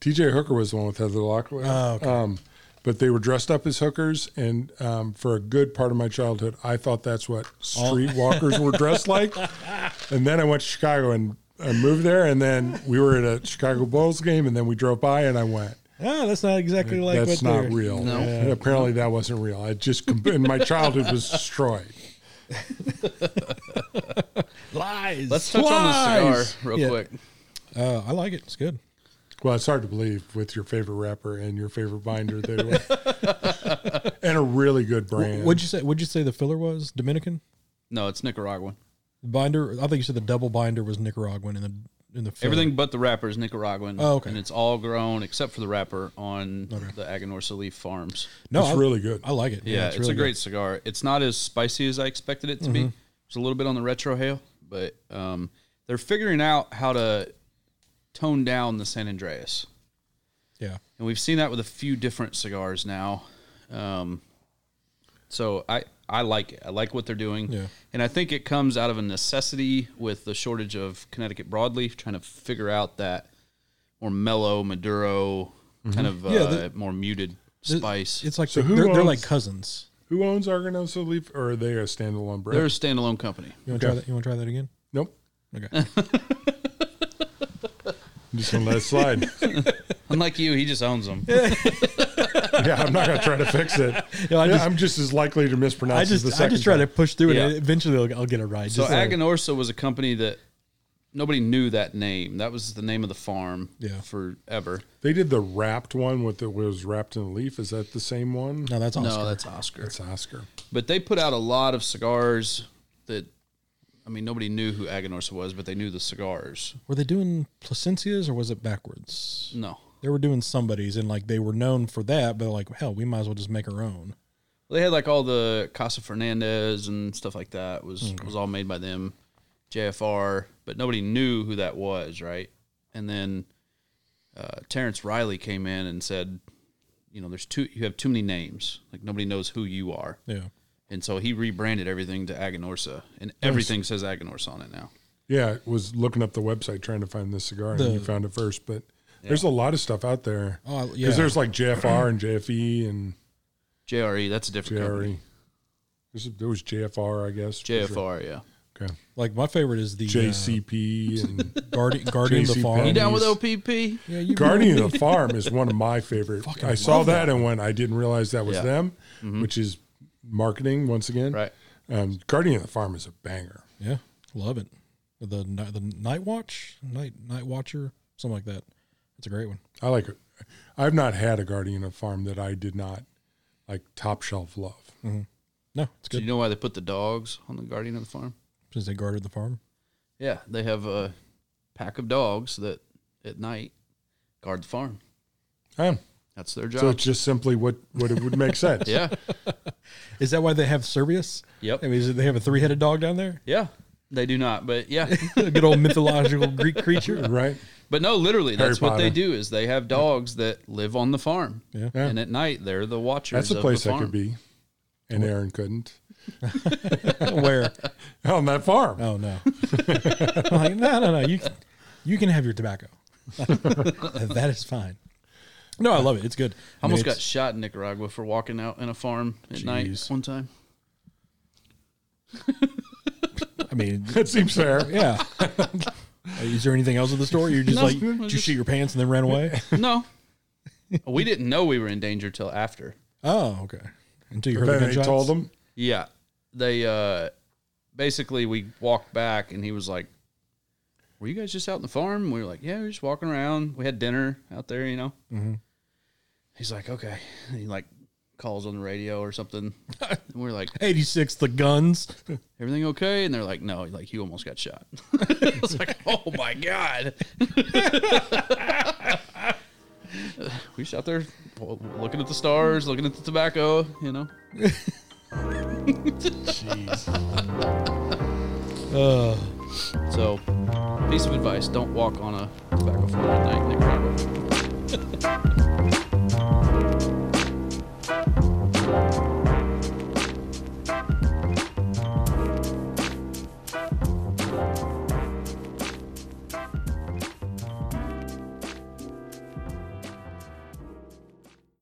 Speaker 2: TJ Hooker was the one with Heather Locklear.
Speaker 1: Oh, okay.
Speaker 2: um, but they were dressed up as hookers, and um, for a good part of my childhood, I thought that's what streetwalkers were dressed like. And then I went to Chicago and I moved there, and then we were at a Chicago Bulls game, and then we drove by, and I went.
Speaker 1: Ah, that's not exactly like what
Speaker 2: That's not
Speaker 1: they're-
Speaker 2: real. And apparently, that wasn't real. I just com- and my childhood was destroyed.
Speaker 1: Lies.
Speaker 3: Let's touch on the
Speaker 2: Lies!
Speaker 3: cigar real
Speaker 1: Yeah.
Speaker 3: quick.
Speaker 1: Uh, I like it. It's good.
Speaker 2: Well, it's hard to believe with your favorite rapper and your favorite binder, they were, and a really good brand.
Speaker 1: What'd you say? What'd you say the filler was? Dominican
Speaker 3: No, it's Nicaraguan.
Speaker 1: binder. I think you said the double binder was Nicaraguan, and the in the filler.
Speaker 3: Everything but the wrapper is Nicaraguan.
Speaker 1: Oh, okay.
Speaker 3: And it's all grown except for the wrapper on the Aganor Salif farms.
Speaker 1: No,
Speaker 2: It's
Speaker 1: I-
Speaker 2: really good.
Speaker 1: I like it.
Speaker 3: Yeah, it's,
Speaker 1: really Mm-hmm.
Speaker 3: a great cigar. It's not as spicy as I expected it to be. It's a little bit on the retro hail, but um, they're figuring out how to tone down the San Andreas.
Speaker 1: Good. Yeah.
Speaker 3: and we've seen that with a few different cigars now. Um, so I I like it. I like what they're doing,
Speaker 1: Yeah.
Speaker 3: and I think it comes out of a necessity with the shortage of Connecticut broadleaf, trying to figure out that more mellow Maduro kind of uh,
Speaker 1: Mm-hmm. Yeah, the-
Speaker 3: more muted
Speaker 1: Th-
Speaker 3: spice.
Speaker 1: It's like
Speaker 2: So
Speaker 1: they're,
Speaker 2: who
Speaker 1: they're, they're like
Speaker 2: owns-
Speaker 1: cousins.
Speaker 2: Who owns Argonosa Leaf, or are they a standalone brand?
Speaker 3: they're a standalone company.
Speaker 1: You want to
Speaker 2: Okay.
Speaker 1: try that? You want to try that again?
Speaker 2: nope.
Speaker 1: Okay.
Speaker 2: I'm just gonna let it slide.
Speaker 3: Unlike you, he just owns them.
Speaker 2: yeah, I'm not gonna try to fix it.
Speaker 1: Yeah, I
Speaker 2: Yeah,
Speaker 1: just-
Speaker 2: I'm just as likely to mispronounce.
Speaker 1: I
Speaker 2: as the
Speaker 1: just I
Speaker 2: second
Speaker 1: just try to
Speaker 2: time.
Speaker 1: push through it.
Speaker 3: Yeah.
Speaker 1: and Eventually, I'll, I'll get it right.
Speaker 3: So
Speaker 1: Just like-
Speaker 3: Aganorsa was a company that nobody knew that name. That was the name of the farm
Speaker 1: Yeah.
Speaker 3: forever.
Speaker 2: They did the wrapped one with it was wrapped in a leaf. Is that the same one?
Speaker 1: no, that's Oscar.
Speaker 3: No, that's Oscar.
Speaker 2: It's Oscar.
Speaker 3: But they put out a lot of cigars that, I mean, nobody knew who Aganorsa was, but they knew the cigars.
Speaker 1: Were they doing Placencias or was it backwards?
Speaker 3: No.
Speaker 1: They were doing somebody's and like they were known for that, but like hell, we might as well just make our own.
Speaker 3: They had like all the Casa Fernandez and stuff like that was was all made by them, JFR, but nobody knew who that was, right? And then uh, Terrence Riley came in and said, you know, there's too you have too many names, like nobody knows who you are,
Speaker 1: Yeah.
Speaker 3: and so he rebranded everything to Aganorsa, and everything says Aganorsa on it now.
Speaker 2: Yeah, was looking up the website trying to find this cigar, and
Speaker 1: The-
Speaker 2: you found it first. But there's a lot of stuff out there.
Speaker 1: Oh, yeah.
Speaker 2: Because there's like JFR and JFE and E.
Speaker 3: JRE, E, that's a different company.
Speaker 2: JRE. There's, there was JFR, I guess.
Speaker 3: JFR, yeah.
Speaker 2: Okay.
Speaker 1: Like my favorite is the uh,
Speaker 2: JCP and
Speaker 1: Guardian Guardian of the
Speaker 2: JCPenney.
Speaker 1: Farm.
Speaker 3: You down with
Speaker 2: He's-
Speaker 3: OPP?
Speaker 1: Yeah, you
Speaker 2: Guardian of the Farm is one of my favorite.
Speaker 1: Fucking
Speaker 2: I saw
Speaker 1: love
Speaker 2: that, and went, I didn't realize that was
Speaker 3: Yeah. Mm-hmm.
Speaker 2: them, which is marketing once again.
Speaker 3: Right.
Speaker 2: Um, Guardian of the Farm is a banger.
Speaker 1: Yeah, love it. The ni- the Night Watch, Night Night Watcher, something like that. That's a great one.
Speaker 2: I like it. I've not had a Guardian of the Farm that I did not like top shelf love.
Speaker 1: No, it's
Speaker 3: Do
Speaker 1: good
Speaker 3: you know why they put the dogs on the guardian of the farm?
Speaker 1: since they guarded the farm.
Speaker 3: Yeah, they have a pack of dogs that at night guard the farm.
Speaker 2: Um,
Speaker 3: That's their
Speaker 2: So
Speaker 3: job.
Speaker 2: it's just simply what what it would make sense.
Speaker 3: yeah.
Speaker 1: Is that why they have Servius?
Speaker 3: Yep.
Speaker 1: I mean, is it, they have a three headed dog down there,
Speaker 3: Yeah. They do not, but yeah.
Speaker 1: a good old mythological Greek creature.
Speaker 2: Right.
Speaker 3: But no, literally,
Speaker 2: Harry
Speaker 3: that's what they
Speaker 2: Potter.
Speaker 3: do is they have dogs that live on the farm.
Speaker 1: Yeah.
Speaker 3: And at night, they're the watchers.
Speaker 2: That's a
Speaker 3: of
Speaker 2: place
Speaker 3: the
Speaker 2: I
Speaker 3: farm.
Speaker 2: could be. And Aaron couldn't.
Speaker 1: Where?
Speaker 2: On that farm.
Speaker 1: Oh no! I'm like, no, no, no. You can, you can have your tobacco. that is fine. No, I love it. It's good.
Speaker 3: I
Speaker 1: I mean,
Speaker 3: almost got
Speaker 1: it's-
Speaker 3: shot in Nicaragua for walking out in a farm at night
Speaker 1: Jeez.
Speaker 3: one time.
Speaker 1: I mean,
Speaker 2: That seems fair.
Speaker 1: yeah. is there anything else in the story? You're just
Speaker 3: No.
Speaker 1: like, did you shoot your pants and then ran away?
Speaker 3: No. we didn't know we were in danger till after.
Speaker 1: Oh, okay. Until you heard the
Speaker 2: Then they
Speaker 1: gunshots.
Speaker 2: told them.
Speaker 3: Yeah. They uh basically we walked back and he was like, Were you guys just out in the farm? we were like, Yeah, we were just walking around. We had dinner out there, you know. He's like, Okay. And he like calls on the radio or something. and we're like,
Speaker 1: 86 the guns.
Speaker 3: Everything okay? And they're like, No, like you almost got shot. I was like, Oh my God. we shot there looking at the stars, looking at the tobacco, you know.
Speaker 1: Uh,
Speaker 3: So, piece of advice: don't walk on a tobacco farm at night, Nicaragua.